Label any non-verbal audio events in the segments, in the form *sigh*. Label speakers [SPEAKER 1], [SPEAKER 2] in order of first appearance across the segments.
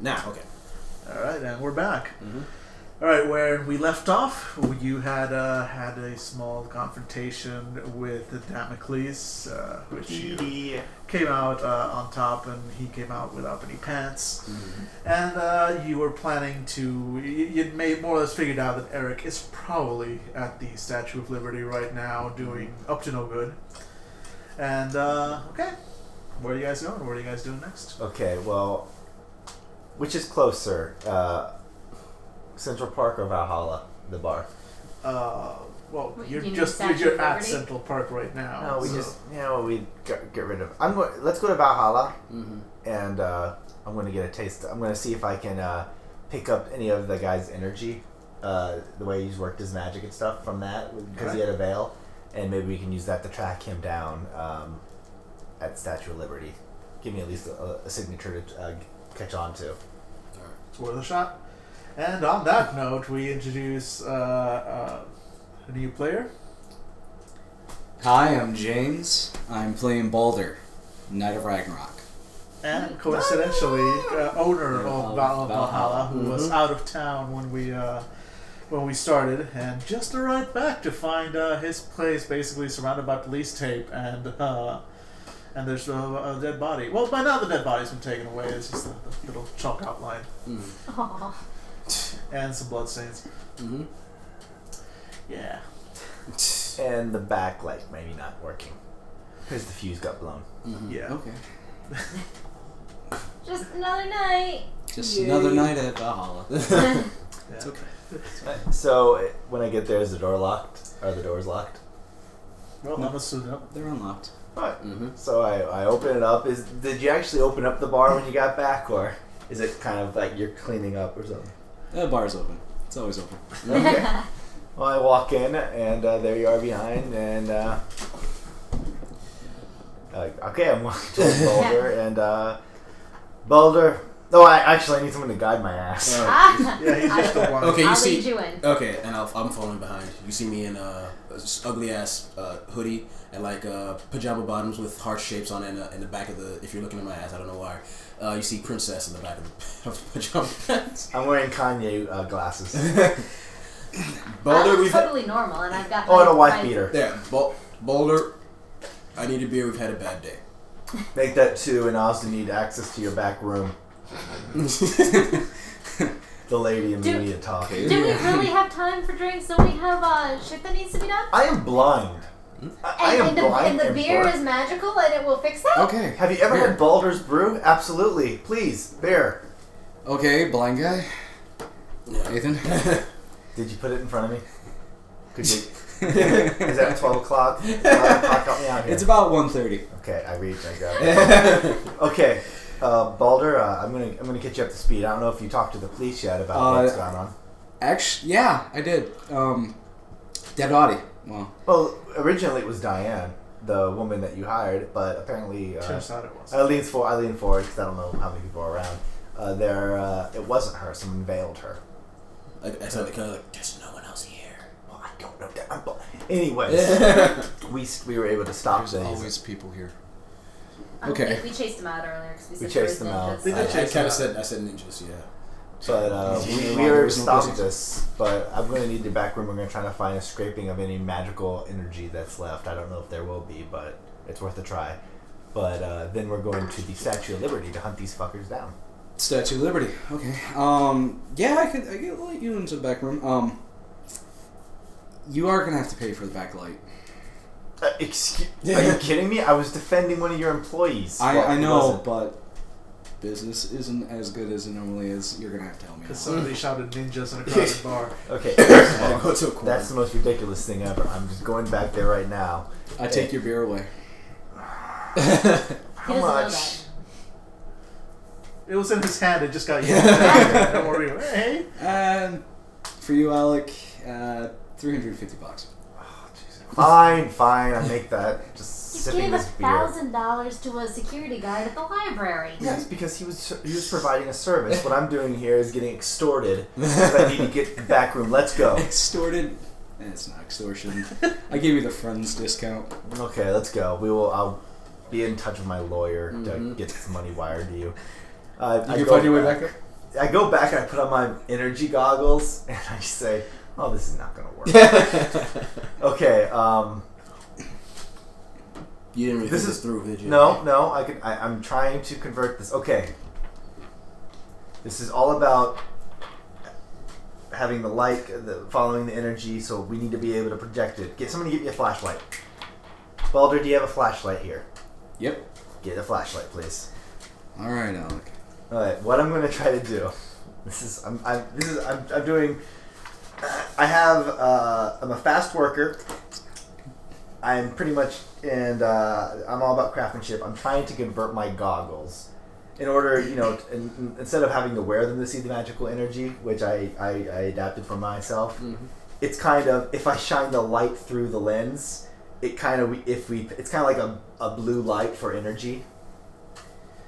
[SPEAKER 1] Now, okay.
[SPEAKER 2] All right, and we're back.
[SPEAKER 1] Mm-hmm.
[SPEAKER 2] All right, where we left off, you had uh, had a small confrontation with Damocles, uh, which you
[SPEAKER 3] Yeah.
[SPEAKER 2] came out uh, on top, and he came out without any pants.
[SPEAKER 1] Mm-hmm.
[SPEAKER 2] And uh, you were planning to. y- You'd made more or less figured out that Eric is probably at the Statue of Liberty right now, doing up to no good. And uh, okay, where are you guys going? What are you guys doing next?
[SPEAKER 4] Okay, well, which is closer, uh, Central Park or Valhalla, the bar?
[SPEAKER 2] Uh, well,
[SPEAKER 5] Wait,
[SPEAKER 2] you're
[SPEAKER 5] you mean
[SPEAKER 2] just you're,
[SPEAKER 5] Statue
[SPEAKER 2] you're
[SPEAKER 5] of
[SPEAKER 2] at
[SPEAKER 5] Liberty?
[SPEAKER 2] Central Park right now.
[SPEAKER 4] No, we
[SPEAKER 2] so-
[SPEAKER 4] just you know we get, get rid of. I'm going. Let's go to Valhalla,
[SPEAKER 1] Mm-hmm.
[SPEAKER 4] and uh, I'm going to get a taste. I'm going to see if I can uh, pick up any of the guy's energy, uh, the way he's worked his magic and stuff from that because he
[SPEAKER 2] Okay.
[SPEAKER 4] had a veil, and maybe we can use that to track him down um, at Statue of Liberty. Give me at least a, a signature to uh, catch on to.
[SPEAKER 1] All right.
[SPEAKER 2] It's worth a shot. And on that note, we introduce uh, uh, a new player.
[SPEAKER 1] Hi, I'm James. I'm playing Balder, Knight of Ragnarok.
[SPEAKER 2] And coincidentally, uh, owner
[SPEAKER 1] Yeah,
[SPEAKER 2] of
[SPEAKER 1] of
[SPEAKER 2] Val-
[SPEAKER 1] Valhalla.
[SPEAKER 2] Valhalla, who was
[SPEAKER 1] Mhm.
[SPEAKER 2] out of town when we uh, when we started, and just arrived back to find uh, his place basically surrounded by police tape and uh, and there's a, a dead body. Well, by now the dead body's been taken away. It's just a, a little chalk outline
[SPEAKER 5] Aw.
[SPEAKER 2] and some bloodstains.
[SPEAKER 1] Mm-hmm.
[SPEAKER 2] Yeah.
[SPEAKER 4] And the backlight maybe not working because the fuse got blown.
[SPEAKER 2] Yeah.
[SPEAKER 1] Mm-hmm. Okay.
[SPEAKER 5] Just another night.
[SPEAKER 1] Just
[SPEAKER 5] Yay.
[SPEAKER 1] another night at *laughs* Valhalla.
[SPEAKER 2] yeah.
[SPEAKER 1] it's okay.
[SPEAKER 4] So eh, when I get there, is the door locked? Are the doors locked?
[SPEAKER 2] Well, I'm assuming.
[SPEAKER 1] *laughs* They're unlocked.
[SPEAKER 4] Right.
[SPEAKER 1] Mm-hmm.
[SPEAKER 4] So I, I open it up. Is did you actually open up the bar when you got back, or is it kind of like you're cleaning up or something?
[SPEAKER 1] The bar's open. It's always open. *laughs*
[SPEAKER 4] Okay. well, I walk in, and uh, there you are behind, and uh, like, okay, I'm walking towards Boulder, and uh, Boulder. No, I actually I need someone to guide my ass.
[SPEAKER 1] Uh,
[SPEAKER 5] Ah.
[SPEAKER 2] Yeah, he's just a one.
[SPEAKER 1] Okay, you
[SPEAKER 5] I'll
[SPEAKER 1] see-
[SPEAKER 5] lead you in.
[SPEAKER 1] Okay, and I'll, I'm falling behind. You see me in a, ugly ass uh, hoodie and like uh, pajama bottoms with heart shapes on it in, uh, in the back of the. If you're looking at my ass, I don't know why. Uh, you see princess in the back of the, *laughs* of the pajama pants.
[SPEAKER 4] I'm wearing Kanye uh, glasses. *laughs*
[SPEAKER 5] I
[SPEAKER 1] Boulder,
[SPEAKER 5] look
[SPEAKER 1] we've had,
[SPEAKER 5] totally normal, and I've got.
[SPEAKER 4] Oh, and
[SPEAKER 5] my-
[SPEAKER 4] a wife
[SPEAKER 5] my-
[SPEAKER 4] beater.
[SPEAKER 1] there, Bul- Boulder. I need a beer. We've had a bad day.
[SPEAKER 4] Make that two, and I also need access to your back room. The lady immediately talks.
[SPEAKER 1] Okay.
[SPEAKER 5] Do we
[SPEAKER 1] Yeah.
[SPEAKER 5] really have time for drinks? Don't we have uh, shit that needs to be done?
[SPEAKER 4] I am blind. I, I
[SPEAKER 5] And,
[SPEAKER 4] am
[SPEAKER 5] and, the,
[SPEAKER 4] blind.
[SPEAKER 5] and the beer
[SPEAKER 4] blind.
[SPEAKER 5] is magical, and it will fix that.
[SPEAKER 1] okay.
[SPEAKER 4] Have you ever
[SPEAKER 1] Beer.
[SPEAKER 4] had Baldur's Brew? Absolutely. Please, beer.
[SPEAKER 6] Okay, blind guy. Nathan.
[SPEAKER 4] Did you put it in front of me? Could you? is that
[SPEAKER 1] *laughs*
[SPEAKER 4] twelve o'clock? Twelve o'clock. Help me out here.
[SPEAKER 1] It's about 1.30.
[SPEAKER 4] okay, I reach. I grab. It. okay, uh, Baldur, uh, I'm gonna I'm gonna get you up to speed. I don't know if you talked to the police yet about
[SPEAKER 6] Uh,
[SPEAKER 4] what's going on.
[SPEAKER 6] Actually, yeah, I did. Um, dead body. Well,
[SPEAKER 4] Well, originally it was Diane, the woman that you hired, but apparently uh,
[SPEAKER 2] Turns out it was.
[SPEAKER 4] I lean for I lean forward because I don't know how many people are around. Uh, there, uh, it wasn't her. Someone veiled her.
[SPEAKER 1] I, I sounded kind of like, there's no one else here.
[SPEAKER 4] Well, I don't know. That. I'm bl- Anyways, we s- we were able to stop
[SPEAKER 6] there's
[SPEAKER 4] these.
[SPEAKER 6] always people here.
[SPEAKER 5] Um,
[SPEAKER 6] Okay.
[SPEAKER 5] We, we chased them out earlier because we,
[SPEAKER 4] We
[SPEAKER 5] said there
[SPEAKER 4] chased them
[SPEAKER 5] was
[SPEAKER 4] out.
[SPEAKER 5] ninjas.
[SPEAKER 2] They
[SPEAKER 4] I-
[SPEAKER 2] did
[SPEAKER 1] I
[SPEAKER 2] chase
[SPEAKER 1] kind
[SPEAKER 2] him
[SPEAKER 1] of
[SPEAKER 2] out.
[SPEAKER 1] said, I said
[SPEAKER 4] *coughs*
[SPEAKER 1] ninjas, yeah.
[SPEAKER 4] But uh,
[SPEAKER 6] Yeah.
[SPEAKER 4] we,
[SPEAKER 6] Yeah.
[SPEAKER 4] we were
[SPEAKER 6] There's no
[SPEAKER 4] stopped
[SPEAKER 6] business.
[SPEAKER 4] this. But I'm going to need the back room. We're going to try to find a scraping of any magical energy that's left. I don't know if there will be, but it's worth a try. But uh, then we're going to the Statue of Liberty to hunt these fuckers down.
[SPEAKER 6] Statue of Liberty. Okay. Um, yeah, I could. I could let you into the back room. Um, you are gonna have to pay for the backlight.
[SPEAKER 4] Uh, *laughs* excuse? Are you kidding me? I was defending one of your employees.
[SPEAKER 6] I,
[SPEAKER 4] Well,
[SPEAKER 6] I
[SPEAKER 4] he
[SPEAKER 6] know,
[SPEAKER 4] wasn't.
[SPEAKER 6] but business isn't as good as it normally is. You're gonna have to help me.
[SPEAKER 2] Because
[SPEAKER 6] out.
[SPEAKER 2] somebody shouted ninjas in a crowded bar.
[SPEAKER 6] *coughs*
[SPEAKER 4] Okay. first of all,
[SPEAKER 1] I go to a corner.
[SPEAKER 4] That's the most ridiculous thing ever. I'm just going back there right now.
[SPEAKER 6] I take your beer away.
[SPEAKER 5] He
[SPEAKER 4] How
[SPEAKER 5] doesn't know
[SPEAKER 4] much?
[SPEAKER 5] that.
[SPEAKER 2] It was in his hand. It just got yanked. out. Don't worry. Hey.
[SPEAKER 6] And for you, Alec, uh, three hundred fifty bucks.
[SPEAKER 4] Fine, fine. I make that. Just
[SPEAKER 5] You
[SPEAKER 4] sipping
[SPEAKER 5] gave a
[SPEAKER 4] this beer.
[SPEAKER 5] thousand dollars to a security guard at the library.
[SPEAKER 4] Yes, because he was he was providing a service. What I'm doing here is
[SPEAKER 6] *laughs*
[SPEAKER 4] getting extorted because I
[SPEAKER 1] *laughs*
[SPEAKER 4] need to get the back room. Let's go.
[SPEAKER 6] Extorted. Eh, It's not extortion. I gave you the friends discount.
[SPEAKER 4] Okay, let's go. We will. I'll be in touch with my lawyer to
[SPEAKER 1] Mhm.
[SPEAKER 4] get some money wired to you. Uh,
[SPEAKER 6] Mm-hmm. You can find your way back up.
[SPEAKER 4] I go back and I put on my energy goggles *laughs* and I say, "Oh, this is not gonna
[SPEAKER 6] *laughs*
[SPEAKER 4] work." okay. Um,
[SPEAKER 1] you didn't really
[SPEAKER 4] This
[SPEAKER 1] think
[SPEAKER 4] is-
[SPEAKER 1] this through, did you?
[SPEAKER 4] no, no. I can. I, I'm trying to convert this. Okay. This is all about having the light, the following the energy. So we need to be able to project it. Get someone to get me a flashlight. Balder, do you have a flashlight here?
[SPEAKER 6] Yep.
[SPEAKER 4] Get a flashlight, please.
[SPEAKER 6] All right, Alec.
[SPEAKER 4] All right, what I'm gonna try to do. This is I'm, I'm this is I'm, I'm doing. I have uh, I'm a fast worker. I'm pretty much and uh, I'm all about craftsmanship. I'm trying to convert my goggles in order, you know, t- in, in- instead of having to wear them to see the magical energy, which I I, I adapted for myself.
[SPEAKER 2] Mm-hmm.
[SPEAKER 4] It's kind of if I shine the light through the lens, it kind of if we it's kind of like a, a blue light for energy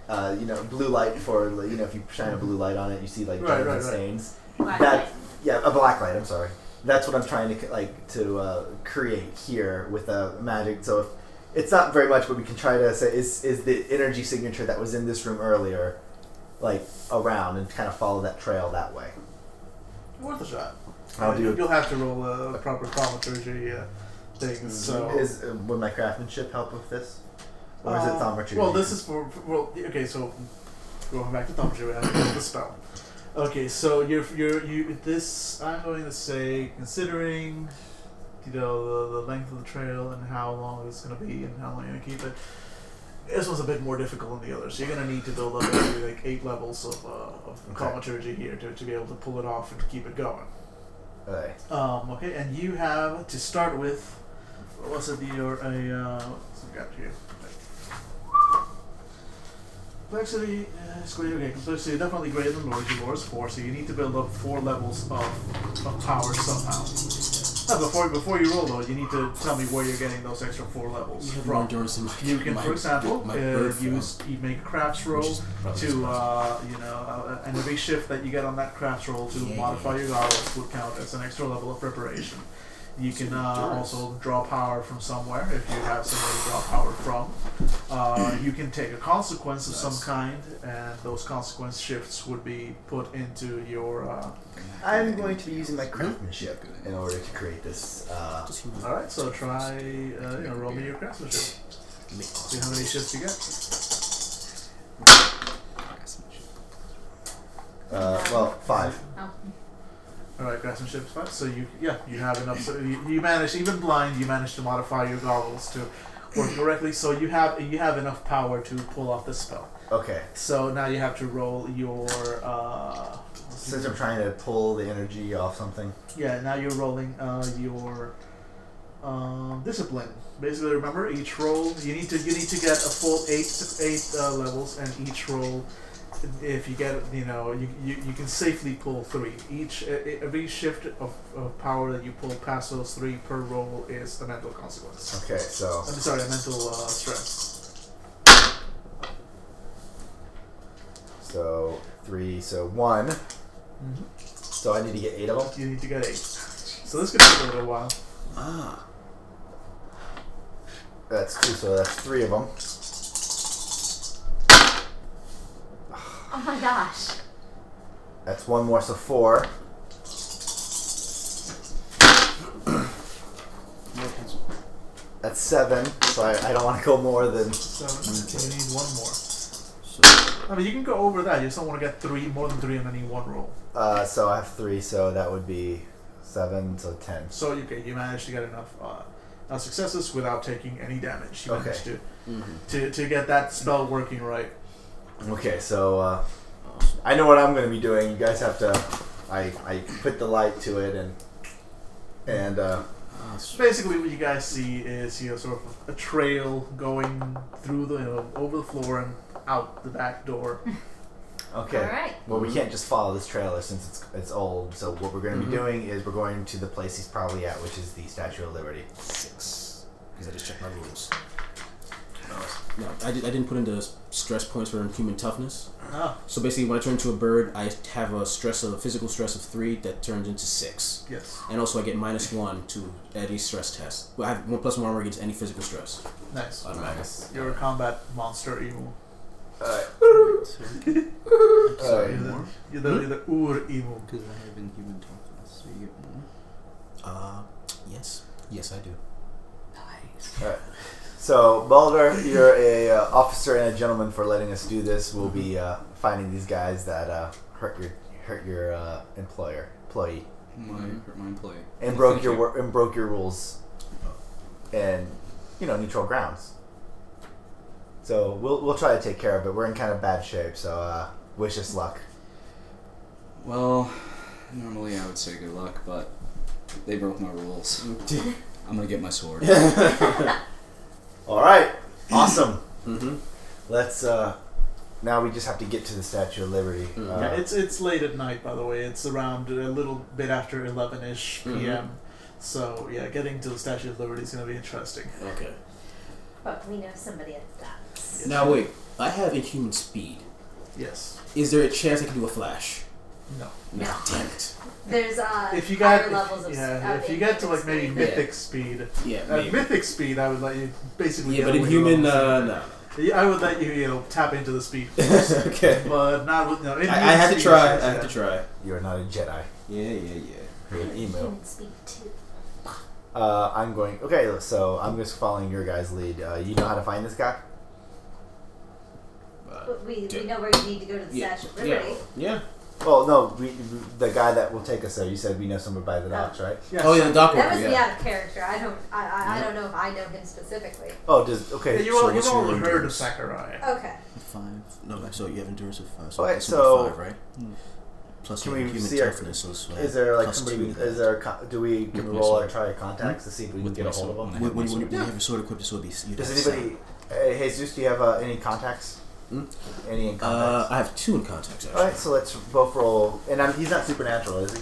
[SPEAKER 4] uh, you know, blue light for you know if you shine a blue light on it, you see like
[SPEAKER 2] Right,
[SPEAKER 4] diamonds
[SPEAKER 2] right,
[SPEAKER 4] and
[SPEAKER 2] right.
[SPEAKER 4] stains.
[SPEAKER 5] Black
[SPEAKER 4] That
[SPEAKER 5] light.
[SPEAKER 4] yeah, a black light. I'm sorry. That's what I'm trying to like to uh, create here with a magic. So if it's not very much, but we can try to say is is the energy signature that was in this room earlier, like around and kind of follow that trail that way.
[SPEAKER 2] Worth a shot.
[SPEAKER 4] I'll
[SPEAKER 2] You-
[SPEAKER 4] do.
[SPEAKER 2] You'll have to roll a proper thaumaturgy uh, thing. So
[SPEAKER 4] Is uh, would my craftsmanship help with this, or is it
[SPEAKER 2] Uh,
[SPEAKER 4] thaumaturgy?
[SPEAKER 2] Well, this is for, for well. Okay, so going back to thaumaturgy, we have to roll the spell. Okay, so you're you're you this. I'm going to say considering. You know the, the length of the trail and how long it's going to be and how long you're going to keep it. This one's a bit more difficult than the other, so you're going to need to build up maybe like eight levels of, uh, of
[SPEAKER 4] Okay.
[SPEAKER 2] thaumaturgy here to, to be able to pull it off and keep it going.
[SPEAKER 4] Alright.
[SPEAKER 2] Um, okay, and you have to start with. What was it? Your a uh, what's it got here? Complexity, uh, square. Okay, complexity definitely greater than Lord's Lord's four, so you need to build up four levels of, of power somehow. Now, before before you roll though, you need to tell me where you're getting those extra four levels
[SPEAKER 1] You have more
[SPEAKER 2] from.
[SPEAKER 1] endurance than my,
[SPEAKER 2] You can,
[SPEAKER 1] my,
[SPEAKER 2] for example,
[SPEAKER 1] my
[SPEAKER 2] uh,
[SPEAKER 1] bird form,
[SPEAKER 2] use you make a crafts
[SPEAKER 1] which
[SPEAKER 2] roll
[SPEAKER 1] is probably
[SPEAKER 2] to uh, you know uh, and every shift that you get on that crafts roll to
[SPEAKER 1] Yeah.
[SPEAKER 2] modify your goggles would count as an extra level of preparation. You can uh,
[SPEAKER 1] Endurance.
[SPEAKER 2] also draw power from somewhere if you have somewhere to draw power from. Uh,
[SPEAKER 1] *clears throat*
[SPEAKER 2] you can take a consequence of some
[SPEAKER 1] Nice.
[SPEAKER 2] kind, and those consequence shifts would be put into your. Uh,
[SPEAKER 4] I'm going to be using my craftsmanship
[SPEAKER 6] Good.
[SPEAKER 4] in order to create this. Uh,
[SPEAKER 1] Just human-
[SPEAKER 2] all right, so try uh, you know, roll me your craftsmanship. See how many shifts you get.
[SPEAKER 4] uh, well, five.
[SPEAKER 5] Oh.
[SPEAKER 2] All right, grab some ship spots. So you, yeah, you have enough. So you, you manage, even blind, you manage to modify your goggles to work correctly. So you have you have enough power to pull off the spell.
[SPEAKER 4] Okay.
[SPEAKER 2] So now you have to roll your. Uh,
[SPEAKER 4] Since I'm trying to pull the energy off something.
[SPEAKER 2] yeah, now you're rolling uh, your um, discipline. Basically, remember each roll you need to you need to get a full eight eight uh, levels, and each roll, if you get you know you, you, you can safely pull three. Each e- e- every shift of, of power that you pull past those three per roll is a mental consequence.
[SPEAKER 4] Okay, so
[SPEAKER 2] I'm sorry, a mental uh, stress.
[SPEAKER 4] so three, so one.
[SPEAKER 2] Mhm.
[SPEAKER 4] So I need to get eight of them.
[SPEAKER 2] You need to get eight. So this could take a little while.
[SPEAKER 1] Ah,
[SPEAKER 4] That's two, so that's three of them.
[SPEAKER 5] oh my gosh.
[SPEAKER 4] That's one more, so four. *clears throat*
[SPEAKER 1] no pencil.
[SPEAKER 4] That's seven. So I, I don't want to go more than.
[SPEAKER 2] So you need one more.
[SPEAKER 1] So,
[SPEAKER 2] I mean, you can go over that. You just don't want to get three more than three on any one roll.
[SPEAKER 4] Uh, so I have three, so that would be seven, so ten.
[SPEAKER 2] So you okay, you managed to get enough uh, uh, successes without taking any damage. You managed to,
[SPEAKER 1] mhm.
[SPEAKER 2] to to get that spell working right.
[SPEAKER 4] Okay, so uh, I know what I'm going to be doing. You guys have to. I, I put the light to it and and uh,
[SPEAKER 1] Ah, so-
[SPEAKER 2] Basically, what you guys see is you know sort of a trail going through the you know, over the floor and out the back door.
[SPEAKER 4] okay.
[SPEAKER 5] All right.
[SPEAKER 4] Well, we can't just follow this trailer since it's, it's old. So what we're going to
[SPEAKER 1] Mhm.
[SPEAKER 4] be doing is we're going to the place he's probably at, which is the Statue of Liberty.
[SPEAKER 1] six. Because I just checked my rules. No, I, did, I didn't put into s- stress points for human toughness.
[SPEAKER 2] Ah,
[SPEAKER 1] So basically, when I turn into a bird, I have a stress of physical stress of three that turns into six,
[SPEAKER 2] yes,
[SPEAKER 1] and also I get minus one to any stress test. Well, I have one plus one armor against any physical stress.
[SPEAKER 2] nice.
[SPEAKER 1] Automatic.
[SPEAKER 2] You're a combat monster, emu.
[SPEAKER 4] Uh,
[SPEAKER 2] So
[SPEAKER 4] Sorry.
[SPEAKER 2] you're the, you're the, you're the Ur evil.
[SPEAKER 6] Because I have inhuman toughness, so you get more.
[SPEAKER 1] Uh, yes. Yes, I do.
[SPEAKER 6] Nice.
[SPEAKER 4] So, Balder, you're a uh, officer and a gentleman for letting us do this. We'll be uh, finding these guys that uh, hurt your hurt your uh, employer employee
[SPEAKER 6] My hurt my employee.
[SPEAKER 4] and
[SPEAKER 6] Well,
[SPEAKER 4] broke
[SPEAKER 6] thank
[SPEAKER 4] your
[SPEAKER 6] you.
[SPEAKER 4] wor- and broke your rules, and you know neutral grounds. So we'll we'll try to take care of it. We're in kind of bad shape, so uh, wish us luck.
[SPEAKER 6] Well, normally I would say good luck, but they broke my *laughs* rules. I'm gonna get my sword.
[SPEAKER 4] All right, awesome.
[SPEAKER 1] Mm-hmm.
[SPEAKER 4] Let's. Uh, now we just have to get to the Statue of Liberty.
[SPEAKER 1] Mm.
[SPEAKER 4] Uh,
[SPEAKER 2] yeah, it's it's late at night, by the way. It's around a little bit after eleven ish p.m.
[SPEAKER 1] Mhm.
[SPEAKER 2] So yeah, getting to the Statue of Liberty is gonna be interesting.
[SPEAKER 1] Okay.
[SPEAKER 5] But we know somebody at that.
[SPEAKER 1] Now wait. I have inhuman speed.
[SPEAKER 2] Yes.
[SPEAKER 1] Is there a chance I can do a flash?
[SPEAKER 2] No.
[SPEAKER 1] No. Damn it.
[SPEAKER 5] There's uh,
[SPEAKER 2] If you got
[SPEAKER 5] higher levels
[SPEAKER 2] if,
[SPEAKER 5] of
[SPEAKER 2] yeah,
[SPEAKER 5] of
[SPEAKER 2] if you get to like maybe
[SPEAKER 5] experience.
[SPEAKER 2] mythic speed,
[SPEAKER 1] Yeah,
[SPEAKER 2] at
[SPEAKER 1] maybe.
[SPEAKER 2] mythic speed, I would let you basically.
[SPEAKER 1] Uh, Yeah,
[SPEAKER 2] get
[SPEAKER 1] but
[SPEAKER 2] away with
[SPEAKER 1] inhuman,
[SPEAKER 2] all
[SPEAKER 1] uh, no.
[SPEAKER 2] this. Yeah, I would let you you know tap into the
[SPEAKER 1] *laughs*
[SPEAKER 2] speed,
[SPEAKER 1] okay.
[SPEAKER 2] but not with no.
[SPEAKER 1] I, I had to try. I had
[SPEAKER 2] yeah.
[SPEAKER 1] to try.
[SPEAKER 4] you are not a Jedi.
[SPEAKER 6] yeah, yeah, yeah.
[SPEAKER 4] You're an emu.
[SPEAKER 5] Human speed too.
[SPEAKER 4] Uh, I'm going. Okay, so I'm just following your guys' lead. Uh, you know how to find this guy?
[SPEAKER 1] Uh,
[SPEAKER 5] But we,
[SPEAKER 1] Yeah.
[SPEAKER 5] we know where you need to go to the
[SPEAKER 1] Yeah.
[SPEAKER 5] Statue of
[SPEAKER 1] yeah.
[SPEAKER 5] Liberty.
[SPEAKER 1] Yeah.
[SPEAKER 4] Well, Oh, no, we, we- the guy that will take us there. You said we know someone by the docks, right?
[SPEAKER 2] Yeah.
[SPEAKER 1] Oh yeah, the dock
[SPEAKER 5] That
[SPEAKER 1] worker.
[SPEAKER 5] was the
[SPEAKER 1] yeah.
[SPEAKER 5] out of character. I don't I, I, I don't know if I know him specifically.
[SPEAKER 4] Oh, just
[SPEAKER 2] Yeah,
[SPEAKER 4] okay.
[SPEAKER 2] you
[SPEAKER 1] So
[SPEAKER 2] all, you've
[SPEAKER 1] what's your
[SPEAKER 2] all heard of
[SPEAKER 1] endurance?
[SPEAKER 2] Sakurai.
[SPEAKER 5] Okay.
[SPEAKER 1] Five. No, so you have endurance of five. So
[SPEAKER 4] Okay,
[SPEAKER 1] plus
[SPEAKER 4] so-
[SPEAKER 1] five, right?
[SPEAKER 6] Hmm.
[SPEAKER 1] Plus
[SPEAKER 4] Can
[SPEAKER 1] your
[SPEAKER 4] we
[SPEAKER 1] human
[SPEAKER 4] see our-
[SPEAKER 1] toughness. so it's, uh,
[SPEAKER 4] Is there like
[SPEAKER 1] plus
[SPEAKER 4] somebody?
[SPEAKER 1] two
[SPEAKER 4] we- Is there? A con- do we can we
[SPEAKER 1] my
[SPEAKER 4] roll or
[SPEAKER 1] sword.
[SPEAKER 4] try a contacts
[SPEAKER 1] Mm-hmm.
[SPEAKER 4] to see if we can
[SPEAKER 6] With
[SPEAKER 4] get
[SPEAKER 6] my
[SPEAKER 4] a hold
[SPEAKER 6] sword.
[SPEAKER 4] of them?
[SPEAKER 6] I have
[SPEAKER 1] when,
[SPEAKER 6] my
[SPEAKER 1] when, when,
[SPEAKER 6] sword.
[SPEAKER 1] you have your sword equipped, this will be. you
[SPEAKER 4] Does
[SPEAKER 1] have
[SPEAKER 4] anybody? Uh, Jesus, do you have uh, any contacts?
[SPEAKER 1] Hmm?
[SPEAKER 4] Any in
[SPEAKER 1] seven. Uh,
[SPEAKER 4] contacts?
[SPEAKER 1] I have two in contacts actually.
[SPEAKER 4] All right, so let's both roll. And I'm, he's not supernatural, is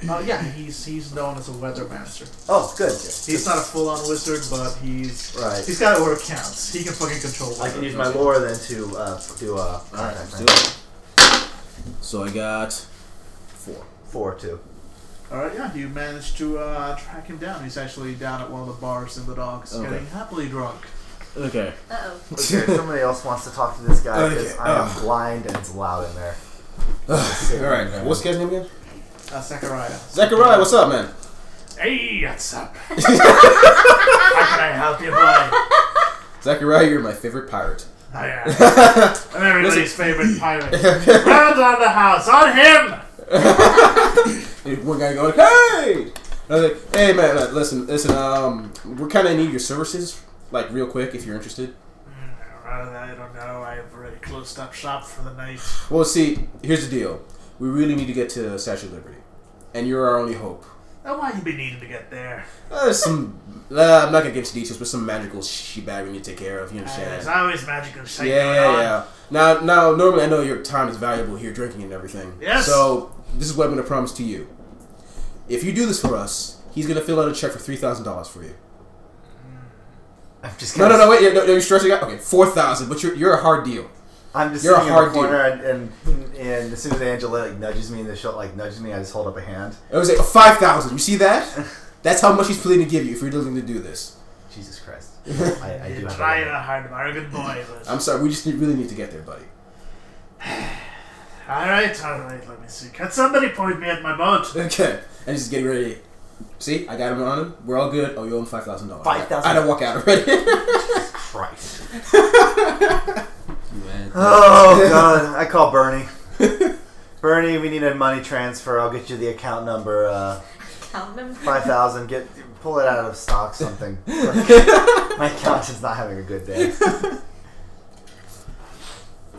[SPEAKER 4] he?
[SPEAKER 2] Uh, yeah, he's he's known as a weather master.
[SPEAKER 4] Oh, good.
[SPEAKER 2] He's not a full-on wizard, but he's
[SPEAKER 4] Right.
[SPEAKER 2] he's got it where it counts. He can fucking control
[SPEAKER 4] I
[SPEAKER 2] weather.
[SPEAKER 4] can use my lore then to uh, do a
[SPEAKER 1] All right, let's
[SPEAKER 4] contact.
[SPEAKER 1] do
[SPEAKER 4] right?
[SPEAKER 1] it. So I got four.
[SPEAKER 4] Four
[SPEAKER 1] *laughs*
[SPEAKER 4] two.
[SPEAKER 2] All right, yeah, you managed to uh, track him down. He's actually down at one of the bars in the docks,
[SPEAKER 1] Okay.
[SPEAKER 2] getting happily drunk.
[SPEAKER 1] Okay.
[SPEAKER 5] Uh oh.
[SPEAKER 4] Okay, somebody else wants to talk to this guy because
[SPEAKER 1] Okay, uh.
[SPEAKER 4] I am
[SPEAKER 1] ugh.
[SPEAKER 4] blind and it's loud in there.
[SPEAKER 1] All right. What's his name again?
[SPEAKER 2] Uh, Sakurai.
[SPEAKER 1] Zachariah. What's up, man?
[SPEAKER 2] Hey, what's
[SPEAKER 4] *laughs*
[SPEAKER 2] up? How can I help you, boy?
[SPEAKER 1] Zachariah, you're my favorite pirate.
[SPEAKER 2] I
[SPEAKER 4] *laughs*
[SPEAKER 2] am. I'm everybody's favorite pirate. Round on the house, on him.
[SPEAKER 1] And one guy going, "Hey!" And I was like, "Hey, man, man, listen, listen. Um, we're kind of need your services, like real quick, if you're interested."
[SPEAKER 2] Mm, well, I don't know. I've already closed up shop for the night.
[SPEAKER 1] Well, see, here's the deal. We really need to get to Statue of Liberty, and you're our only hope.
[SPEAKER 2] Now, Oh, why you be needing to get there?
[SPEAKER 1] Uh, there's some. Uh, I'm not gonna get into details, but some magical shebang we need to take care of. You
[SPEAKER 2] Uh,
[SPEAKER 1] understand?
[SPEAKER 2] there's always magical
[SPEAKER 1] Yeah,
[SPEAKER 2] shit
[SPEAKER 1] yeah,
[SPEAKER 2] going on.
[SPEAKER 1] yeah. Now, now, normally I know your time is valuable here, drinking and everything.
[SPEAKER 2] Yes.
[SPEAKER 1] So this is what I'm gonna promise to you. If you do this for us, he's gonna fill out a check for three thousand dollars for you.
[SPEAKER 4] I'm just
[SPEAKER 1] No,
[SPEAKER 4] gonna,
[SPEAKER 1] no, no, wait, yeah, no, no, you're stressing out. Okay, four thousand, but you're you're a hard deal.
[SPEAKER 4] I'm just
[SPEAKER 1] You're a
[SPEAKER 4] sitting
[SPEAKER 1] hard
[SPEAKER 4] in the corner, and, and and as soon as Angela like, nudges me in the shoulder, like nudges me, I just hold up a hand.
[SPEAKER 1] It was like five thousand. You see that? That's how much he's willing to give you if you're willing to do this.
[SPEAKER 4] Jesus Christ, *laughs* I, I do
[SPEAKER 2] You're
[SPEAKER 4] have.
[SPEAKER 2] trying
[SPEAKER 4] A
[SPEAKER 2] a hard bargain, boy. But
[SPEAKER 1] I'm sorry, we just need, really need to get there, buddy. *laughs*
[SPEAKER 2] all right, all right. Let me see. Can somebody point me at my boat?
[SPEAKER 1] Okay, and he's getting ready. See, I got him on him. We're all good. Oh, you owe him five thousand dollars.
[SPEAKER 4] $5,000.
[SPEAKER 1] I don't walk out already. *laughs*
[SPEAKER 4] Christ.
[SPEAKER 6] You add
[SPEAKER 4] *laughs* Oh God, I call *laughs* Bernie. Bernie, we need a money transfer. I'll get you the account number. Uh,
[SPEAKER 5] Count *laughs* them.
[SPEAKER 4] Five thousand. Get pull it out of stock. *laughs* Something. My account is not having a good *laughs* day.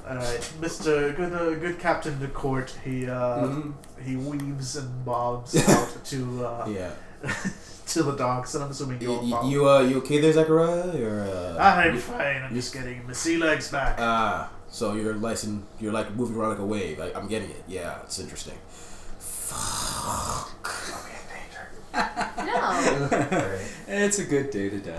[SPEAKER 2] All right, Mister Good, uh, good Captain de Court. He uh,
[SPEAKER 1] Mhm.
[SPEAKER 2] he weaves and
[SPEAKER 1] *laughs*
[SPEAKER 2] bobs out to uh,
[SPEAKER 1] Yeah.
[SPEAKER 2] to the docks, and I'm assuming
[SPEAKER 1] You,
[SPEAKER 2] you'll follow.
[SPEAKER 1] you- you, uh, you okay there, Zachariah? Or uh,
[SPEAKER 2] I'm fine. I'm just getting my sea legs back.
[SPEAKER 1] Ah, so you're licensed. You're like moving around like a wave. I, I'm getting it. Yeah, it's interesting.
[SPEAKER 5] No.
[SPEAKER 4] Alright.
[SPEAKER 6] It's a good day to die.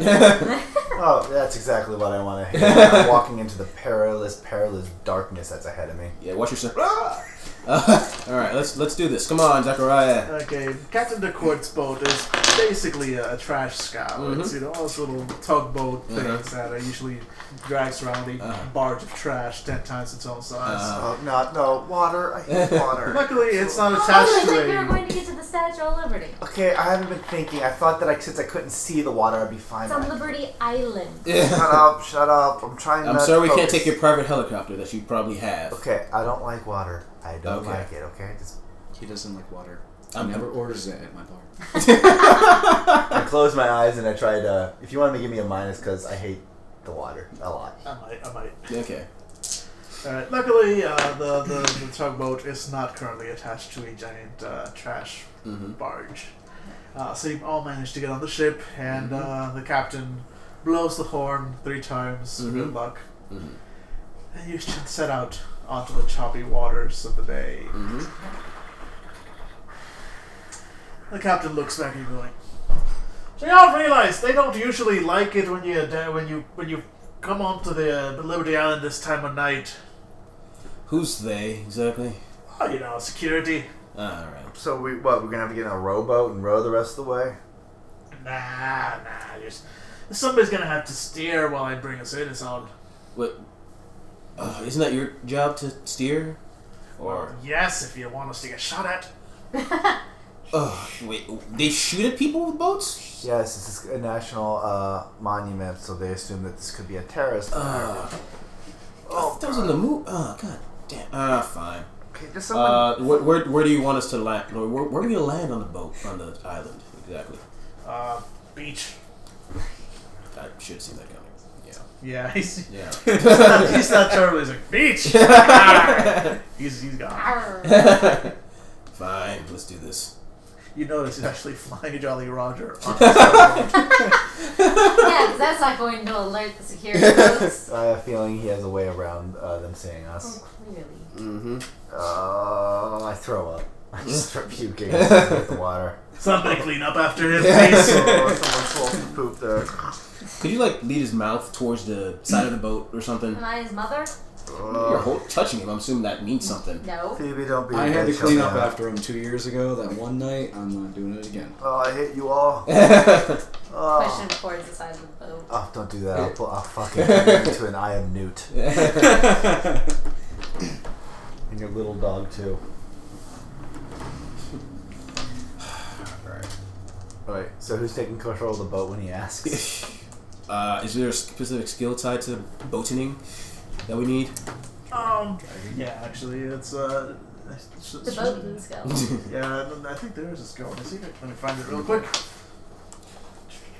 [SPEAKER 4] Oh, that's exactly what I want *laughs* to hear. I'm walking into the perilous, perilous darkness that's ahead of me.
[SPEAKER 1] Yeah, watch yourself. Ah! Uh, *laughs* All right, let's let's do this. Come on, Zachariah.
[SPEAKER 2] Okay, Captain de Court's boat is basically a, a trash scow. It's you know all those little tugboat things
[SPEAKER 1] Mm-hmm. Uh-huh.
[SPEAKER 2] that are usually drags around a
[SPEAKER 1] Uh-huh.
[SPEAKER 2] barge of trash ten times its own size.
[SPEAKER 1] Uh-huh.
[SPEAKER 4] Oh, no, no, water. I hate
[SPEAKER 2] *laughs*
[SPEAKER 4] water.
[SPEAKER 2] Luckily, it's not
[SPEAKER 5] Oh,
[SPEAKER 2] attached
[SPEAKER 5] it's like we were
[SPEAKER 2] to a.
[SPEAKER 5] going to get to the Statue of Liberty.
[SPEAKER 4] Okay, I haven't been thinking. I thought that I, since I couldn't see the water, I'd be fine.
[SPEAKER 5] It's on Liberty Island.
[SPEAKER 4] shut up, shut up. I'm trying
[SPEAKER 1] I'm
[SPEAKER 4] not to
[SPEAKER 1] sorry we can't
[SPEAKER 4] focus.
[SPEAKER 1] take your private helicopter that you probably have.
[SPEAKER 4] Okay, I don't like water. I don't
[SPEAKER 1] Okay.
[SPEAKER 4] like it, okay? Just,
[SPEAKER 6] He doesn't like water. He
[SPEAKER 1] I'm-
[SPEAKER 6] never orders it at my bar.
[SPEAKER 4] I closed my eyes and I tried, uh, if you wanted to give me a minus, because I hate the water a lot.
[SPEAKER 2] I might, I might.
[SPEAKER 1] Okay.
[SPEAKER 2] Alright, luckily, uh, the, the, the tugboat is not currently attached to a giant uh, trash
[SPEAKER 1] Mm-hmm.
[SPEAKER 2] barge. Uh, so you all manage to get on the ship, and uh, the captain blows the horn three times. Good
[SPEAKER 1] Mhm.
[SPEAKER 2] luck.
[SPEAKER 1] Mhm.
[SPEAKER 2] And you should set out onto the choppy waters of the bay.
[SPEAKER 1] Mm-hmm.
[SPEAKER 2] The captain looks back at you, going, "So y'all realize they don't usually like it when you uh, when you when you come onto the, the Liberty Island this time of night.
[SPEAKER 1] Who's they exactly?
[SPEAKER 2] Oh, you know, security.
[SPEAKER 1] All right.
[SPEAKER 4] So, we, what, we're gonna have to get in a rowboat and row the rest of the way?
[SPEAKER 2] Nah, nah. Just somebody's gonna have to steer while I bring us in. It's all
[SPEAKER 1] What? Uh, isn't that your job to steer? Or
[SPEAKER 2] Um, yes if you want us to get shot at."
[SPEAKER 1] oh wait, they shoot at people with boats?
[SPEAKER 4] Yes, this is a national uh, monument, so they assume that this could be a terrorist.
[SPEAKER 1] Uh,
[SPEAKER 4] oh,
[SPEAKER 1] that was in the movie. Oh god damn. Ah, fine.
[SPEAKER 4] okay, just someone.
[SPEAKER 1] Uh, where, where, where do you want us to land? Where, where are we gonna land on the boat on the island exactly?
[SPEAKER 2] Uh, beach.
[SPEAKER 1] I should have seen that coming.
[SPEAKER 2] Yeah, he's,
[SPEAKER 1] Yeah.
[SPEAKER 2] *laughs*
[SPEAKER 1] *laughs*
[SPEAKER 2] he's not terrible. He's like, beach! Ah! he's, he's gone.
[SPEAKER 5] Arr.
[SPEAKER 1] Yeah. *laughs* fine. Let's do this.
[SPEAKER 2] You notice he's actually flying Jolly Roger. On
[SPEAKER 1] *laughs*
[SPEAKER 2] his own.
[SPEAKER 5] *laughs* yeah, 'cause that's not going to alert the security *laughs* folks.
[SPEAKER 4] I have a feeling he has a way around uh, them seeing us.
[SPEAKER 5] Oh, clearly.
[SPEAKER 1] Mm-hmm.
[SPEAKER 4] Uh, I throw up. *laughs* I just start puking with the water. *laughs*
[SPEAKER 2] Somebody clean up after him, please.
[SPEAKER 4] Oh, someone swallowed some poop there.
[SPEAKER 1] Could you like lead his mouth towards the side of the boat or something?
[SPEAKER 5] Am
[SPEAKER 2] Uh,
[SPEAKER 5] I his mother?
[SPEAKER 1] You're
[SPEAKER 4] Oh,
[SPEAKER 1] hol- touching him. I'm assuming that means *laughs* something.
[SPEAKER 5] No.
[SPEAKER 4] Phoebe, don't be. a
[SPEAKER 6] I had to
[SPEAKER 4] bitch,
[SPEAKER 6] clean
[SPEAKER 4] help
[SPEAKER 6] up
[SPEAKER 4] me out.
[SPEAKER 6] after him two years ago. That one night, I'm not doing it again.
[SPEAKER 4] Oh, I hate you all.
[SPEAKER 5] Push
[SPEAKER 4] Oh,
[SPEAKER 5] him towards the side of the boat.
[SPEAKER 4] oh don't do that. I'll, pu- I'll fucking *laughs* turn you into an I am Newt. And your little dog too. Alright. Alright, so who's taking control of the boat when he asks? *laughs*
[SPEAKER 1] Uh, is there a specific skill tied to boating that we need?
[SPEAKER 2] Um, yeah, actually, it's, uh... it's-
[SPEAKER 5] The
[SPEAKER 2] it's-
[SPEAKER 5] boat needs go.
[SPEAKER 2] Yeah, I think there is a skill. Let me see if I can find it real quick.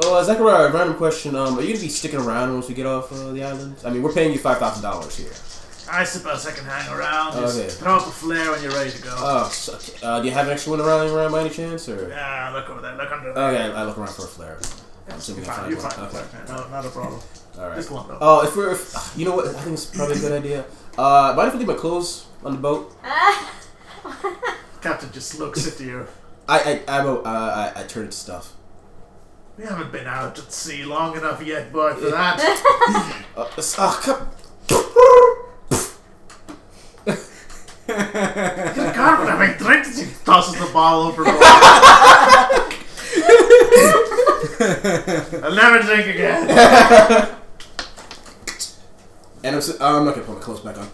[SPEAKER 1] oh, uh, Zachariah, random question. Um, are you gonna be sticking around once we get off uh, the island? I mean, we're paying you five thousand dollars here.
[SPEAKER 2] I suppose I can hang around. Just
[SPEAKER 1] Okay.
[SPEAKER 2] throw up a flare when you're ready to go.
[SPEAKER 1] Oh, so, uh, do you have an extra one around around by any chance? Or
[SPEAKER 2] yeah, look over there. Look under there.
[SPEAKER 1] okay, I look around for a flare. I'm
[SPEAKER 2] You're
[SPEAKER 1] assuming I
[SPEAKER 2] fine.
[SPEAKER 1] find
[SPEAKER 2] You're
[SPEAKER 1] one.
[SPEAKER 2] fine.
[SPEAKER 1] Okay,
[SPEAKER 2] No, not a problem.
[SPEAKER 1] all right.
[SPEAKER 2] Just one, though.
[SPEAKER 1] Oh, if we're, if, you know what? I think it's probably a good idea. Uh, mind if I leave my clothes on the boat?
[SPEAKER 5] Ah. *laughs*
[SPEAKER 2] Captain just looks at you.
[SPEAKER 1] I, I, I'm a, uh, I, I turn into stuff.
[SPEAKER 2] We haven't been out at sea long enough yet, boy, for
[SPEAKER 1] *laughs*
[SPEAKER 2] that.
[SPEAKER 1] Uh, it's- ah, come.
[SPEAKER 2] Good God, what have I drank? He tosses the bottle overboard. I'll never drink
[SPEAKER 1] *laughs*
[SPEAKER 2] again.
[SPEAKER 1] And I'm, s- I'm not gonna put my clothes back on.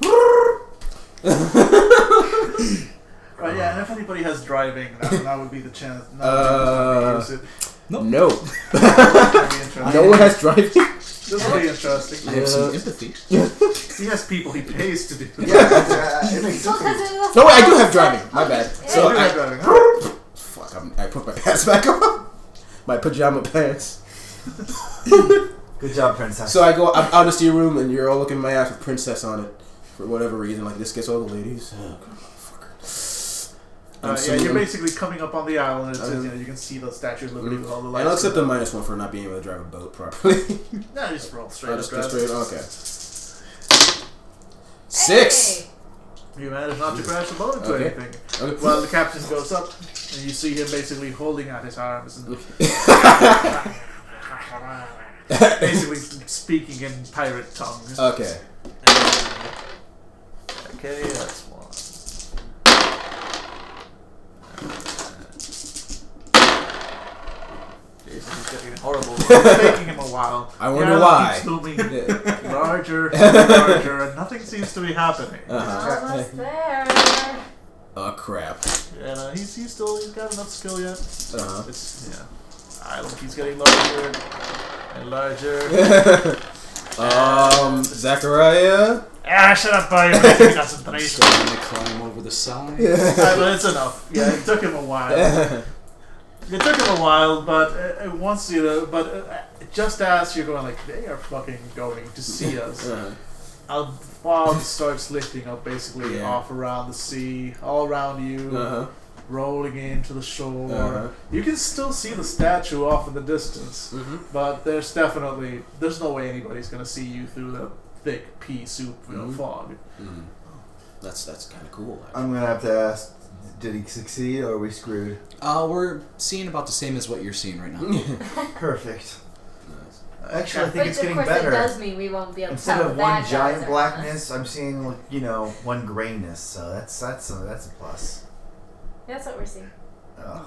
[SPEAKER 2] Right, yeah, and if anybody has driving, that, that would be the chance. Not
[SPEAKER 1] Uh,
[SPEAKER 2] the chance to use it.
[SPEAKER 1] No,
[SPEAKER 2] That'd be interesting.
[SPEAKER 1] no one has driving.
[SPEAKER 2] This will be interesting.
[SPEAKER 6] I have some
[SPEAKER 1] Yeah.
[SPEAKER 6] empathy.
[SPEAKER 2] He has people *laughs* he pays to do it.
[SPEAKER 4] yeah, uh, it makes
[SPEAKER 5] Well,
[SPEAKER 4] sense.
[SPEAKER 5] 'cause it was-
[SPEAKER 1] No, wait, I do have driving. My bad. So
[SPEAKER 2] Anyway,
[SPEAKER 1] I,
[SPEAKER 2] driving, huh?
[SPEAKER 1] fuck, I'm, I put my pants back on. My pajama pants.
[SPEAKER 4] Good job, Princess.
[SPEAKER 1] So I go. I'm out of the room, and you're all looking at my ass with princess on it for whatever reason. Like this gets all the ladies. Oh, God, motherfucker. I'm
[SPEAKER 2] Uh, yeah,
[SPEAKER 1] saluting-
[SPEAKER 2] you're basically coming up on the island. It's,
[SPEAKER 1] Um,
[SPEAKER 2] you, know, you can see the Statue of Liberty with all the
[SPEAKER 1] and
[SPEAKER 2] lights.
[SPEAKER 1] I'll accept the minus one for not being able to drive a boat properly. *laughs*
[SPEAKER 2] No, just roll straight.
[SPEAKER 1] I'll
[SPEAKER 2] up,
[SPEAKER 1] Uh, just go
[SPEAKER 2] grab
[SPEAKER 1] straight.
[SPEAKER 2] it.
[SPEAKER 1] Okay. Six.
[SPEAKER 5] Hey.
[SPEAKER 2] You manage not to crash the boat into
[SPEAKER 1] Okay.
[SPEAKER 2] anything.
[SPEAKER 1] Okay.
[SPEAKER 2] Well, the
[SPEAKER 1] *laughs*
[SPEAKER 2] captain goes up, and you see him basically holding out his arms and *laughs* basically speaking in pirate tongue.
[SPEAKER 1] okay. *laughs*
[SPEAKER 2] Okay, that's one. horrible. It's taking him a while.
[SPEAKER 1] *laughs* I
[SPEAKER 2] The
[SPEAKER 1] wonder
[SPEAKER 2] island
[SPEAKER 1] why.
[SPEAKER 2] Keeps looming
[SPEAKER 1] *laughs* Yeah.
[SPEAKER 2] larger, and larger, and nothing seems to be happening.
[SPEAKER 1] Uh-huh.
[SPEAKER 5] Almost there.
[SPEAKER 1] *laughs* Oh crap.
[SPEAKER 2] And uh, he's, he's still he's got enough skill yet.
[SPEAKER 1] Uh
[SPEAKER 2] It's yeah. Island keeps getting larger and larger.
[SPEAKER 1] huh. *laughs* um, *laughs* Zachariah.
[SPEAKER 2] *laughs* ah, shut up, buddy. *laughs* I'm gonna concentration.
[SPEAKER 6] Starting to climb over the side.
[SPEAKER 2] Alright,
[SPEAKER 1] Uh-huh.
[SPEAKER 2] but it's enough. Yeah, it took him a *laughs* while. It took him a while, but uh, uh, once you know, but uh, just as you're going, like they are fucking going to see *laughs* us.
[SPEAKER 1] Uh-huh.
[SPEAKER 2] Our fog starts lifting up, basically
[SPEAKER 1] Yeah.
[SPEAKER 2] off around the sea, all around you,
[SPEAKER 1] Uh-huh.
[SPEAKER 2] rolling into the shore.
[SPEAKER 1] Uh-huh.
[SPEAKER 2] You can still see the statue off in the distance,
[SPEAKER 1] Mm-hmm.
[SPEAKER 2] but there's definitely there's no way anybody's gonna see you through the thick pea soup you know,
[SPEAKER 4] Mm-hmm.
[SPEAKER 1] Mhm.
[SPEAKER 2] fog.
[SPEAKER 1] Mm. That's that's kind of cool. actually.
[SPEAKER 4] I'm gonna have to ask: Did he succeed, or are we screwed?
[SPEAKER 6] Uh, we're seeing about the same as what you're seeing right now.
[SPEAKER 1] Mm-hmm.
[SPEAKER 4] Perfect.
[SPEAKER 1] nice.
[SPEAKER 4] Actually, I think
[SPEAKER 5] Which
[SPEAKER 4] it's
[SPEAKER 5] of
[SPEAKER 4] getting
[SPEAKER 5] course
[SPEAKER 4] better.
[SPEAKER 5] it does mean we won't be able to
[SPEAKER 4] Instead
[SPEAKER 5] tell
[SPEAKER 4] of
[SPEAKER 5] the
[SPEAKER 4] one
[SPEAKER 5] bad guys
[SPEAKER 4] giant
[SPEAKER 5] are us.
[SPEAKER 4] blackness, I'm seeing like, you know one grayness. So that's that's a, that's a plus.
[SPEAKER 5] That's what we're seeing.
[SPEAKER 4] Ugh.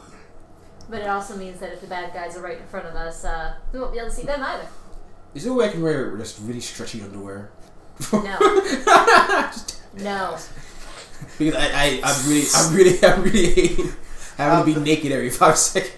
[SPEAKER 5] But it also means that if the bad guys are right in front of us, uh, we won't be able to see them either.
[SPEAKER 1] *laughs* Is there a way I can wear just really stretchy underwear? *laughs*
[SPEAKER 5] No. no.
[SPEAKER 1] Because I, I I'm really *laughs* I'm really I'm really hating *laughs* having to be naked every five seconds.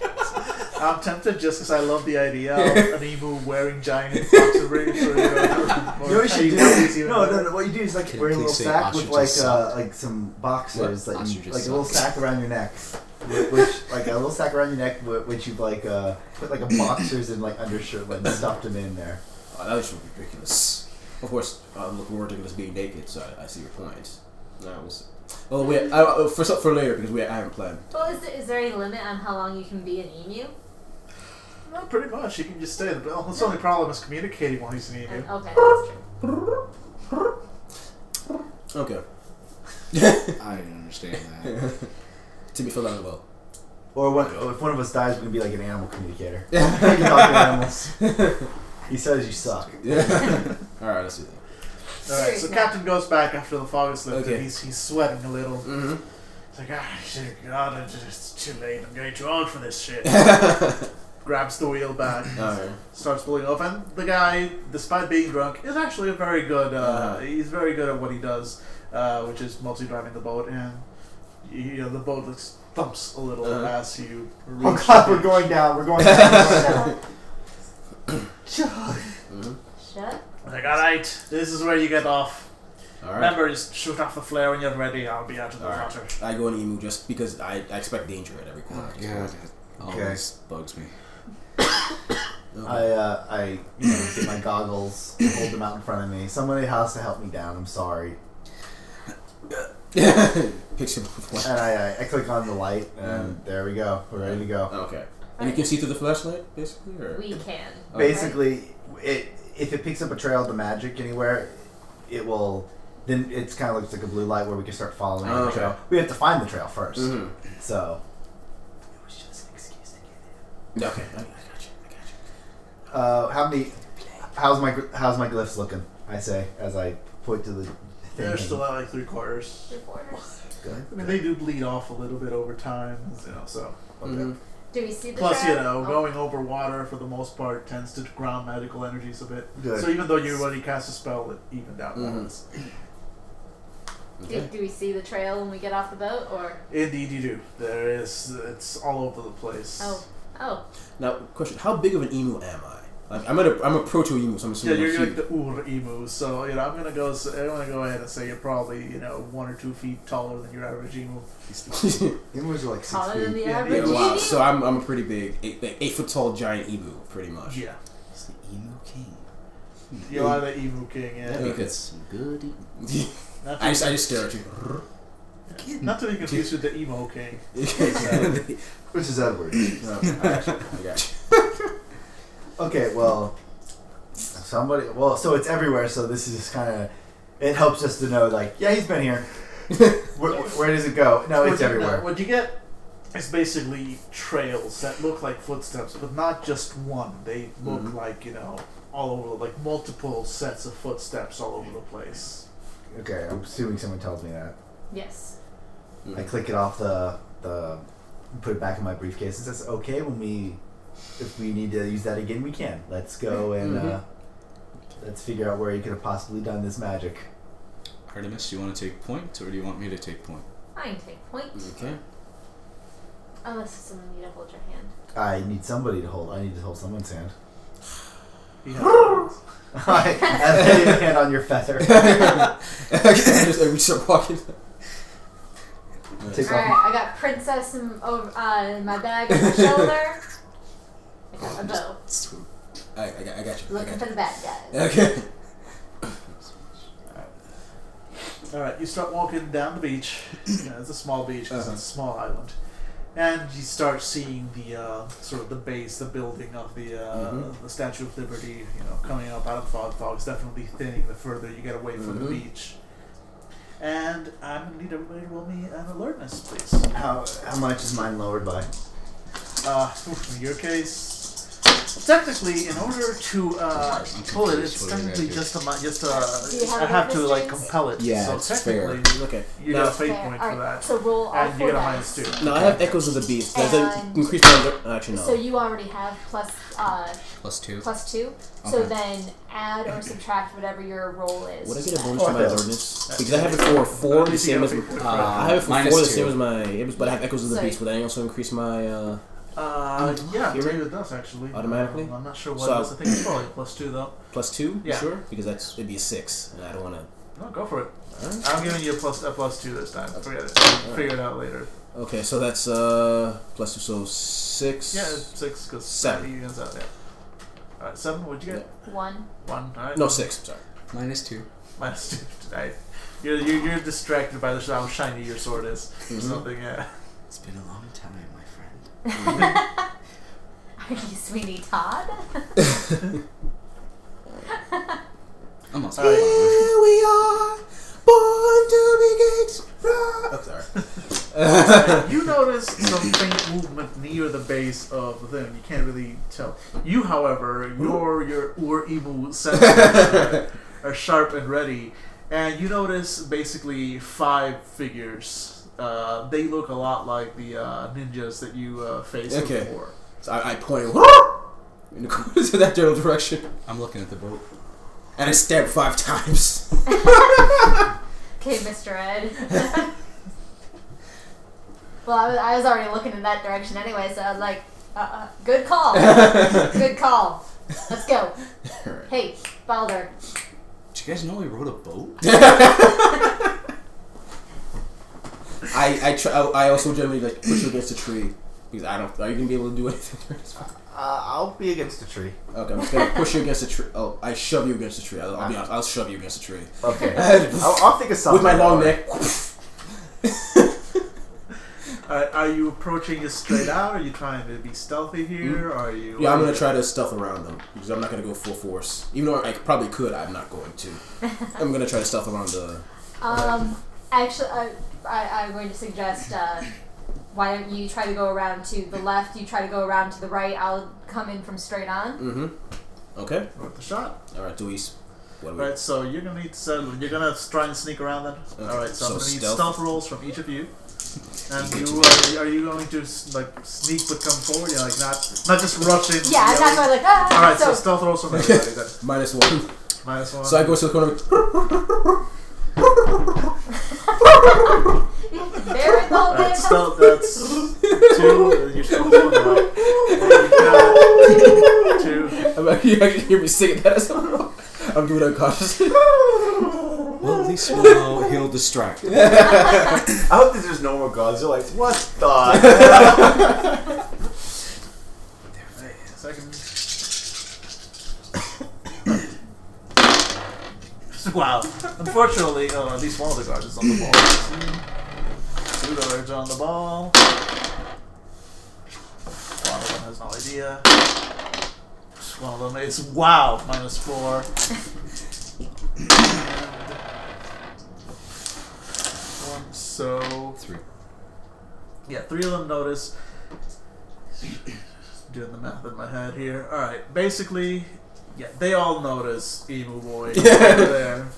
[SPEAKER 2] I'm tempted just because I love the idea
[SPEAKER 4] *laughs*
[SPEAKER 2] of an emu wearing giant boxer briefs or, you know, or
[SPEAKER 4] You know what you should
[SPEAKER 2] cheetahs, you
[SPEAKER 4] do?
[SPEAKER 2] know.
[SPEAKER 4] No, no, no. What you do is like
[SPEAKER 6] Can
[SPEAKER 4] wear a
[SPEAKER 6] you
[SPEAKER 4] little
[SPEAKER 6] please say
[SPEAKER 4] sack with like
[SPEAKER 6] ostriches
[SPEAKER 4] uh,
[SPEAKER 6] suck?
[SPEAKER 4] like some boxers,
[SPEAKER 6] What?
[SPEAKER 4] like, you,
[SPEAKER 6] Ostriches
[SPEAKER 4] like a little
[SPEAKER 6] suck.
[SPEAKER 4] sack around your *laughs* neck, whi- which like a little sack around your neck, whi- which you've like uh, put *coughs* like a boxers and like undershirt and stuffed them in there.
[SPEAKER 1] Oh, that was ridiculous. Of course, I'm looking forward to this being naked, so I, I see your point. That was. Oh wait, I, oh, for for later because we I haven't planned.
[SPEAKER 5] Well, is there, is there any limit on how long you can be E an emu?
[SPEAKER 2] No, pretty much. You can just stay. The his only problem is communicating while he's an emu.
[SPEAKER 5] Uh, okay, that's true.
[SPEAKER 1] Okay, *laughs*
[SPEAKER 6] I didn't understand that.
[SPEAKER 1] Timmy filled out well.
[SPEAKER 4] Or one, or if one of us dies, we can be like an animal *laughs* communicator. You can talk to animals.
[SPEAKER 1] *laughs*
[SPEAKER 4] He says you suck.
[SPEAKER 1] Yeah. All right, let's do that.
[SPEAKER 2] All right. So
[SPEAKER 5] Seriously.
[SPEAKER 2] Captain goes back after the fog is lifted.
[SPEAKER 1] Okay.
[SPEAKER 2] He's he's sweating a little.
[SPEAKER 1] Mm-hmm.
[SPEAKER 2] He's like, ah, shit, God, I'm just, it's too late. I'm getting too old for this
[SPEAKER 4] *laughs*
[SPEAKER 2] shit. Grabs the wheel back,
[SPEAKER 4] Uh,
[SPEAKER 1] All right.
[SPEAKER 2] starts pulling off, and the guy, despite being drunk, is actually a very good. Uh,
[SPEAKER 1] Uh-huh.
[SPEAKER 2] He's very good at what he does, uh, which is mostly driving the boat. And you know, the boat looks, thumps a little
[SPEAKER 1] Uh-huh.
[SPEAKER 2] as you. Reach
[SPEAKER 4] Oh god,
[SPEAKER 2] the
[SPEAKER 4] we're
[SPEAKER 2] beach.
[SPEAKER 4] going down. We're *laughs* going down. We're going down.
[SPEAKER 1] Mm-hmm.
[SPEAKER 5] Shut.
[SPEAKER 2] I'm Like, all right, this is where you get off.
[SPEAKER 1] All right.
[SPEAKER 2] Remember, just shoot off the flare when you're ready. I'll be out of the
[SPEAKER 1] Alright.
[SPEAKER 2] water.
[SPEAKER 1] I go in emu just because I, I expect danger at every corner.
[SPEAKER 6] Oh, God. It always bugs me.
[SPEAKER 1] Okay.
[SPEAKER 4] I, uh, I you know, get my goggles, hold them out in front of me. Somebody has to help me down. I'm sorry.
[SPEAKER 1] *laughs* Picture with one.
[SPEAKER 4] And I, I, I click on the light, and
[SPEAKER 2] Mm.
[SPEAKER 4] there we go. We're ready to go.
[SPEAKER 1] Okay. And you can see through the flashlight, basically, or
[SPEAKER 5] We can.
[SPEAKER 1] Okay.
[SPEAKER 4] Basically, it if it picks up a trail of the magic anywhere, it will. Then it's kind of looks like a blue light where we can start following
[SPEAKER 1] Oh,
[SPEAKER 4] the
[SPEAKER 1] okay.
[SPEAKER 4] trail. We have to find the trail 1st
[SPEAKER 2] Mm-hmm.
[SPEAKER 1] Mhm.
[SPEAKER 4] So. It was just an excuse to get
[SPEAKER 1] Okay. I, I got you. I got
[SPEAKER 4] in.
[SPEAKER 1] you.
[SPEAKER 4] Uh, how many? How's my gr- how's my glyphs looking? I say as I point to the. Thing
[SPEAKER 2] They're
[SPEAKER 4] and-
[SPEAKER 2] still at like three quarters.
[SPEAKER 5] Three quarters.
[SPEAKER 4] Good.
[SPEAKER 2] I mean, they do bleed off a little bit over time, you know. So
[SPEAKER 4] Okay.
[SPEAKER 1] Mhm.
[SPEAKER 5] Do we see the
[SPEAKER 2] plus, you
[SPEAKER 5] crab?
[SPEAKER 2] know,
[SPEAKER 5] Oh,
[SPEAKER 2] going over water for the most part tends to ground magical energies a bit.
[SPEAKER 4] Good.
[SPEAKER 2] So even though you already cast a spell, it evened out
[SPEAKER 1] Mhm.
[SPEAKER 2] once.
[SPEAKER 5] do,
[SPEAKER 1] Okay.
[SPEAKER 5] do we see the trail when we get off the boat, or
[SPEAKER 2] Indeed, you do. There is. It's all over the place.
[SPEAKER 5] oh, oh,
[SPEAKER 1] Now, question: How big of an emu am I? Like, I'm at a, I'm a proto emu, so I'm
[SPEAKER 2] Yeah,
[SPEAKER 1] assuming.
[SPEAKER 2] you're
[SPEAKER 1] I'm
[SPEAKER 2] like
[SPEAKER 1] huge.
[SPEAKER 2] the Ur emu, so you know I'm gonna go. s- I'm gonna go ahead and say you're probably you know one or two feet taller than your average emu.
[SPEAKER 4] Emus are like six
[SPEAKER 5] taller than
[SPEAKER 4] feet.
[SPEAKER 5] the
[SPEAKER 2] Yeah,
[SPEAKER 5] average
[SPEAKER 1] *laughs* yeah, wow.
[SPEAKER 5] emu?
[SPEAKER 1] So I'm, I'm a pretty big, eight, like eight foot tall giant emu, pretty much.
[SPEAKER 2] Yeah,
[SPEAKER 6] It's the emo king.
[SPEAKER 2] you are the emu king. Yeah,
[SPEAKER 1] Yeah.
[SPEAKER 6] It's some good eating.
[SPEAKER 2] Not
[SPEAKER 1] *laughs* I
[SPEAKER 2] too-
[SPEAKER 1] just, I just stare at you.
[SPEAKER 2] Not to be confused with the emo king.
[SPEAKER 1] Okay,
[SPEAKER 4] Which is Edward.
[SPEAKER 1] *laughs* I got you. I got you.
[SPEAKER 4] okay, well, somebody. Well, so it's everywhere. So this is just kind of. It helps us to know, like, yeah, he's been here. where, where does it go? No, it's
[SPEAKER 2] What you-
[SPEAKER 4] everywhere.
[SPEAKER 2] What you get is basically trails that look like footsteps, but not just one. They look
[SPEAKER 4] Mm-hmm.
[SPEAKER 1] Mhm.
[SPEAKER 2] like you know all over, like multiple sets of footsteps all over the place.
[SPEAKER 4] Okay, I'm assuming someone tells me that.
[SPEAKER 5] yes.
[SPEAKER 1] Mhm.
[SPEAKER 4] I click it off the the, put it back in my briefcase. It says okay when we if we need to use that again, we can. Let's go and uh, let's figure out where you could have possibly done this magic.
[SPEAKER 6] Artemis, do you want to take point or do you want me to take point?
[SPEAKER 5] I can take point.
[SPEAKER 1] Okay.
[SPEAKER 5] Unless it's something you need to hold your hand.
[SPEAKER 4] I need somebody to hold. I need to hold someone's hand. *laughs*
[SPEAKER 2] He has
[SPEAKER 4] I have your hand on your feather.
[SPEAKER 1] Just every step walking.
[SPEAKER 4] Take
[SPEAKER 5] All right, I got princess in, over, uh, in my bag
[SPEAKER 1] *laughs*
[SPEAKER 5] on my shoulder. I got a bow.
[SPEAKER 1] I, I, got, I got you. I
[SPEAKER 5] Looking
[SPEAKER 1] got
[SPEAKER 5] for
[SPEAKER 1] you.
[SPEAKER 5] the bad guys.
[SPEAKER 1] Okay.
[SPEAKER 2] All right, you start walking down the beach. *clears throat* You know, it's a small beach 'cause
[SPEAKER 1] Uh-huh.
[SPEAKER 2] it's a small island, and you start seeing the uh, sort of the base, the building of the uh,
[SPEAKER 6] Mm-hmm.
[SPEAKER 1] Mhm.
[SPEAKER 2] the Statue of Liberty. You know, coming up out of the fog. Fog's definitely thinning the further you get away from the
[SPEAKER 6] Mm-hmm.
[SPEAKER 1] Mhm.
[SPEAKER 2] beach. And I'm gonna need everybody to roll me an alertness, please.
[SPEAKER 4] How, how much is mine lowered by?
[SPEAKER 2] Uh, *laughs* in your case, technically, in order to uh,
[SPEAKER 6] I'm
[SPEAKER 2] pull it,
[SPEAKER 6] confused what
[SPEAKER 2] it's
[SPEAKER 6] you're gonna
[SPEAKER 2] technically
[SPEAKER 6] do.
[SPEAKER 2] just a mi- just a.
[SPEAKER 5] Do you have
[SPEAKER 2] I have to
[SPEAKER 5] alertness
[SPEAKER 2] like
[SPEAKER 5] dice?
[SPEAKER 2] compel it.
[SPEAKER 6] Yeah,
[SPEAKER 2] so
[SPEAKER 6] it's fair.
[SPEAKER 2] technically,
[SPEAKER 1] Okay.
[SPEAKER 2] you
[SPEAKER 1] Now-
[SPEAKER 2] get a fate
[SPEAKER 5] Fair.
[SPEAKER 2] point
[SPEAKER 5] All
[SPEAKER 2] for
[SPEAKER 5] right,
[SPEAKER 2] that.
[SPEAKER 5] So roll all
[SPEAKER 2] And you
[SPEAKER 5] four
[SPEAKER 2] get a minus
[SPEAKER 5] dice.
[SPEAKER 2] two.
[SPEAKER 1] No, I have Echoes of the Beast. Does
[SPEAKER 5] And-
[SPEAKER 1] it increase my alert? Actually, no.
[SPEAKER 5] So you already have plus uh,
[SPEAKER 6] Plus two.
[SPEAKER 5] plus two. So
[SPEAKER 6] Okay.
[SPEAKER 5] then add or subtract whatever your roll is.
[SPEAKER 1] Would I get a bonus
[SPEAKER 4] Oh,
[SPEAKER 1] to
[SPEAKER 4] I
[SPEAKER 1] my
[SPEAKER 4] failed.
[SPEAKER 1] alertness? Because I have it for four, the same as
[SPEAKER 2] Uh,
[SPEAKER 1] I have it for
[SPEAKER 6] minus
[SPEAKER 1] four, the
[SPEAKER 6] two.
[SPEAKER 1] same as my. It was, but I have Echoes of the
[SPEAKER 5] So-
[SPEAKER 1] Beast. Would I also increase my? Uh,
[SPEAKER 2] Uh, yeah,
[SPEAKER 1] Hearing?
[SPEAKER 2] David does actually.
[SPEAKER 1] Automatically?
[SPEAKER 2] Um, I'm not sure what
[SPEAKER 1] So-
[SPEAKER 2] it is. I think it's probably plus two though.
[SPEAKER 1] plus two.
[SPEAKER 2] Yeah.
[SPEAKER 1] You sure? Because that's it'd be a six, and I don't want to.
[SPEAKER 2] No, go for it.
[SPEAKER 1] Alright.
[SPEAKER 2] I'm giving you a plus a plus two this time. Forget it. Figure it out later.
[SPEAKER 1] Okay, so that's uh plus two, so six.
[SPEAKER 2] Yeah, it's six because
[SPEAKER 1] Seven.
[SPEAKER 2] You guys out there. All right, seven. What'd you get?
[SPEAKER 5] One. *laughs*
[SPEAKER 2] One. All right.
[SPEAKER 1] No, six. Sorry.
[SPEAKER 6] Minus two.
[SPEAKER 2] *laughs* Minus two tonight. You're, you're, you're distracted by the sh- how shiny your sword is or
[SPEAKER 1] Mm-hmm.
[SPEAKER 2] something. Yeah.
[SPEAKER 6] It's been a long time, my friend.
[SPEAKER 5] Are you Sweeney Todd?
[SPEAKER 6] I'm also.
[SPEAKER 2] All right.
[SPEAKER 1] Here we are, born to be
[SPEAKER 2] *laughs*
[SPEAKER 1] kings. Oh, sorry. *laughs*
[SPEAKER 2] you notice some faint movement near the base of the thing. You can't really tell. You, however, your your Ur Ibu senses are, are sharp and ready, and you notice basically five figures. Uh, they look a lot like the uh, ninjas that you uh, faced
[SPEAKER 1] Okay.
[SPEAKER 2] before.
[SPEAKER 1] So I, I pointed in the corner to that general direction,
[SPEAKER 6] *laughs* I'm looking at the boat.
[SPEAKER 1] and I stabbed five times. *laughs*
[SPEAKER 5] Okay, Mr. Ed. well, I was, I was already looking in that direction anyway, so I was like, uh, uh, good call. good call. Let's go. Hey, Balder.
[SPEAKER 6] Do you guys know I rode a boat?
[SPEAKER 1] I I, try, I I also generally like push you against a tree because I don't. Are you gonna be able to do anything?
[SPEAKER 4] Uh, I'll be against a tree.
[SPEAKER 1] okay, I'm just gonna push you against a tree. Oh, I shove you against a tree. I'll, I'll be honest. I'll shove you against a tree
[SPEAKER 4] Okay. *laughs* I'll, I'll think of something.
[SPEAKER 1] with my long
[SPEAKER 4] *laughs* more.
[SPEAKER 1] neck.
[SPEAKER 2] Uh, are you approaching it straight out? Are you trying to be stealthy here? Are you?
[SPEAKER 1] *laughs* Mm-hmm. Yeah, I'm gonna try to stealth around them because I'm not gonna go full force. Even though I probably could, I'm not going to. I'm gonna try to stealth around the.
[SPEAKER 5] Um, actually, I, I, I'm going to suggest uh, why don't you try to go around to the left, you try to go around to the right, I'll come in from straight on.
[SPEAKER 1] Mm-hmm. Okay.
[SPEAKER 2] Worth the shot.
[SPEAKER 1] All right, Dewey's. What do
[SPEAKER 2] All
[SPEAKER 1] we?
[SPEAKER 2] right, so you're gonna need to you're gonna try and sneak around then.
[SPEAKER 1] Okay,
[SPEAKER 2] All right, so,
[SPEAKER 1] so
[SPEAKER 2] I'm gonna need
[SPEAKER 1] stealth.
[SPEAKER 2] stealth rolls from each of you. And
[SPEAKER 1] Each
[SPEAKER 2] you uh,
[SPEAKER 1] of
[SPEAKER 2] are, are you going to s- like sneak but come forward? You're like not not just rush in.
[SPEAKER 5] Yeah, I'm not
[SPEAKER 2] yelling.
[SPEAKER 5] going like, ah!
[SPEAKER 2] All right, so,
[SPEAKER 5] so,
[SPEAKER 2] stealth rolls
[SPEAKER 1] *laughs*
[SPEAKER 2] from everybody then.
[SPEAKER 1] Minus one.
[SPEAKER 2] Minus one.
[SPEAKER 1] So I go to the *laughs* corner.
[SPEAKER 5] you have to *laughs* bear it the whole
[SPEAKER 2] All right,
[SPEAKER 5] damn time.
[SPEAKER 2] stealth. That's two.
[SPEAKER 4] uh,
[SPEAKER 2] and You're stealth one. Right? And you got two.
[SPEAKER 1] I'm actually, you actually hear me singing that as well. I'm doing it *laughs* unconsciously.
[SPEAKER 6] *laughs* Well, at least we'll know he'll distract.
[SPEAKER 4] I hope this is normal gods. You're like, what *laughs* the?
[SPEAKER 2] Second. *coughs* wow. Unfortunately, uh, at least one of the guards is on the ball. Two guards on the ball. One of them has no idea. One of them is wow minus four. And one, so
[SPEAKER 6] Three.
[SPEAKER 2] yeah, three of them notice. Doing the math in my head here. All right, basically, yeah, they all notice emo boy over there.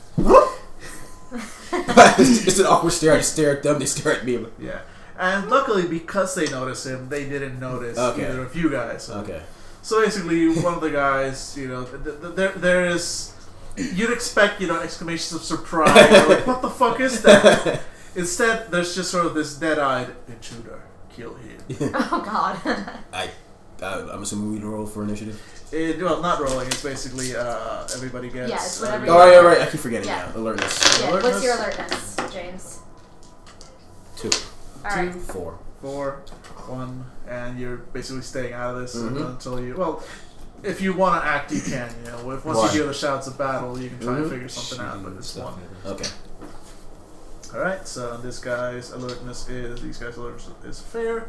[SPEAKER 1] it's, it's an awkward stare. I just stare at them. They stare at me. I'm like,
[SPEAKER 2] Yeah, And luckily, because they noticed him, they didn't notice
[SPEAKER 1] Okay.
[SPEAKER 2] either of you guys.
[SPEAKER 1] Okay.
[SPEAKER 2] So basically, one of the guys, you know, th- th- there there is, you'd expect, you know, exclamations of surprise, or like what the fuck is
[SPEAKER 4] *laughs*
[SPEAKER 1] *laughs*
[SPEAKER 2] that? Instead, there's just sort of this dead-eyed intruder. Kill him.
[SPEAKER 5] *laughs* Oh god. *laughs*
[SPEAKER 1] I, I Uh, I'm assuming we roll for initiative.
[SPEAKER 2] It, well, not rolling. It's basically uh, everybody gets.
[SPEAKER 5] Yeah, it's whatever
[SPEAKER 2] uh,
[SPEAKER 5] you-
[SPEAKER 1] All right, all Oh, right. I keep forgetting
[SPEAKER 5] Yeah.
[SPEAKER 1] now. Alertness.
[SPEAKER 5] yeah, what's your
[SPEAKER 2] Alertness?
[SPEAKER 5] alertness, James?
[SPEAKER 1] Two,
[SPEAKER 5] Alright.
[SPEAKER 1] four.
[SPEAKER 2] four, one, and you're basically staying out of this
[SPEAKER 1] Mhm.
[SPEAKER 2] until you. Well, if you want to act, you can. You know, if, once
[SPEAKER 4] One.
[SPEAKER 2] you hear the shouts of battle, you can try
[SPEAKER 1] Mhm.
[SPEAKER 2] and figure something out. But it's one.
[SPEAKER 1] Okay.
[SPEAKER 2] All right. So this guy's alertness is these guys' alertness is fair.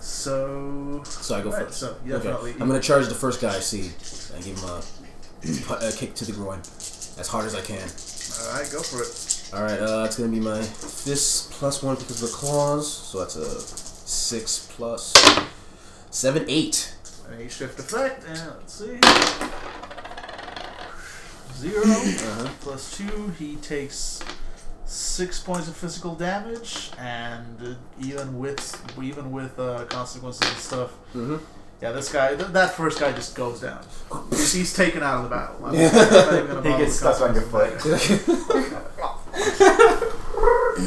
[SPEAKER 2] So.
[SPEAKER 1] So I go
[SPEAKER 2] Right,
[SPEAKER 1] first.
[SPEAKER 2] so you
[SPEAKER 1] okay.
[SPEAKER 2] definitely-
[SPEAKER 1] I'm gonna charge the first guy I see and give him a, pu- a kick to the groin as hard as I can.
[SPEAKER 2] All right, go for it.
[SPEAKER 1] All right. Uh, it's gonna be my fist plus one because of the claws. So that's a six plus seven, eight.
[SPEAKER 2] Any shift effect, and let's see.
[SPEAKER 4] *laughs*
[SPEAKER 2] Zero
[SPEAKER 1] Uh-huh.
[SPEAKER 2] plus two, he takes six points of physical damage, and uh, even with even with uh, consequences and stuff,
[SPEAKER 1] Mm-hmm.
[SPEAKER 2] yeah, this guy, th- that first guy just goes down. He's, he's taken out of the battle.
[SPEAKER 4] *laughs*
[SPEAKER 2] I'm not- I'm not even gonna
[SPEAKER 4] He
[SPEAKER 2] bother
[SPEAKER 4] gets
[SPEAKER 2] with
[SPEAKER 4] stuck on your
[SPEAKER 2] consequences.
[SPEAKER 1] Mm-hmm.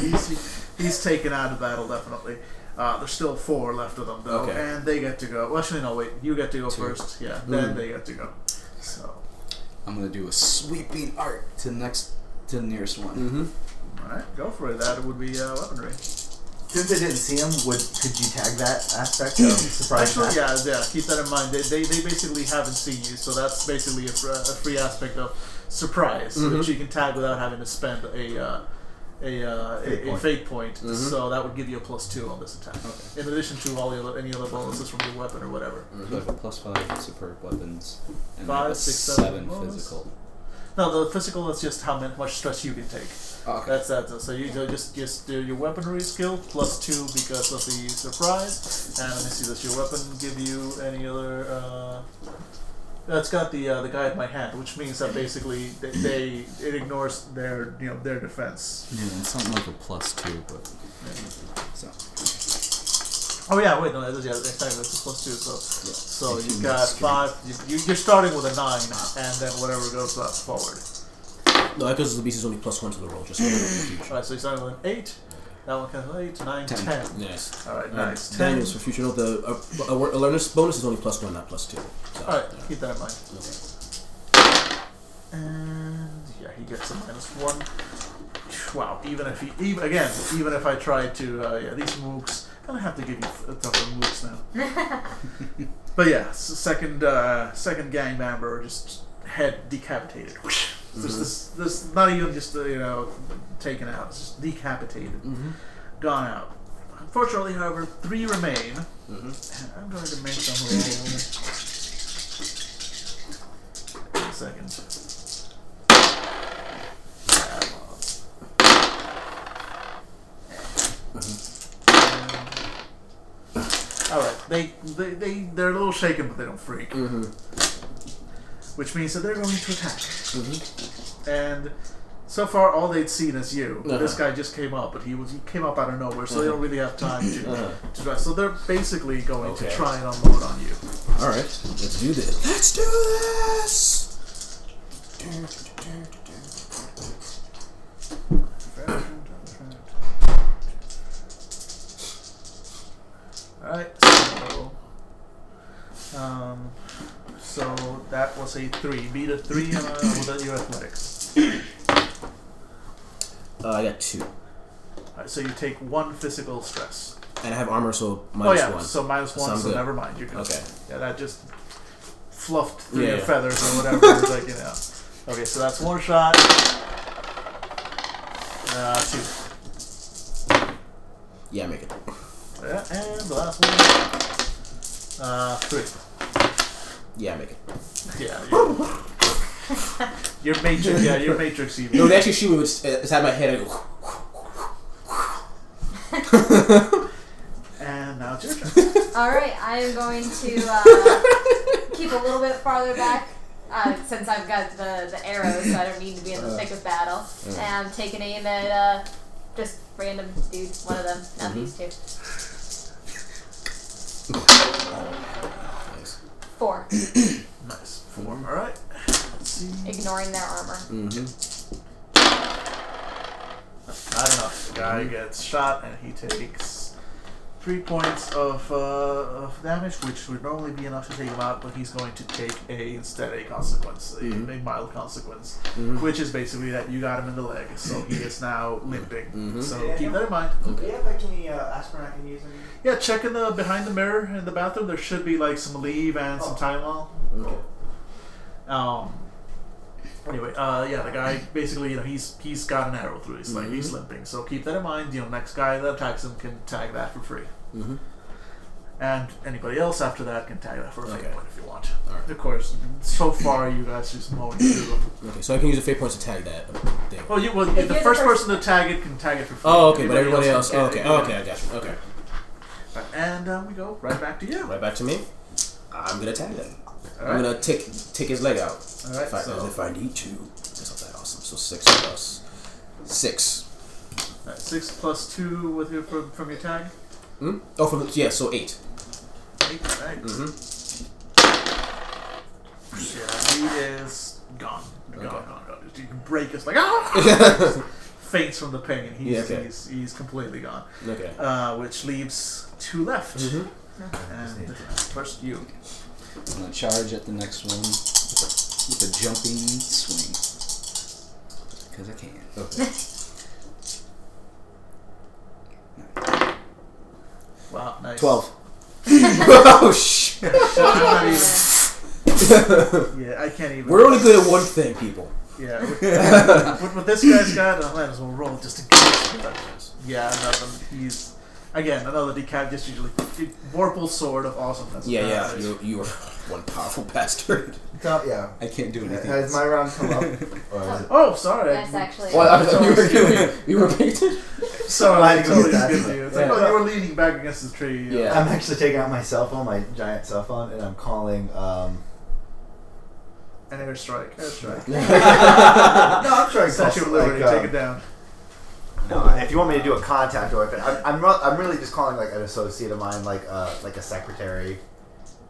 [SPEAKER 2] *laughs* he's, he's taken out of battle definitely. Uh, there's still four left of them though,
[SPEAKER 1] Okay.
[SPEAKER 2] and they get to go. Well, actually, no, wait, you get to go
[SPEAKER 6] Two.
[SPEAKER 2] first. Yeah, then
[SPEAKER 1] Mm.
[SPEAKER 2] they get to go. So,
[SPEAKER 6] *laughs* I'm gonna do a sweeping arc to the next to the nearest one.
[SPEAKER 1] Mm-hmm.
[SPEAKER 2] all right, go for it. That would be uh, weaponry.
[SPEAKER 4] Since I didn't see him, would could you tag that *laughs* aspect of surprise?
[SPEAKER 2] Actually,
[SPEAKER 4] attack?
[SPEAKER 2] yeah, yeah. Keep that in mind. They, they, they basically haven't seen you, so that's basically a, fr- a free aspect of surprise,
[SPEAKER 1] Mhm.
[SPEAKER 2] which you can tag without having to spend a uh, a, uh, a,
[SPEAKER 4] Fate
[SPEAKER 2] a
[SPEAKER 4] point.
[SPEAKER 2] fate point.
[SPEAKER 1] Mhm.
[SPEAKER 2] So that would give you a plus two on this attack, in addition to all the other, any other bonuses from your weapon or whatever.
[SPEAKER 1] Mhm.
[SPEAKER 3] So I have a plus five superb weapons and I have
[SPEAKER 2] Five,
[SPEAKER 3] a
[SPEAKER 2] six, seven
[SPEAKER 3] seven
[SPEAKER 2] bonus.
[SPEAKER 3] physical.
[SPEAKER 2] No, the physical is just how much, much stress you can take.
[SPEAKER 6] Okay.
[SPEAKER 2] That's that. So you go just just do your weaponry skill plus two because of the surprise. And let me see, does your weapon give you any other? Uh, that's got the uh, the guy at my hand, which means that basically they, they it ignores their you know their defense.
[SPEAKER 3] Yeah, it's something like a plus two, but
[SPEAKER 6] So
[SPEAKER 2] Oh yeah, wait, no, that is yeah, exactly. It's a plus two. So
[SPEAKER 6] Yeah.
[SPEAKER 2] so
[SPEAKER 3] If
[SPEAKER 2] you
[SPEAKER 3] you
[SPEAKER 2] got
[SPEAKER 3] miss
[SPEAKER 2] five. You, you- you're starting with a nine, and then whatever goes up forward.
[SPEAKER 1] No, because the beast is only plus one to the roll. Just so you know for future.
[SPEAKER 2] All right, so you're starting with an eight. That one comes with eight, nine, ten.
[SPEAKER 6] Ten.
[SPEAKER 1] Nice.
[SPEAKER 2] All right,
[SPEAKER 1] Uh,
[SPEAKER 2] nice. Ten.
[SPEAKER 1] Daniels for future note, the uh, uh, awareness bonus is only plus one, not plus two. So,
[SPEAKER 2] All right, keep that in mind.
[SPEAKER 1] Okay.
[SPEAKER 2] And yeah, he gets a minus one. Wow, even if he, even again, even if I tried to, uh, yeah, these mooks, I'm gonna have to give you a couple of mooks now. but yeah, s second, uh, second gang member just head decapitated. This, this, this, not even just uh, you know taken out, it's just decapitated,
[SPEAKER 1] Mhm.
[SPEAKER 2] gone out. Unfortunately, however, three remain.
[SPEAKER 1] Mhm.
[SPEAKER 2] And I'm going to make them roll. One second. All right, they they they they're a little shaken, but they don't freak,
[SPEAKER 1] Mhm.
[SPEAKER 2] which means that they're going to attack.
[SPEAKER 1] Mhm.
[SPEAKER 2] And so far, all they'd seen is you.
[SPEAKER 1] Uh-huh. Mm-hmm.
[SPEAKER 2] This guy just came up, but he was he came up out of nowhere, so they don't really have time to
[SPEAKER 1] Uh-huh.
[SPEAKER 2] to dress. So they're basically going
[SPEAKER 1] Okay.
[SPEAKER 2] to try and unload on you.
[SPEAKER 1] All right. Let's do this. Let's do this.
[SPEAKER 2] Alright, so. Um, so that was a 3. Beat a 3 on, uh, without your athletics.
[SPEAKER 1] Uh, I got two,
[SPEAKER 2] Alright, so you take 1 physical stress.
[SPEAKER 1] and I have armor, so minus
[SPEAKER 2] oh, yeah,
[SPEAKER 1] one.
[SPEAKER 2] so minus 1,
[SPEAKER 1] Sounds
[SPEAKER 2] so
[SPEAKER 1] good.
[SPEAKER 2] never mind. You're good.
[SPEAKER 1] okay.
[SPEAKER 2] Yeah, that just fluffed through
[SPEAKER 1] Yeah,
[SPEAKER 2] your
[SPEAKER 1] yeah.
[SPEAKER 2] feathers or whatever. it's like, you know. Okay, so that's one shot. Uh, two.
[SPEAKER 1] Yeah, make it.
[SPEAKER 2] Yeah, and the last one. Uh, three.
[SPEAKER 1] Yeah, make it.
[SPEAKER 2] Yeah. yeah. your matrix. Yeah, your matrix. Even.
[SPEAKER 1] No, they actually shoot me. It's inside my head. I go.
[SPEAKER 2] And now it's your turn.
[SPEAKER 5] Alright, I am going to uh, keep a little bit farther back uh, since I've got the, the arrows, so I don't need to be in the thick of battle. And I'm taking aim at uh, Just random dude, one of them, not
[SPEAKER 1] Mm-hmm.
[SPEAKER 5] these two.
[SPEAKER 1] Nice.
[SPEAKER 5] Four,
[SPEAKER 2] Nice. Four. All right. Let's see.
[SPEAKER 5] ignoring their armor.
[SPEAKER 1] Mm-hmm.
[SPEAKER 2] Not enough. The guy gets shot and he takes three points of, uh, of damage, which would normally be enough to take him out, but he's going to take a instead a consequence, a,
[SPEAKER 1] Mhm.
[SPEAKER 2] a mild consequence,
[SPEAKER 1] Mhm.
[SPEAKER 2] which is basically that you got him in the leg, so he is now limping.
[SPEAKER 1] Mhm.
[SPEAKER 2] So
[SPEAKER 4] Yeah.
[SPEAKER 2] keep that in mind.
[SPEAKER 4] Do you have like any uh, aspirin I can use? In-
[SPEAKER 2] Yeah, check in the behind the mirror in the bathroom. There should be like some leave and some
[SPEAKER 4] Oh.
[SPEAKER 2] Tylenol.
[SPEAKER 1] Okay.
[SPEAKER 2] Um. Anyway, uh, yeah, the guy basically, you know, he's he's got an arrow through his leg. He's
[SPEAKER 1] Mhm.
[SPEAKER 2] limping, so keep that in mind. You know, next guy that attacks him can tag that for free,
[SPEAKER 1] Mm-hmm.
[SPEAKER 2] and anybody else after that can tag that for a fate
[SPEAKER 1] Okay.
[SPEAKER 2] point if you want.
[SPEAKER 1] Alright.
[SPEAKER 2] Of course, so far you guys just mowing through. them.
[SPEAKER 1] Okay, so I can use a fate point to tag that. thing.
[SPEAKER 2] Well, you, well,
[SPEAKER 5] If
[SPEAKER 2] the
[SPEAKER 5] you're the
[SPEAKER 2] first
[SPEAKER 5] first-
[SPEAKER 2] person to tag it can tag it for free.
[SPEAKER 1] Oh, okay, but everybody else.
[SPEAKER 2] can
[SPEAKER 1] oh,
[SPEAKER 2] tag
[SPEAKER 1] okay,
[SPEAKER 2] it.
[SPEAKER 1] oh, okay, I got you. Okay,
[SPEAKER 2] And uh, we go right back to you.
[SPEAKER 1] right back to me. I'm gonna tag that.
[SPEAKER 2] All
[SPEAKER 1] I'm
[SPEAKER 2] right,
[SPEAKER 1] gonna tick tick his leg out.
[SPEAKER 2] all right.
[SPEAKER 1] If I,
[SPEAKER 2] so,
[SPEAKER 1] if I need to. That's not that awesome. So six plus six.
[SPEAKER 2] all right, six plus two with your from, from your tag.
[SPEAKER 1] Hmm? Oh, from the, yeah. So eight.
[SPEAKER 2] Eight, all right.
[SPEAKER 1] Mm-hmm.
[SPEAKER 2] Yeah, he is gone. Gone,
[SPEAKER 1] Okay.
[SPEAKER 2] gone, gone. You can break it's like
[SPEAKER 1] *laughs*
[SPEAKER 2] ah *laughs* faints from the pain. He's
[SPEAKER 1] Yeah, okay.
[SPEAKER 2] he's, he's completely gone.
[SPEAKER 1] Okay.
[SPEAKER 2] Uh, which leaves two left.
[SPEAKER 1] Mhm.
[SPEAKER 2] And first you.
[SPEAKER 6] I'm gonna charge at the next one with a, with a jumping swing. Because I can.
[SPEAKER 1] Okay.
[SPEAKER 2] Wow, nice. *laughs*
[SPEAKER 6] Twelve.
[SPEAKER 1] *laughs* oh shit.
[SPEAKER 2] yeah, I can't even
[SPEAKER 1] We're only good at one thing, people.
[SPEAKER 2] Yeah. *laughs* what- what, what this guy's got, uh, might as well roll just in case. Yeah, nothing. He's again another decap just usually Warple sword of awesomeness.
[SPEAKER 1] Yeah, yeah.
[SPEAKER 2] Nice.
[SPEAKER 1] You you are one powerful *laughs* bastard.
[SPEAKER 4] Tell- yeah.
[SPEAKER 6] I can't do anything.
[SPEAKER 4] Has my round come up? *laughs* Or is it-
[SPEAKER 2] Oh, sorry.
[SPEAKER 5] That's actually.
[SPEAKER 1] Well,
[SPEAKER 4] *laughs*
[SPEAKER 1] I thought *laughs* you were doing. You were painted.
[SPEAKER 2] *laughs* Sorry, I
[SPEAKER 4] Lighting
[SPEAKER 2] totally
[SPEAKER 4] was
[SPEAKER 2] skipped
[SPEAKER 4] that.
[SPEAKER 2] you. It's like,
[SPEAKER 1] Yeah.
[SPEAKER 2] oh, you were leaning back against the tree. uh,
[SPEAKER 1] Yeah.
[SPEAKER 4] I'm actually taking out my cell phone, my giant cell phone, and I'm calling. Um,
[SPEAKER 2] An airstrike.
[SPEAKER 4] *laughs*
[SPEAKER 2] Airstrike.
[SPEAKER 4] no, I'm trying to call
[SPEAKER 2] Statue of
[SPEAKER 4] some,
[SPEAKER 2] Liberty,
[SPEAKER 4] like,
[SPEAKER 2] take
[SPEAKER 4] uh,
[SPEAKER 2] it down.
[SPEAKER 4] No, if you want me to do a contact or if I'm, I'm, re- I'm really just calling like an associate of mine, like uh, like a secretary.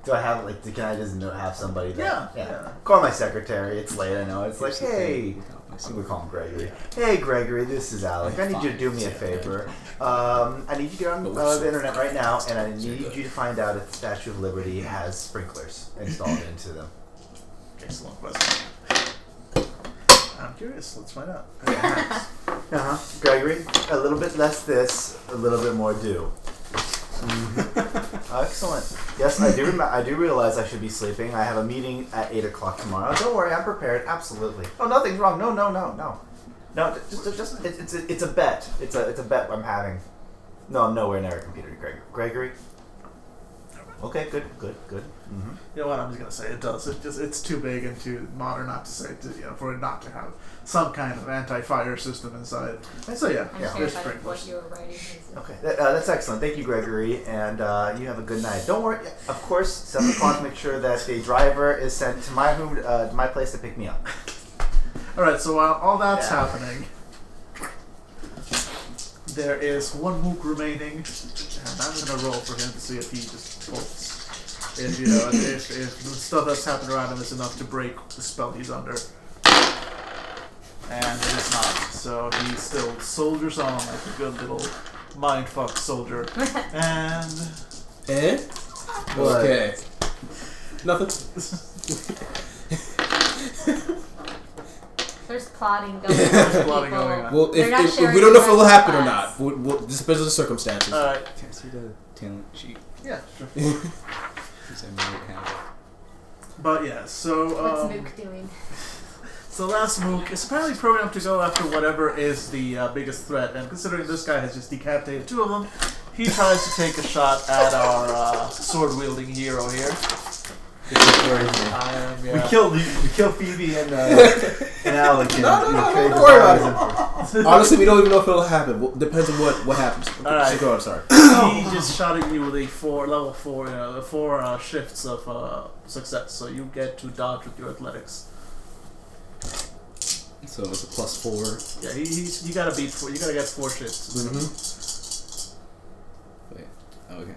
[SPEAKER 4] Do I have like? Can I just know, have somebody? That,
[SPEAKER 2] Yeah, yeah.
[SPEAKER 4] Call my secretary. It's late. I know. It's like,
[SPEAKER 6] Here's the thing
[SPEAKER 4] hey.
[SPEAKER 6] without my
[SPEAKER 4] I'm gonna
[SPEAKER 6] sword.
[SPEAKER 4] call him Gregory. Hey, Gregory. This is Alec. I need you to do me a favor. Um, I need you to get on uh, the internet right now, and I need you to find out if the Statue of Liberty has sprinklers installed into them.
[SPEAKER 2] Excellent question. I'm curious. Let's find out.
[SPEAKER 4] Uh huh. Gregory, a little bit less this, a little bit more do. *laughs* Excellent. Yes, I do. Rem- I do realize I should be sleeping. I have a meeting at eight o'clock tomorrow. Don't worry, I'm prepared. Absolutely. Oh, nothing's wrong. No, no, no, no, no. j- Just, just, just it's, it's, a, it's a bet. It's a, it's a bet I'm having. No, I'm nowhere near a computer, Greg- Gregory. Okay, good, good, good. Mm-hmm.
[SPEAKER 2] You know what I'm just gonna say? It does. It just it's too big and too modern not to say to, you know for it not to have some kind of anti-fire system inside. And so yeah,
[SPEAKER 5] I'm
[SPEAKER 4] Yeah.
[SPEAKER 2] there's
[SPEAKER 5] terrified of what
[SPEAKER 2] sprinklers.
[SPEAKER 5] you were writing. is-
[SPEAKER 4] Okay, that, uh, that's excellent. Thank you, Gregory, and uh, you have a good night. Don't worry. Of course, seven o'clock. Make sure that the driver is sent to my home, uh, to my place to pick me up.
[SPEAKER 2] All right. So while all that's
[SPEAKER 4] Yeah.
[SPEAKER 2] happening, there is one mook remaining, and I'm gonna roll for him to see if he just bolts. If you know, if, if the stuff that's happened around him is enough to break the spell he's under. And it is not. So he still soldiers on like a good little mindfuck soldier. And *laughs*
[SPEAKER 1] Eh?
[SPEAKER 4] What?
[SPEAKER 1] Okay. Nothing.
[SPEAKER 5] There's plotting going on. There's
[SPEAKER 2] plotting going on.
[SPEAKER 1] Well, if,
[SPEAKER 5] They're not
[SPEAKER 1] if, if
[SPEAKER 5] sharing
[SPEAKER 1] we don't know if
[SPEAKER 5] the
[SPEAKER 1] it'll
[SPEAKER 5] rest
[SPEAKER 1] happen
[SPEAKER 5] with
[SPEAKER 1] or
[SPEAKER 5] us.
[SPEAKER 1] not, we'll, we'll, just depends on the circumstances.
[SPEAKER 2] all right.
[SPEAKER 6] Can I see the talent sheet?
[SPEAKER 2] Yeah, sure.
[SPEAKER 6] 'Cause I might have
[SPEAKER 2] But yeah, so
[SPEAKER 5] What's
[SPEAKER 2] um,
[SPEAKER 5] Mook doing?
[SPEAKER 2] so last Mook is apparently programmed to go after whatever is the uh, biggest threat, and considering this guy has just decapitated two of them, he tries to take a shot at our uh, sword wielding hero here. I am, yeah.
[SPEAKER 4] We killed we killed Phoebe
[SPEAKER 2] *laughs*
[SPEAKER 4] and uh, and Alec. And
[SPEAKER 1] No, no,
[SPEAKER 4] we
[SPEAKER 1] no,
[SPEAKER 4] trade
[SPEAKER 1] no,
[SPEAKER 4] the
[SPEAKER 1] don't worry
[SPEAKER 4] powers
[SPEAKER 1] Honestly, we don't even know if it'll happen. Well, depends on what what happens. Okay,
[SPEAKER 2] right.
[SPEAKER 1] so go
[SPEAKER 2] *laughs*
[SPEAKER 1] on, sorry.
[SPEAKER 2] *laughs* he just shot at you with a four level four, you know, the four uh, shifts of uh, success, so you get to dodge with your athletics.
[SPEAKER 3] So it's a plus four.
[SPEAKER 2] Yeah, he, he's, you gotta beat four. You gotta get four shits.
[SPEAKER 1] Mm-hmm.
[SPEAKER 3] Oh, Okay.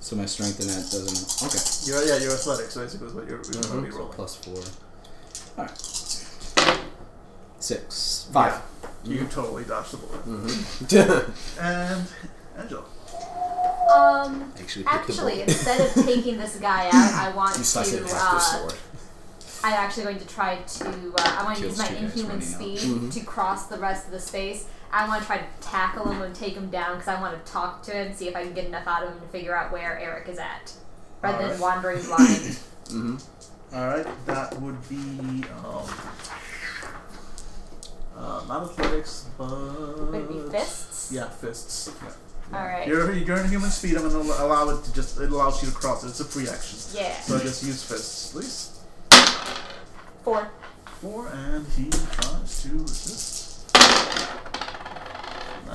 [SPEAKER 3] So my strength in that doesn't. Okay. So
[SPEAKER 2] You're, yeah, you're athletic, so basically is what you're, you're gonna be
[SPEAKER 4] Mm-hmm.
[SPEAKER 1] Mhm.
[SPEAKER 2] rolling.
[SPEAKER 3] plus four. All right. Six.
[SPEAKER 4] Five. Mm-hmm.
[SPEAKER 2] Yeah, you totally dodged the bullet.
[SPEAKER 4] Mm.
[SPEAKER 1] Mm-hmm.
[SPEAKER 2] And Angela,
[SPEAKER 5] Um,
[SPEAKER 3] Actually, picked
[SPEAKER 5] actually, instead of taking this guy out, I want
[SPEAKER 1] you slice it
[SPEAKER 5] to.
[SPEAKER 1] with your
[SPEAKER 5] Uh,
[SPEAKER 1] sword.
[SPEAKER 5] I'm actually going to try to. Uh, I want to
[SPEAKER 3] Kills
[SPEAKER 5] use my
[SPEAKER 3] two guys
[SPEAKER 5] inhuman
[SPEAKER 3] running out.
[SPEAKER 5] speed
[SPEAKER 1] Mhm.
[SPEAKER 5] to cross the rest of the space. I want to try to tackle him and take him down because I want to talk to him, see if I can get enough out of him to figure out where Eric is at, rather than
[SPEAKER 2] Alright.
[SPEAKER 5] wandering
[SPEAKER 2] *laughs*
[SPEAKER 5] blind.
[SPEAKER 1] Mm-hmm.
[SPEAKER 2] all right, that would be um, uh, not athletics, but
[SPEAKER 5] Would it be fists?
[SPEAKER 2] Yeah, fists. Yeah.
[SPEAKER 5] All right.
[SPEAKER 2] You're you're in human speed. I'm gonna al- allow it to just. It allows you to cross it. It's a free action.
[SPEAKER 5] yeah.
[SPEAKER 2] So just use fists, please.
[SPEAKER 5] Four.
[SPEAKER 2] Four, and he tries to resist. Uh,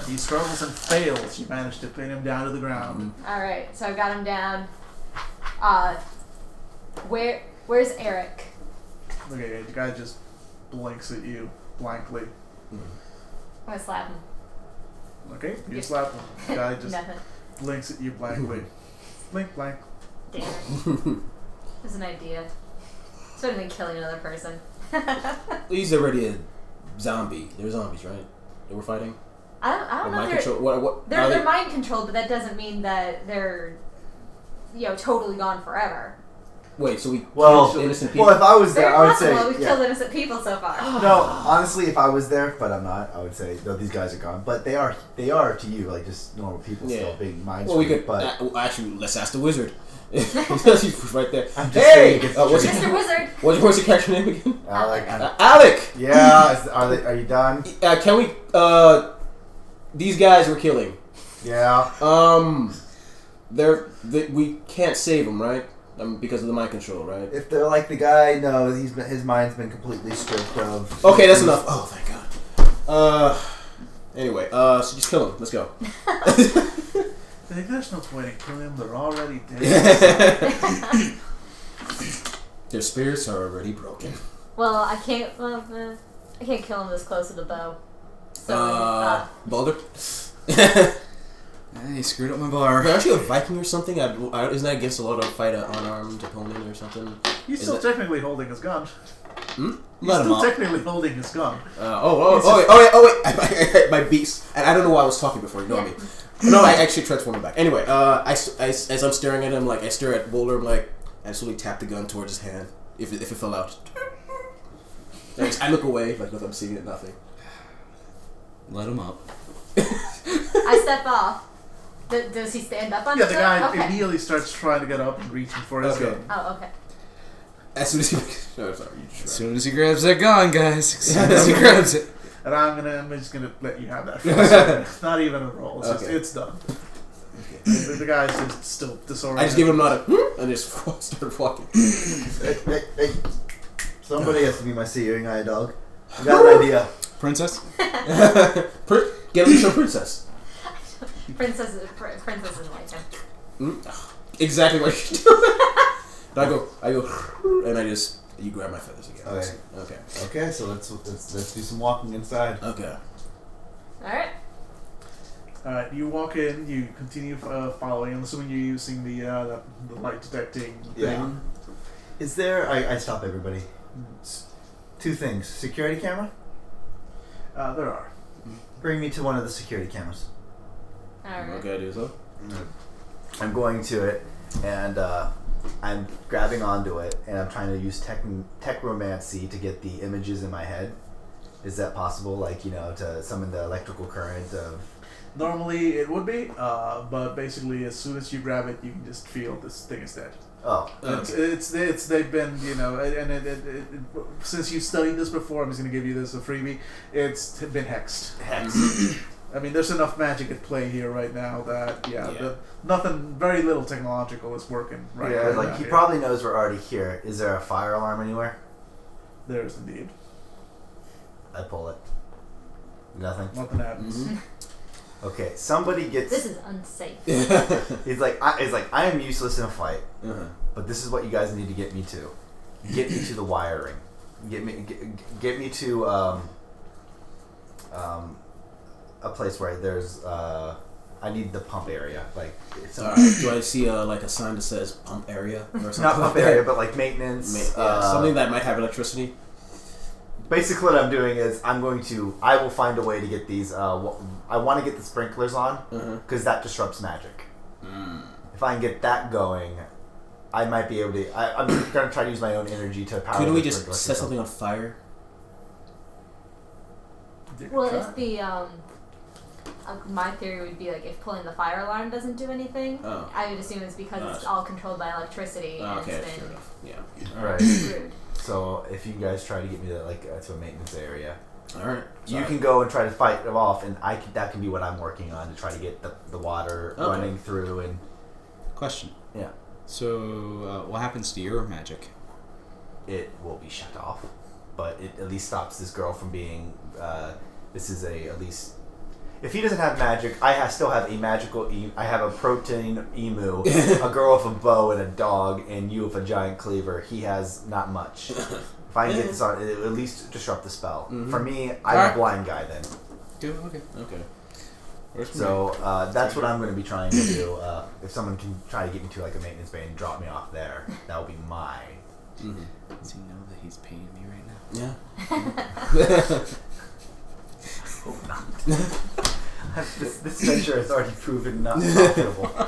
[SPEAKER 2] he struggles and fails. You manage to pin him down to the ground.
[SPEAKER 5] All right. So I've got him down. Uh, where? Where's Eric? Mm-hmm.
[SPEAKER 2] Okay, the guy just blinks at you blankly.
[SPEAKER 5] I'm gonna slap him.
[SPEAKER 2] Okay, you
[SPEAKER 5] Yeah.
[SPEAKER 2] slap him. The
[SPEAKER 5] *laughs*
[SPEAKER 2] guy just
[SPEAKER 5] Nothing.
[SPEAKER 2] blinks at you
[SPEAKER 1] *laughs*
[SPEAKER 2] blankly. blink, blank.
[SPEAKER 5] Damn it. There's an idea. It's better than killing another person. *laughs* I
[SPEAKER 1] He's already a zombie. They're zombies, right? That we're fighting.
[SPEAKER 5] don't. I don't
[SPEAKER 1] Or
[SPEAKER 5] know.
[SPEAKER 1] mind
[SPEAKER 5] if They're,
[SPEAKER 1] control. What? What?
[SPEAKER 5] they're,
[SPEAKER 1] are
[SPEAKER 5] they're mind controlled, but that doesn't mean that they're, you know, totally gone forever.
[SPEAKER 1] Wait. So we
[SPEAKER 4] Well-
[SPEAKER 1] killed innocent people.
[SPEAKER 4] Well, if I was
[SPEAKER 5] They're
[SPEAKER 4] there, I would
[SPEAKER 5] possible.
[SPEAKER 4] say.
[SPEAKER 5] We've
[SPEAKER 4] yeah.
[SPEAKER 5] killed innocent people so
[SPEAKER 4] *gasps*
[SPEAKER 5] far.
[SPEAKER 4] No, honestly, if I was there, but I'm not, I would say no. These guys are gone, but they are they are to you like just normal people
[SPEAKER 1] Yeah.
[SPEAKER 4] still being mind.
[SPEAKER 1] Well, we
[SPEAKER 4] screwed,
[SPEAKER 1] could
[SPEAKER 4] but
[SPEAKER 1] uh, well, actually let's ask
[SPEAKER 4] *laughs*
[SPEAKER 1] the wizard. *laughs* He's right there.
[SPEAKER 4] I'm just
[SPEAKER 1] hey,
[SPEAKER 4] saying it's
[SPEAKER 1] uh, what's,
[SPEAKER 4] true.
[SPEAKER 1] your,
[SPEAKER 5] Mr. Wizard.
[SPEAKER 1] what's, your, what's your character name again?
[SPEAKER 4] Alec, I
[SPEAKER 1] Uh,
[SPEAKER 4] don't-
[SPEAKER 1] Alec.
[SPEAKER 4] yeah, is, are they, are you done?
[SPEAKER 1] Uh, can we? Uh, these guys we're killing.
[SPEAKER 4] Yeah,
[SPEAKER 1] Um, they're they, we can't save them, right? Um, because of the mind control, right?
[SPEAKER 4] if they're like the guy, no, he's been, his mind's been completely stripped of.
[SPEAKER 1] Okay, that's enough. Oh, thank God. Uh, anyway, uh, so just kill him. Let's
[SPEAKER 4] *laughs*
[SPEAKER 1] go. *laughs*
[SPEAKER 2] They're- There's no point in killing them. They're already dead.
[SPEAKER 1] Their spirits are already broken.
[SPEAKER 5] Well, I can't. Well, uh, I can't kill him this close to the bow. So
[SPEAKER 1] Uh,
[SPEAKER 5] uh,
[SPEAKER 1] Boulder? But
[SPEAKER 3] Hey, screwed up my bar.
[SPEAKER 1] aren't you a Viking or something? I, I, isn't that against the law to fight an unarmed opponent or something?
[SPEAKER 2] He's
[SPEAKER 1] Is
[SPEAKER 2] still
[SPEAKER 1] it-
[SPEAKER 2] technically holding his gun. He's
[SPEAKER 1] Let him
[SPEAKER 2] still
[SPEAKER 1] up.
[SPEAKER 2] technically holding his gun.
[SPEAKER 1] Uh, oh, oh, oh, wait, oh, wait, oh, wait. I, hit my beast. And I don't know why I was talking before. Ignore me. No, I actually transformed back. Anyway, uh, I, s- I s- as I'm staring at him, like, I stare at Boulder, I'm like, I slowly tap the gun towards his hand. If it, if it fell out. I just- I look away, like, if I'm seeing it, nothing.
[SPEAKER 3] Let him up.
[SPEAKER 5] I step off. D- does he stand up on
[SPEAKER 2] Yeah,
[SPEAKER 5] his
[SPEAKER 2] the
[SPEAKER 5] own?
[SPEAKER 2] guy
[SPEAKER 5] Okay.
[SPEAKER 2] immediately starts trying to get up and reaching for his
[SPEAKER 1] Okay.
[SPEAKER 2] gun.
[SPEAKER 5] Oh, okay.
[SPEAKER 1] As soon as he. *laughs* No, sorry, you
[SPEAKER 3] As
[SPEAKER 1] just.
[SPEAKER 3] soon as he grabs that gun, guys. As soon
[SPEAKER 6] *laughs*
[SPEAKER 3] as he grabs it.
[SPEAKER 2] And I'm gonna, I'm just gonna let you have
[SPEAKER 1] *laughs*
[SPEAKER 2] that. For a second. it's not even a roll. It's, just,
[SPEAKER 1] Okay.
[SPEAKER 2] it's done.
[SPEAKER 1] Okay.
[SPEAKER 2] The, the guy's just still disoriented.
[SPEAKER 1] I just gave him a nod, hmm, and just *laughs* started walking.
[SPEAKER 4] Hey, hey, hey. Somebody has to be my E seeing eye dog. I got an idea.
[SPEAKER 3] Princess?
[SPEAKER 1] *laughs* Prin- Get him to show princess.
[SPEAKER 5] Princess, is- pr- princess isn't like him.
[SPEAKER 1] Exactly what you *laughs* do. And I go, *laughs* I go, and I just you grab my feathers again.
[SPEAKER 4] Okay.
[SPEAKER 1] Okay.
[SPEAKER 4] Okay, so let's let's, let's do some walking inside.
[SPEAKER 1] Okay.
[SPEAKER 5] All right.
[SPEAKER 2] All right, you walk in. You continue uh, following. I'm assuming you're using the uh, the, the light detecting thing.
[SPEAKER 4] Yeah. Is there? I, I stop everybody.
[SPEAKER 2] Mm.
[SPEAKER 4] S- Two things: security camera.
[SPEAKER 2] Uh, there are.
[SPEAKER 4] Bring me to one of the security cameras.
[SPEAKER 5] All right.
[SPEAKER 1] Okay, I do so. *laughs*
[SPEAKER 4] Mm. I'm going to it, and uh, I'm grabbing onto it, and I'm trying to use tech techromancy to get the images in my head. Is that possible? Like you know, to summon the electrical current of.
[SPEAKER 2] Normally it would be, uh, but basically as soon as you grab it, you can just feel this thing is dead.
[SPEAKER 4] Oh,
[SPEAKER 2] It's, it's it's they've been you know and and it, it, it, it- since you studied this before, I'm just gonna give you this a freebie. It's been hexed.
[SPEAKER 4] hex.
[SPEAKER 2] I mean, there's enough magic at play here right now that yeah,
[SPEAKER 1] Yeah.
[SPEAKER 2] The, nothing, very little technological is working right.
[SPEAKER 4] yeah,
[SPEAKER 2] right
[SPEAKER 4] like
[SPEAKER 2] now
[SPEAKER 4] he
[SPEAKER 2] here.
[SPEAKER 4] probably knows we're already here. Is there a fire alarm anywhere?
[SPEAKER 2] there is indeed
[SPEAKER 4] I pull it. Nothing.
[SPEAKER 2] nothing happens.
[SPEAKER 4] Okay, somebody
[SPEAKER 5] This
[SPEAKER 4] gets.
[SPEAKER 5] is unsafe.
[SPEAKER 1] uh-huh.
[SPEAKER 4] He's like, I, he's like, I am useless in a fight. but this is what you guys need to get me to. Get me to the wiring. Get me get, get me to um, um, a place where there's. Uh, I need the pump area. Like it's
[SPEAKER 1] All right. Do I see uh, like a sign that says pump area
[SPEAKER 4] *laughs*
[SPEAKER 1] or something?
[SPEAKER 4] not
[SPEAKER 1] like
[SPEAKER 4] pump
[SPEAKER 1] that? *laughs*
[SPEAKER 4] area, but like
[SPEAKER 1] Ma-
[SPEAKER 4] maintenance.
[SPEAKER 1] yeah,
[SPEAKER 4] uh,
[SPEAKER 1] something that might have electricity.
[SPEAKER 4] basically what I'm doing is I'm going to I will find a way to get these. Uh, wa- I want to get the sprinklers on
[SPEAKER 1] Uh-huh.
[SPEAKER 4] because that disrupts magic.
[SPEAKER 1] Mm.
[SPEAKER 4] If I can get that going, I might be able to. I, I'm going to try to use my own energy to power.
[SPEAKER 1] Couldn't we
[SPEAKER 4] the
[SPEAKER 1] just
[SPEAKER 4] sprinklers
[SPEAKER 1] set
[SPEAKER 4] system.
[SPEAKER 1] something on fire?
[SPEAKER 5] Well, if the um, uh, my theory would be like if pulling the fire alarm doesn't do anything,
[SPEAKER 1] Oh.
[SPEAKER 5] I would assume it's because it's
[SPEAKER 1] Uh,
[SPEAKER 5] all controlled by electricity
[SPEAKER 1] Oh,
[SPEAKER 5] and
[SPEAKER 1] okay,
[SPEAKER 5] it's
[SPEAKER 1] fair
[SPEAKER 5] been
[SPEAKER 1] enough. Yeah.
[SPEAKER 4] All right.
[SPEAKER 5] screwed. *laughs*
[SPEAKER 4] So if you guys try to get me to like uh, to a maintenance area,
[SPEAKER 1] All right.
[SPEAKER 4] you can go and try to fight them off, and I can, that can be what I'm working on to try to get the, the water
[SPEAKER 1] Okay.
[SPEAKER 4] running through and
[SPEAKER 6] Question.
[SPEAKER 4] Yeah.
[SPEAKER 6] So, uh, what happens to your magic?
[SPEAKER 4] it will be shut off. But it at least stops this girl from being. Uh, this is a at least. If he doesn't have magic, I ha- still have a magical. E- I have a protein emu, a girl with a bow and a dog, and you with a giant cleaver. He has not much. If I can get this on, it will at least disrupt the spell.
[SPEAKER 1] Mhm.
[SPEAKER 4] For me, I'm
[SPEAKER 6] Alright.
[SPEAKER 4] a blind guy then.
[SPEAKER 6] Do okay.
[SPEAKER 1] *laughs* Okay.
[SPEAKER 6] Where's my-
[SPEAKER 4] So uh, that's what I'm going to be trying to do. Uh, if someone can try to get me to like a maintenance bay and drop me off there, that will be my.
[SPEAKER 1] hmm
[SPEAKER 6] Does he know that he's paying me right now?
[SPEAKER 5] *laughs*
[SPEAKER 1] Yeah. *laughs*
[SPEAKER 4] this, this venture has already proven not *laughs* profitable.
[SPEAKER 5] All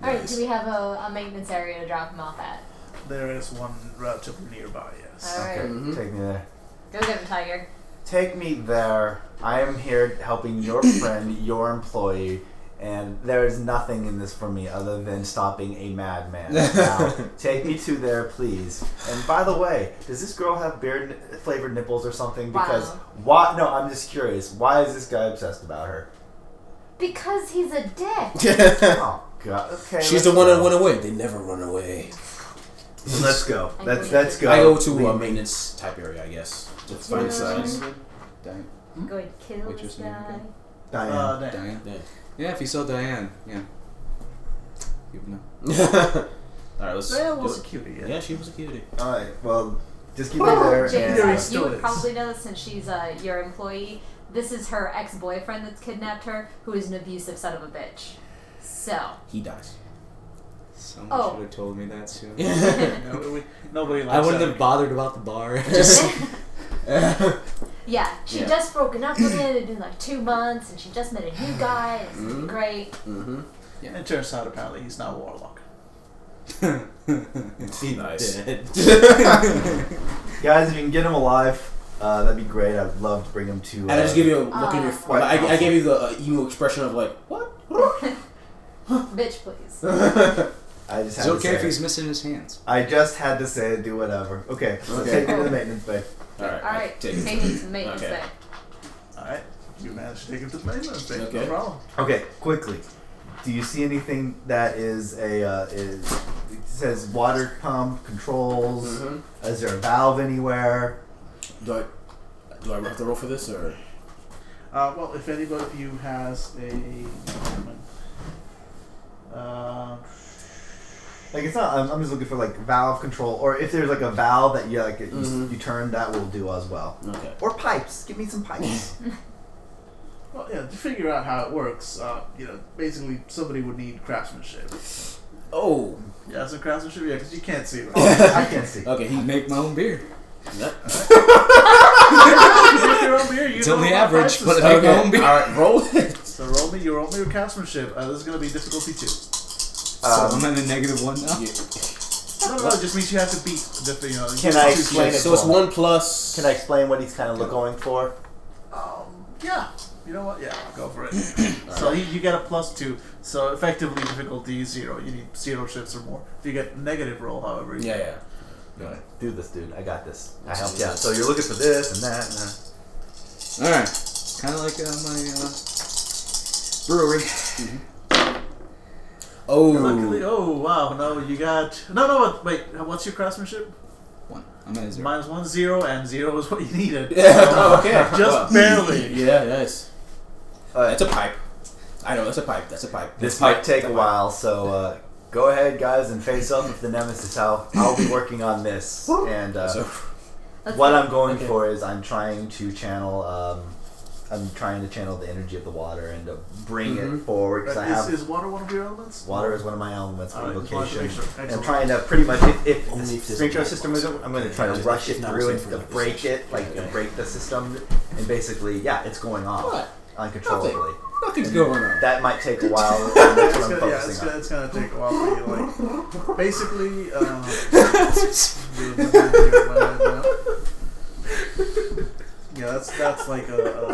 [SPEAKER 5] right,
[SPEAKER 1] Nice.
[SPEAKER 5] do we have a, a maintenance area to drop him off at?
[SPEAKER 2] There is one relatively nearby, yes.
[SPEAKER 5] All right,
[SPEAKER 4] Okay,
[SPEAKER 1] Mhm.
[SPEAKER 4] take me there.
[SPEAKER 5] go get him, Tiger.
[SPEAKER 4] Take me there. I am here helping your friend, your employee, and there is nothing in this for me other than stopping a *laughs* madman. Now, take me to there, please. And by the way, does this girl have beard flavored nipples or something? Because
[SPEAKER 5] Wow.
[SPEAKER 4] why? No, I'm just curious. Why is this guy obsessed about *coughs* her?
[SPEAKER 5] Because he's a dick.
[SPEAKER 4] Oh God. Okay.
[SPEAKER 1] She's
[SPEAKER 4] let's
[SPEAKER 1] the one that
[SPEAKER 4] go.
[SPEAKER 1] went away. They never run away.
[SPEAKER 4] Let's go.
[SPEAKER 5] I
[SPEAKER 4] Let's
[SPEAKER 5] agree.
[SPEAKER 4] let's go.
[SPEAKER 1] I go to
[SPEAKER 4] Leave
[SPEAKER 1] a
[SPEAKER 4] me.
[SPEAKER 1] maintenance type area, I guess. To
[SPEAKER 5] Yeah.
[SPEAKER 4] Mm-hmm.
[SPEAKER 1] find the signs.
[SPEAKER 6] Diane.
[SPEAKER 5] Go and kill
[SPEAKER 6] What's
[SPEAKER 5] this
[SPEAKER 6] your name
[SPEAKER 5] guy.
[SPEAKER 6] again?
[SPEAKER 4] Diane.
[SPEAKER 2] Uh, damn.
[SPEAKER 6] Diane.
[SPEAKER 1] Yeah.
[SPEAKER 6] Yeah, if he saw Diane, yeah. You would know.
[SPEAKER 4] *laughs*
[SPEAKER 1] All right. Let's.
[SPEAKER 2] Diane
[SPEAKER 1] do
[SPEAKER 2] was a
[SPEAKER 1] it.
[SPEAKER 2] cutie, yeah.
[SPEAKER 1] Yeah, she was a cutie.
[SPEAKER 4] All right. Well, just keep me there.
[SPEAKER 5] James,
[SPEAKER 4] and-
[SPEAKER 2] Yeah, he
[SPEAKER 5] you
[SPEAKER 2] still
[SPEAKER 5] would
[SPEAKER 2] is.
[SPEAKER 5] probably know this since she's uh, your employee. This is her ex-boyfriend that's kidnapped her, who is an abusive son of a bitch. So,
[SPEAKER 4] *laughs*
[SPEAKER 1] He dies. *laughs*
[SPEAKER 6] Someone
[SPEAKER 5] Oh.
[SPEAKER 6] should have told me that soon.
[SPEAKER 1] *laughs*
[SPEAKER 2] No, we- nobody likes
[SPEAKER 6] I wouldn't
[SPEAKER 2] that.
[SPEAKER 6] have bothered about the bar. *laughs* Just
[SPEAKER 5] yeah, she
[SPEAKER 1] Yeah.
[SPEAKER 5] just broken up with him. It'd been like two months, and she just met a new guy. and It's
[SPEAKER 1] Mhm. *laughs*
[SPEAKER 5] great.
[SPEAKER 1] mm-hmm.
[SPEAKER 2] It turns out apparently he's now a warlock.
[SPEAKER 1] Nice.
[SPEAKER 6] *laughs*
[SPEAKER 4] uh, Guys, if you can get him alive, uh, that'd be great. I'd love to bring him to.
[SPEAKER 1] And I just give you a look in your.
[SPEAKER 5] Uh,
[SPEAKER 1] Well, I, I gave you the uh, emo expression of like what? *laughs*
[SPEAKER 5] Bitch, please.
[SPEAKER 4] I just
[SPEAKER 6] it's
[SPEAKER 4] had to
[SPEAKER 6] okay
[SPEAKER 4] say
[SPEAKER 6] if
[SPEAKER 4] it.
[SPEAKER 6] he's missing his hands.
[SPEAKER 4] I just had to say it. Do whatever. Okay. So
[SPEAKER 1] Okay.
[SPEAKER 4] take me to the maintenance bay.
[SPEAKER 1] All right.
[SPEAKER 5] All right,
[SPEAKER 1] Take
[SPEAKER 5] take
[SPEAKER 1] it.
[SPEAKER 5] me to the maintenance
[SPEAKER 1] Okay.
[SPEAKER 5] bay.
[SPEAKER 2] Alright. You managed to take him to the mainland, babe,
[SPEAKER 1] Okay.
[SPEAKER 2] no problem.
[SPEAKER 4] Okay, quickly. Do you see anything that is a uh, is it says water pump controls?
[SPEAKER 1] Mhm.
[SPEAKER 4] Is there a valve anywhere?
[SPEAKER 1] Do I? Do I have to roll for this or?
[SPEAKER 2] Uh, well, if anybody of you has a. Uh,
[SPEAKER 4] Like it's not. I'm, I'm just looking for like valve control, or if there's like a valve that you like you,
[SPEAKER 1] Mhm.
[SPEAKER 4] you turn, that will do as well.
[SPEAKER 1] Okay.
[SPEAKER 4] Or pipes. Give me some
[SPEAKER 1] *laughs*
[SPEAKER 4] pipes.
[SPEAKER 2] well, yeah, to figure out how it works, uh, you know, basically somebody would need craftsmanship.
[SPEAKER 1] Oh.
[SPEAKER 2] Yeah, some craftsmanship, yeah, because you
[SPEAKER 6] *laughs*
[SPEAKER 2] can't see it.
[SPEAKER 4] I can't see.
[SPEAKER 1] Okay.
[SPEAKER 4] *laughs*
[SPEAKER 1] He.
[SPEAKER 6] I make my own beer.
[SPEAKER 1] Yep.
[SPEAKER 2] Make your own beer, you
[SPEAKER 6] It's
[SPEAKER 2] know
[SPEAKER 6] only
[SPEAKER 2] what
[SPEAKER 6] average,
[SPEAKER 2] prices
[SPEAKER 6] but I
[SPEAKER 2] are.
[SPEAKER 6] make my own
[SPEAKER 1] Okay.
[SPEAKER 6] beer.
[SPEAKER 1] All
[SPEAKER 4] *laughs*
[SPEAKER 1] right. Roll it.
[SPEAKER 2] So roll me, you roll me your craftsmanship. Uh, this is gonna be difficulty two.
[SPEAKER 6] so
[SPEAKER 4] Um,
[SPEAKER 6] I'm at a negative one now.
[SPEAKER 1] You-
[SPEAKER 2] No, no, no, it just means you have to beat the, you know. you
[SPEAKER 4] Can
[SPEAKER 2] have
[SPEAKER 4] I
[SPEAKER 2] to choose
[SPEAKER 4] explain
[SPEAKER 2] one.
[SPEAKER 4] it?
[SPEAKER 1] So it's one plus.
[SPEAKER 4] can I explain what he's kind of look going for?
[SPEAKER 2] Um, yeah. You know what? Yeah, go for *clears throat* it. so you, you get a plus two. So effectively, difficulty is zero. You need zero shifts or more. If you get negative roll, however, you
[SPEAKER 1] Yeah. Yeah.
[SPEAKER 4] Do this, dude. I got this. I
[SPEAKER 1] Let's
[SPEAKER 4] helped
[SPEAKER 1] do
[SPEAKER 4] you out.
[SPEAKER 1] this.
[SPEAKER 4] So you're looking for this and that and that.
[SPEAKER 6] All right. Kind of like uh, my uh, brewery.
[SPEAKER 2] Luckily,
[SPEAKER 1] Oh.
[SPEAKER 2] oh wow, no, you got no, no. what- Wait, what's your craftsmanship?
[SPEAKER 6] One. I'm at a zero.
[SPEAKER 2] Minus one zero, and zero is what you needed.
[SPEAKER 1] *laughs* Yeah. oh, okay. Well,
[SPEAKER 2] *laughs* Just barely.
[SPEAKER 1] Yeah. Nice.
[SPEAKER 4] All right.
[SPEAKER 1] That's a pipe. I know. That's a pipe. That's a pipe.
[SPEAKER 4] This
[SPEAKER 1] That's
[SPEAKER 4] might take a
[SPEAKER 1] That's
[SPEAKER 4] while, so uh, go *laughs* ahead, guys, and face up with the nemesis. I'll, I'll be working on this, and uh,
[SPEAKER 1] So, *laughs*
[SPEAKER 5] Let's
[SPEAKER 4] what
[SPEAKER 5] go.
[SPEAKER 4] I'm going
[SPEAKER 1] Okay.
[SPEAKER 4] for is I'm trying to channel. Um, I'm trying to channel the energy of the water and to bring it
[SPEAKER 1] Mhm.
[SPEAKER 4] forward because I
[SPEAKER 2] Right,
[SPEAKER 4] have
[SPEAKER 2] is, is water one of your elements?
[SPEAKER 4] water Mm-hmm. is one of my elements for
[SPEAKER 2] Alright, just wanted to
[SPEAKER 4] evocation.
[SPEAKER 2] make sure.
[SPEAKER 4] And I'm
[SPEAKER 2] Excellent.
[SPEAKER 4] trying to pretty much if, if
[SPEAKER 1] Only if
[SPEAKER 4] the
[SPEAKER 1] there's
[SPEAKER 4] Springtrap
[SPEAKER 1] a
[SPEAKER 4] system
[SPEAKER 1] box.
[SPEAKER 4] isn't, I'm going to try to
[SPEAKER 1] Yeah,
[SPEAKER 4] rush it
[SPEAKER 1] if not,
[SPEAKER 4] through
[SPEAKER 1] it's
[SPEAKER 4] and
[SPEAKER 1] in
[SPEAKER 4] to
[SPEAKER 1] for like a
[SPEAKER 4] break
[SPEAKER 1] session.
[SPEAKER 4] it, like
[SPEAKER 1] Yeah.
[SPEAKER 4] to break the system, and basically, yeah, it's going
[SPEAKER 1] Alright.
[SPEAKER 4] off uncontrollably.
[SPEAKER 6] Nothing's going
[SPEAKER 1] *laughs*
[SPEAKER 6] on.
[SPEAKER 4] That might take a while. and that's
[SPEAKER 2] It's
[SPEAKER 4] what I'm
[SPEAKER 2] gonna, yeah, it's
[SPEAKER 4] focusing
[SPEAKER 2] gonna,
[SPEAKER 4] on.
[SPEAKER 2] it's gonna take a while for you. Like, *laughs* basically, *laughs* um, doing the math here in my head now. yeah, that's that's like a, a,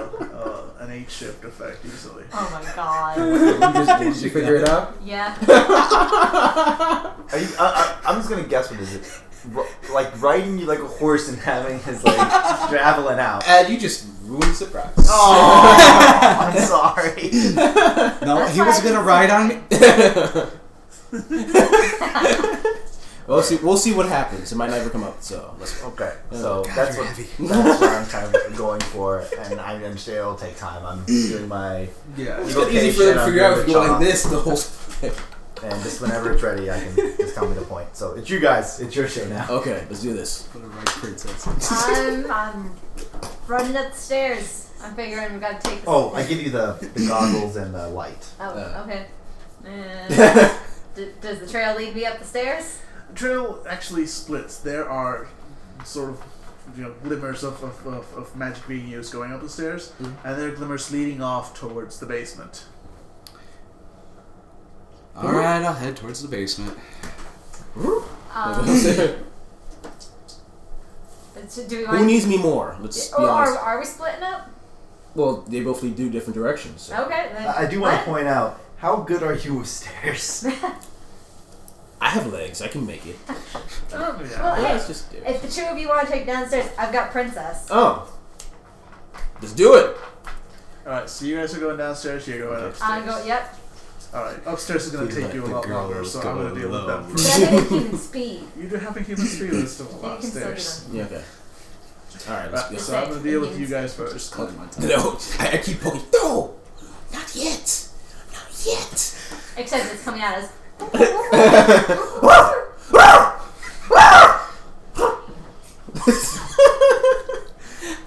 [SPEAKER 2] a an eight shift effect easily.
[SPEAKER 5] Oh my
[SPEAKER 1] *laughs*
[SPEAKER 5] god.
[SPEAKER 6] You just- you figure it out?
[SPEAKER 5] yeah.
[SPEAKER 4] Are you, I, I, I'm just gonna guess what is it. R- like riding you like a horse and having his
[SPEAKER 1] *laughs*
[SPEAKER 4] like javelin out.
[SPEAKER 6] And you just ruined surprise. *laughs*
[SPEAKER 1] *laughs*
[SPEAKER 4] Oh, I'm sorry.
[SPEAKER 6] No,
[SPEAKER 5] That's
[SPEAKER 6] he was
[SPEAKER 5] why I
[SPEAKER 6] gonna ride on me.
[SPEAKER 1] We'll see. We'll see what happens. It might never come up. So let's.
[SPEAKER 4] Okay,
[SPEAKER 1] Oh,
[SPEAKER 4] so
[SPEAKER 6] God,
[SPEAKER 4] that's
[SPEAKER 6] you're
[SPEAKER 4] what
[SPEAKER 6] heavy.
[SPEAKER 4] that's what I'm
[SPEAKER 1] *laughs*
[SPEAKER 4] kind of going for, and I understand it'll take time. I'm doing my
[SPEAKER 2] Yeah,
[SPEAKER 6] It's
[SPEAKER 2] it's
[SPEAKER 6] gonna be easy for them to figure out if you go like this the whole.
[SPEAKER 4] and just whenever it's ready, I can just tell me the point. So it's you guys. It's your show now.
[SPEAKER 1] Okay, let's do this.
[SPEAKER 5] I'm, I'm running up the stairs. I'm figuring we gotta take this.
[SPEAKER 4] Oh, I give you the, the goggles and the light.
[SPEAKER 5] Oh,
[SPEAKER 1] Uh.
[SPEAKER 5] okay. Uh, d- does the trail lead me up the stairs?
[SPEAKER 2] trail actually splits. There are sort of you know glimmers of, of, of, of magic being used going up the stairs,
[SPEAKER 1] Mhm.
[SPEAKER 2] and there are glimmers leading off towards the basement.
[SPEAKER 6] All right, I'll head towards the basement.
[SPEAKER 5] Um,
[SPEAKER 1] *laughs* Who
[SPEAKER 5] so do we want
[SPEAKER 1] needs me more? Let's be
[SPEAKER 5] or are,
[SPEAKER 1] honest.
[SPEAKER 5] are we splitting up?
[SPEAKER 1] Well, they both lead do different directions. so.
[SPEAKER 5] Okay, then.
[SPEAKER 4] I, I do want to
[SPEAKER 5] *laughs* What?
[SPEAKER 4] point out how good are you with
[SPEAKER 5] *laughs*
[SPEAKER 4] stairs?
[SPEAKER 1] I have legs. I can make it.
[SPEAKER 2] Oh, yeah.
[SPEAKER 5] Well, hey,
[SPEAKER 1] Let's just do it.
[SPEAKER 5] if the two of you want to take downstairs, I've got Princess.
[SPEAKER 1] Oh, let's do it.
[SPEAKER 2] All right, so you guys are going downstairs. You're going upstairs.
[SPEAKER 5] I'm go. Yep.
[SPEAKER 2] All right, upstairs is going to
[SPEAKER 4] Please
[SPEAKER 2] take
[SPEAKER 4] let
[SPEAKER 2] you a
[SPEAKER 4] the
[SPEAKER 2] lot longer,
[SPEAKER 4] girls
[SPEAKER 2] so I'm going to
[SPEAKER 4] go
[SPEAKER 2] deal with that.
[SPEAKER 4] alone.
[SPEAKER 5] But
[SPEAKER 2] first.
[SPEAKER 5] I think human speed.
[SPEAKER 2] You do have a human speed list of a
[SPEAKER 5] You
[SPEAKER 2] lot
[SPEAKER 5] can still do
[SPEAKER 2] upstairs.
[SPEAKER 5] that.
[SPEAKER 1] Yeah, okay. All right,
[SPEAKER 2] Right,
[SPEAKER 1] let's
[SPEAKER 2] so I'm going to deal with you guys first.
[SPEAKER 6] Just clutching my
[SPEAKER 1] go.
[SPEAKER 6] time.
[SPEAKER 1] Uh, *laughs* No, I, I keep poking. No, not yet. Not yet. *laughs*
[SPEAKER 5] Except it's coming at us.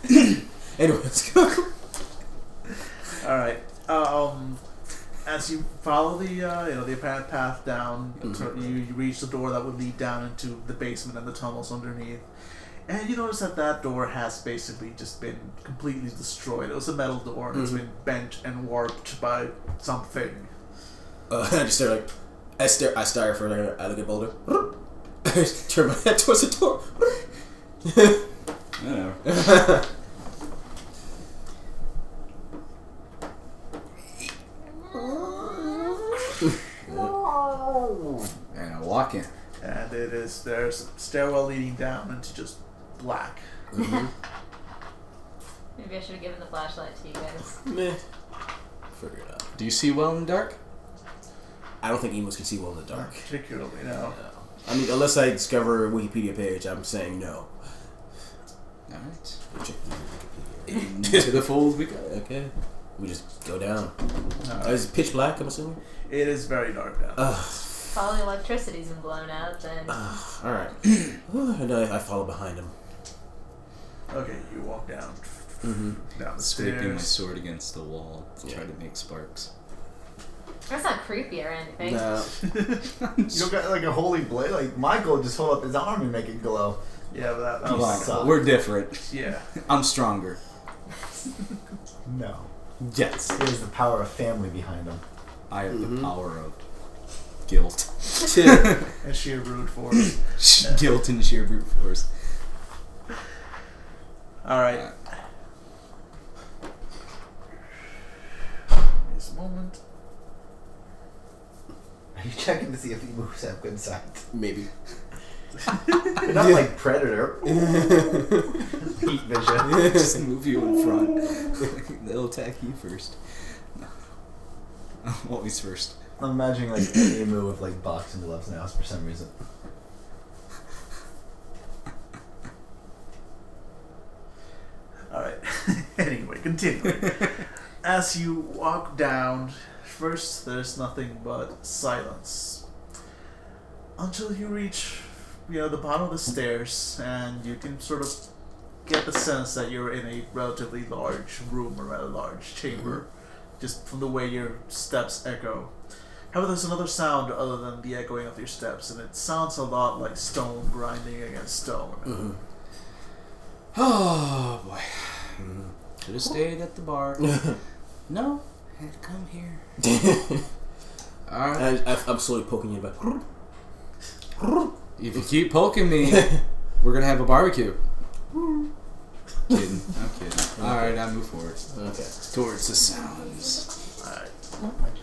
[SPEAKER 1] anyway, let's go.
[SPEAKER 2] All right. Um, as you follow the uh, you know the apparent path down, to- you, you reach the door that would lead down into the basement and the tunnels underneath. And you notice that that door has basically just been completely destroyed. It was a metal door, and it's
[SPEAKER 1] Mhm.
[SPEAKER 2] been bent and warped by something.
[SPEAKER 1] *laughs* Uh, I just stare like I stare. I stare for a minute. I look at Boulder. *laughs* Turn my head towards the door. *laughs*
[SPEAKER 6] Whatever. And I walk in.
[SPEAKER 2] And it is there's a stairwell leading down into just black.
[SPEAKER 5] Maybe I should have given the flashlight to you guys.
[SPEAKER 1] Meh. Figure it out.
[SPEAKER 6] Do you see well in the dark?
[SPEAKER 1] I don't think emos can see well in the dark.
[SPEAKER 2] Particularly now.
[SPEAKER 1] No. I mean, unless I discover a Wikipedia page, I'm saying no.
[SPEAKER 6] All
[SPEAKER 4] *laughs*
[SPEAKER 6] right.
[SPEAKER 1] Check
[SPEAKER 6] Into the fold we go.
[SPEAKER 1] Okay. We just go down.
[SPEAKER 2] No.
[SPEAKER 1] Uh, is it pitch black, I'm assuming?
[SPEAKER 2] It is very dark now.
[SPEAKER 1] Ugh.
[SPEAKER 5] If all the electricity's been blown out, then
[SPEAKER 1] Alright. and I, I follow behind him.
[SPEAKER 2] Okay, you walk down.
[SPEAKER 1] Mm-hmm.
[SPEAKER 2] Down the
[SPEAKER 6] Scraping my
[SPEAKER 2] stairs.
[SPEAKER 6] sword against the wall to try to make sparks.
[SPEAKER 5] that's not creepy or anything.
[SPEAKER 4] You don't got like a holy blade. Like Michael, just hold up his arm and make it glow.
[SPEAKER 2] Yeah, but that, that
[SPEAKER 4] You
[SPEAKER 2] was
[SPEAKER 4] suck.
[SPEAKER 6] Well, we're different. *laughs*
[SPEAKER 2] Yeah.
[SPEAKER 6] I'm stronger.
[SPEAKER 4] No,
[SPEAKER 6] Yes.
[SPEAKER 4] there's the power of family behind him.
[SPEAKER 6] I have
[SPEAKER 4] Mm-hmm.
[SPEAKER 6] the power of guilt. *laughs*
[SPEAKER 2] And sheer rude force.
[SPEAKER 6] guilt and sheer brute
[SPEAKER 4] *laughs*
[SPEAKER 6] force.
[SPEAKER 2] Alright. This moment.
[SPEAKER 4] Are you checking to see if he moves have good *laughs* sight?
[SPEAKER 1] Maybe.
[SPEAKER 4] You're not like *laughs* predator. Heat vision.
[SPEAKER 6] Just move you in front. *laughs* They'll attack you first. *laughs* I'm always first.
[SPEAKER 4] I'm imagining like an emu with like boxing gloves now for some reason.
[SPEAKER 2] Alright. *laughs* anyway, continuing. As you walk down, first there's nothing but silence. Until you reach, you know, the bottom of the stairs, and you can sort of get the sense that you're in a relatively large room or a large chamber, just from the way your steps echo. However, there's another sound other than the echoing of your steps, and it sounds a lot like stone grinding against stone.
[SPEAKER 1] Mm-hmm.
[SPEAKER 6] Oh boy. Could have stayed at the *laughs* bar. no, had to come here. *laughs* Alright.
[SPEAKER 1] I, I, I'm slowly poking you back.
[SPEAKER 6] If you keep poking me, *laughs* we're gonna have a *laughs* barbecue. kidding. I'm kidding. Alright, I move forward.
[SPEAKER 1] Okay.
[SPEAKER 6] Towards the sounds.
[SPEAKER 2] Alright.
[SPEAKER 4] Are you-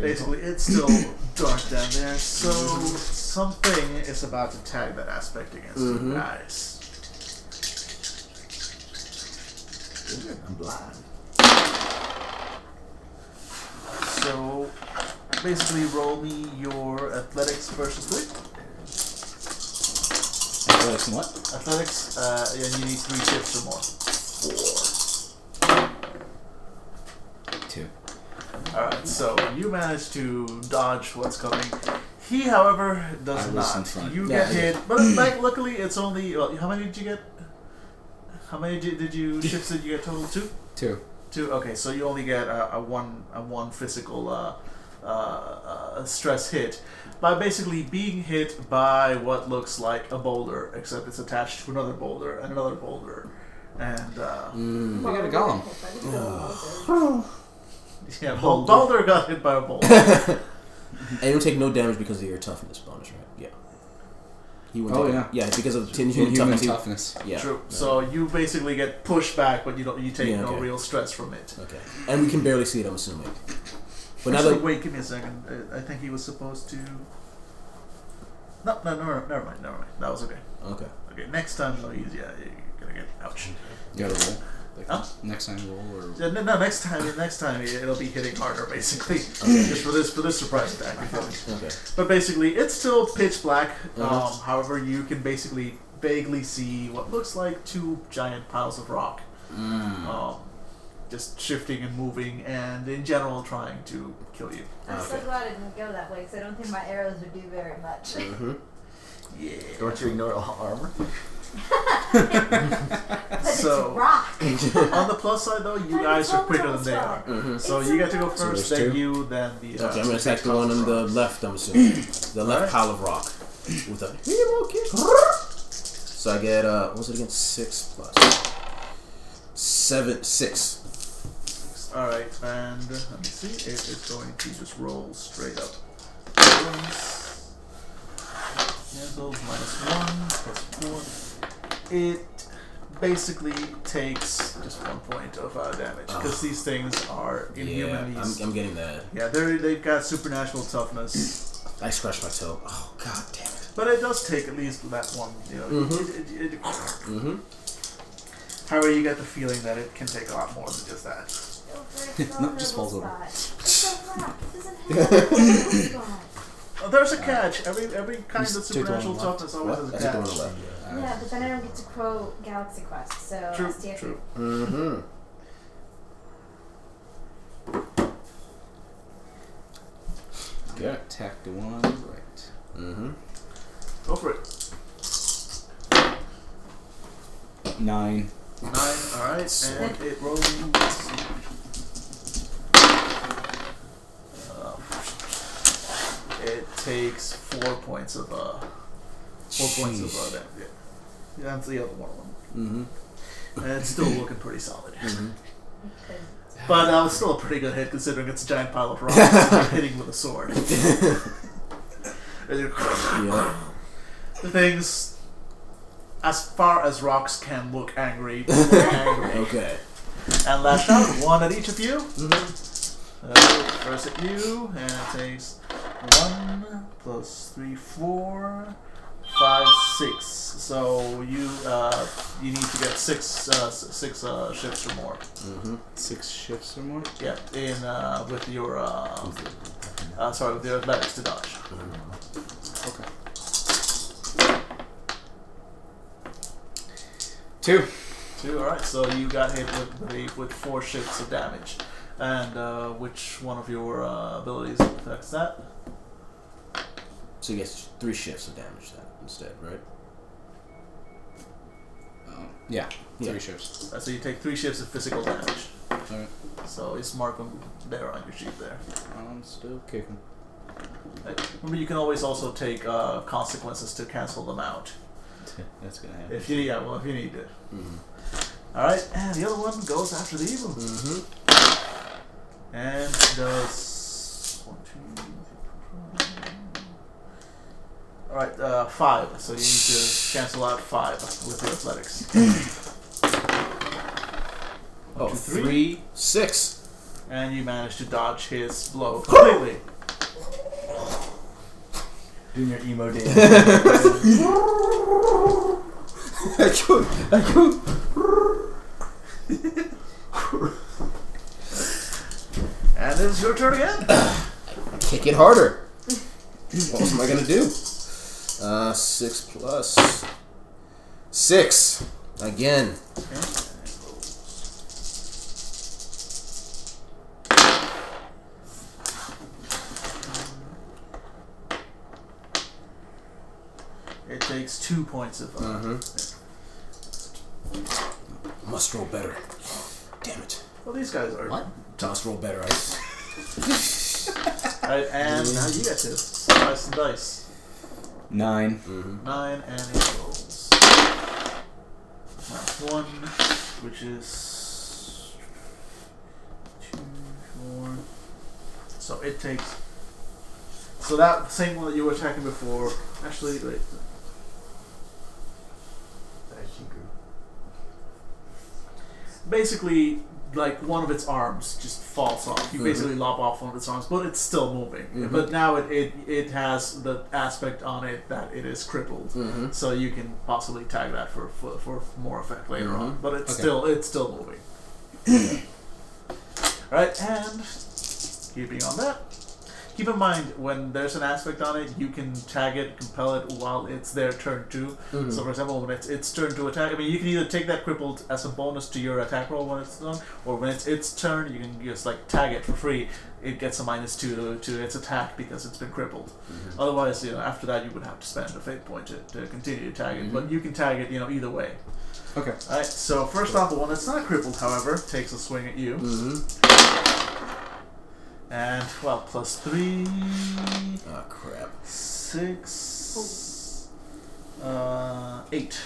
[SPEAKER 2] Basically, it's still
[SPEAKER 4] *coughs*
[SPEAKER 2] dark down there, so something is about to tag that aspect against you
[SPEAKER 1] Mhm.
[SPEAKER 2] guys.
[SPEAKER 4] I'm blind.
[SPEAKER 2] So, basically, roll me your athletics versus wit.
[SPEAKER 3] Athletics and what?
[SPEAKER 2] Athletics, uh, and you need three chips or more.
[SPEAKER 6] Two.
[SPEAKER 2] Alright, so you manage to dodge what's coming. He, however, does
[SPEAKER 6] I was in
[SPEAKER 2] not.
[SPEAKER 6] front.
[SPEAKER 2] You
[SPEAKER 1] Yeah,
[SPEAKER 2] get
[SPEAKER 1] I
[SPEAKER 2] hit, but like, luckily it's only. Well, how many did you get? How many did you, did you chips did you get total? Two?
[SPEAKER 6] Two.
[SPEAKER 2] Two. Okay, so you only get a, a one a one physical uh, uh, uh, stress hit by basically being hit by what looks like a boulder, except it's attached to another boulder and another boulder, and uh,
[SPEAKER 1] Mm.
[SPEAKER 5] We
[SPEAKER 6] got a golem.
[SPEAKER 2] yeah, Bul- boulder got hit by a
[SPEAKER 1] *laughs*
[SPEAKER 2] boulder.
[SPEAKER 1] And you don't take no damage because of your toughness bonus, right? Yeah. He wouldn't
[SPEAKER 6] Oh,
[SPEAKER 1] take-
[SPEAKER 6] yeah.
[SPEAKER 1] Yeah, because of the tin human
[SPEAKER 6] Human
[SPEAKER 1] toughness. he-
[SPEAKER 6] toughness.
[SPEAKER 1] Yeah.
[SPEAKER 2] True. So you basically get pushed back, but you don't. You take
[SPEAKER 1] Yeah,
[SPEAKER 2] no
[SPEAKER 1] okay.
[SPEAKER 2] real stress from it.
[SPEAKER 1] Okay. And we can barely see it, I'm assuming. But now
[SPEAKER 2] Actually,
[SPEAKER 1] that
[SPEAKER 2] wait, give me a second. Uh, I think he was supposed to. No, no, no, no, never mind, never mind. That was okay.
[SPEAKER 1] okay.
[SPEAKER 2] Okay, next time though, he's yeah, you're gonna get ouch.
[SPEAKER 6] You gotta roll. Like,
[SPEAKER 2] Huh?
[SPEAKER 6] Next time roll or
[SPEAKER 2] Yeah, no, no, next time, next time it'll be hitting harder, basically, just for this for this surprise attack.
[SPEAKER 1] Okay.
[SPEAKER 2] But basically, it's still pitch black.
[SPEAKER 1] Uh-huh.
[SPEAKER 2] Um, however, you can basically vaguely see what looks like two giant piles of rock,
[SPEAKER 6] Hmm.
[SPEAKER 1] Uh-huh.
[SPEAKER 2] um, just shifting and moving, and in general trying to kill you.
[SPEAKER 5] I'm so
[SPEAKER 1] Okay.
[SPEAKER 5] glad I didn't go that way because I don't think my arrows would do very much.
[SPEAKER 2] Yeah.
[SPEAKER 4] Don't you ignore all armor?
[SPEAKER 5] but
[SPEAKER 2] So-
[SPEAKER 5] it's rock.
[SPEAKER 2] On the plus side, though, you
[SPEAKER 5] But
[SPEAKER 2] guys
[SPEAKER 5] it's
[SPEAKER 2] are
[SPEAKER 5] all
[SPEAKER 2] quicker than
[SPEAKER 5] girls'
[SPEAKER 2] they are.
[SPEAKER 5] rock.
[SPEAKER 1] Mm-hmm.
[SPEAKER 2] So
[SPEAKER 5] It's
[SPEAKER 2] you
[SPEAKER 5] all
[SPEAKER 2] get to go
[SPEAKER 5] girls'
[SPEAKER 2] first,
[SPEAKER 3] rock.
[SPEAKER 2] then you, then the. Uh,
[SPEAKER 1] Okay, I'm gonna
[SPEAKER 2] the
[SPEAKER 1] attack the one on the
[SPEAKER 2] rocks.
[SPEAKER 1] left, I'm assuming. The left pile of rock. With a So I get uh what was it again? Six plus seven six.
[SPEAKER 2] All right, and uh, let me see. It is going to just roll straight up. Cancels minus one plus four. It basically takes just one point of uh, damage because these things are
[SPEAKER 1] yeah,
[SPEAKER 2] inhuman.
[SPEAKER 1] I'm, I'm getting that.
[SPEAKER 2] yeah, they're, they've got supernatural toughness,
[SPEAKER 1] I scratched my toe. Oh god damn it.
[SPEAKER 2] but it does take at least that one. You know, it, it, it,
[SPEAKER 1] Mm-hmm.
[SPEAKER 2] however, you get the feeling that it can take a lot more than just that.
[SPEAKER 5] no,
[SPEAKER 6] just falls over.
[SPEAKER 5] It's a rock. It doesn't have a vulnerable spot.
[SPEAKER 2] Oh, there's
[SPEAKER 1] Uh,
[SPEAKER 2] a catch. Every every kind of
[SPEAKER 6] just take the one on
[SPEAKER 2] supernatural
[SPEAKER 6] the left.
[SPEAKER 2] toughness always has a
[SPEAKER 1] I took
[SPEAKER 2] catch.
[SPEAKER 1] the one on the left.
[SPEAKER 5] Yeah, but then I don't get to crow Galaxy Quest, so
[SPEAKER 2] True,
[SPEAKER 5] STFU.
[SPEAKER 2] true.
[SPEAKER 1] Mm-hmm.
[SPEAKER 6] yeah. attack the one on the right.
[SPEAKER 1] Mm-hmm.
[SPEAKER 2] Go for it.
[SPEAKER 6] Nine.
[SPEAKER 2] Nine. All right, and it rolls. Um, It takes four points of uh, four points of uh, damage. Yeah. Yeah, that's the other one.
[SPEAKER 1] Mm-hmm.
[SPEAKER 2] And it's still looking pretty solid.
[SPEAKER 5] Okay.
[SPEAKER 2] But that was still a pretty good hit considering it's a giant pile of rocks and you're hitting with a sword.
[SPEAKER 1] Mm-hmm.
[SPEAKER 2] And you-
[SPEAKER 1] *laughs* Yeah.
[SPEAKER 2] the things, as far as rocks can look angry, look angry.
[SPEAKER 1] Okay.
[SPEAKER 2] And last out, one at each of you. Uh, first at you, and it takes one plus three, four, five, six. So you uh, you need to get six uh, s- six uh, shifts or more.
[SPEAKER 1] Mm-hmm.
[SPEAKER 6] Six shifts or more.
[SPEAKER 2] Yeah, in uh, with your uh, uh, sorry with your athletics to dodge.
[SPEAKER 6] Okay. Two.
[SPEAKER 2] Two. All right. So you got hit with with, a- with four shifts of damage, and uh, which one of your uh, abilities affects that?
[SPEAKER 1] So you get three shifts of damage then instead, right?
[SPEAKER 6] Oh. Yeah,
[SPEAKER 1] Yeah.
[SPEAKER 6] three shifts.
[SPEAKER 2] Uh, so you take three shifts of physical damage.
[SPEAKER 6] Alright.
[SPEAKER 2] So it's mark them there on your sheet there.
[SPEAKER 6] I'm still kicking.
[SPEAKER 2] Remember, you can always also take uh, consequences to cancel them out
[SPEAKER 6] That's gonna happen.
[SPEAKER 2] if you yeah well if you need to.
[SPEAKER 1] Mm-hmm.
[SPEAKER 2] All right, and the other one goes after the evil
[SPEAKER 1] Mm-hmm.
[SPEAKER 2] and does one, two, three, four, five. All right, uh, five. So you need to cancel out five with your athletics.
[SPEAKER 1] Oh,
[SPEAKER 2] two,
[SPEAKER 1] three,
[SPEAKER 2] three.
[SPEAKER 1] *laughs* six.
[SPEAKER 2] and you manage to dodge his blow completely.
[SPEAKER 4] Doing your emo *laughs* dance.
[SPEAKER 3] I go, I go.
[SPEAKER 2] And it's your turn again.
[SPEAKER 1] Kick it harder. what else am I gonna do? Uh, six plus six again.
[SPEAKER 2] It takes two points of. Uh,
[SPEAKER 1] Mm-hmm. Must roll better. Damn it.
[SPEAKER 2] Well, these guys are.
[SPEAKER 1] What? Must roll better. I,
[SPEAKER 2] All right, and now you get to slice some dice.
[SPEAKER 6] Nine.
[SPEAKER 1] mm-hmm.
[SPEAKER 2] Nine and eight rolls. Minus one, which is two, four. So it takes. So that same one that you were attacking before. Actually, wait. Basically, like one of its arms just falls off. You
[SPEAKER 1] Mhm.
[SPEAKER 2] basically lop off one of its arms, but it's still moving.
[SPEAKER 1] Mhm.
[SPEAKER 2] But now it, it it has the aspect on it that it is crippled.
[SPEAKER 1] Mm-hmm.
[SPEAKER 2] so you can possibly tag that for for, for more effect later on.
[SPEAKER 1] Mhm.
[SPEAKER 2] But it's
[SPEAKER 6] Okay.
[SPEAKER 2] still it's still moving. right, and keeping on that. Keep in mind when there's an aspect on it, you can tag it, compel it while it's their turn too.
[SPEAKER 1] Hmm. Mm-hmm.
[SPEAKER 2] So, for example, when it's its turn to attack, I mean, you can either take that crippled as a bonus to your attack roll when it's done, or when it's its turn, you can just like tag it for free. It gets a minus two to, to its attack because it's been crippled. Otherwise, you know, after that, you would have to spend a fate point to, to continue to tag it. But you can tag it, you know, either way.
[SPEAKER 6] Okay.
[SPEAKER 2] All right. So first off, the one that's not crippled, however, takes a swing at you,
[SPEAKER 1] Mm-hmm.
[SPEAKER 2] and well, plus three,
[SPEAKER 1] Oh crap.
[SPEAKER 2] six, uh, eight.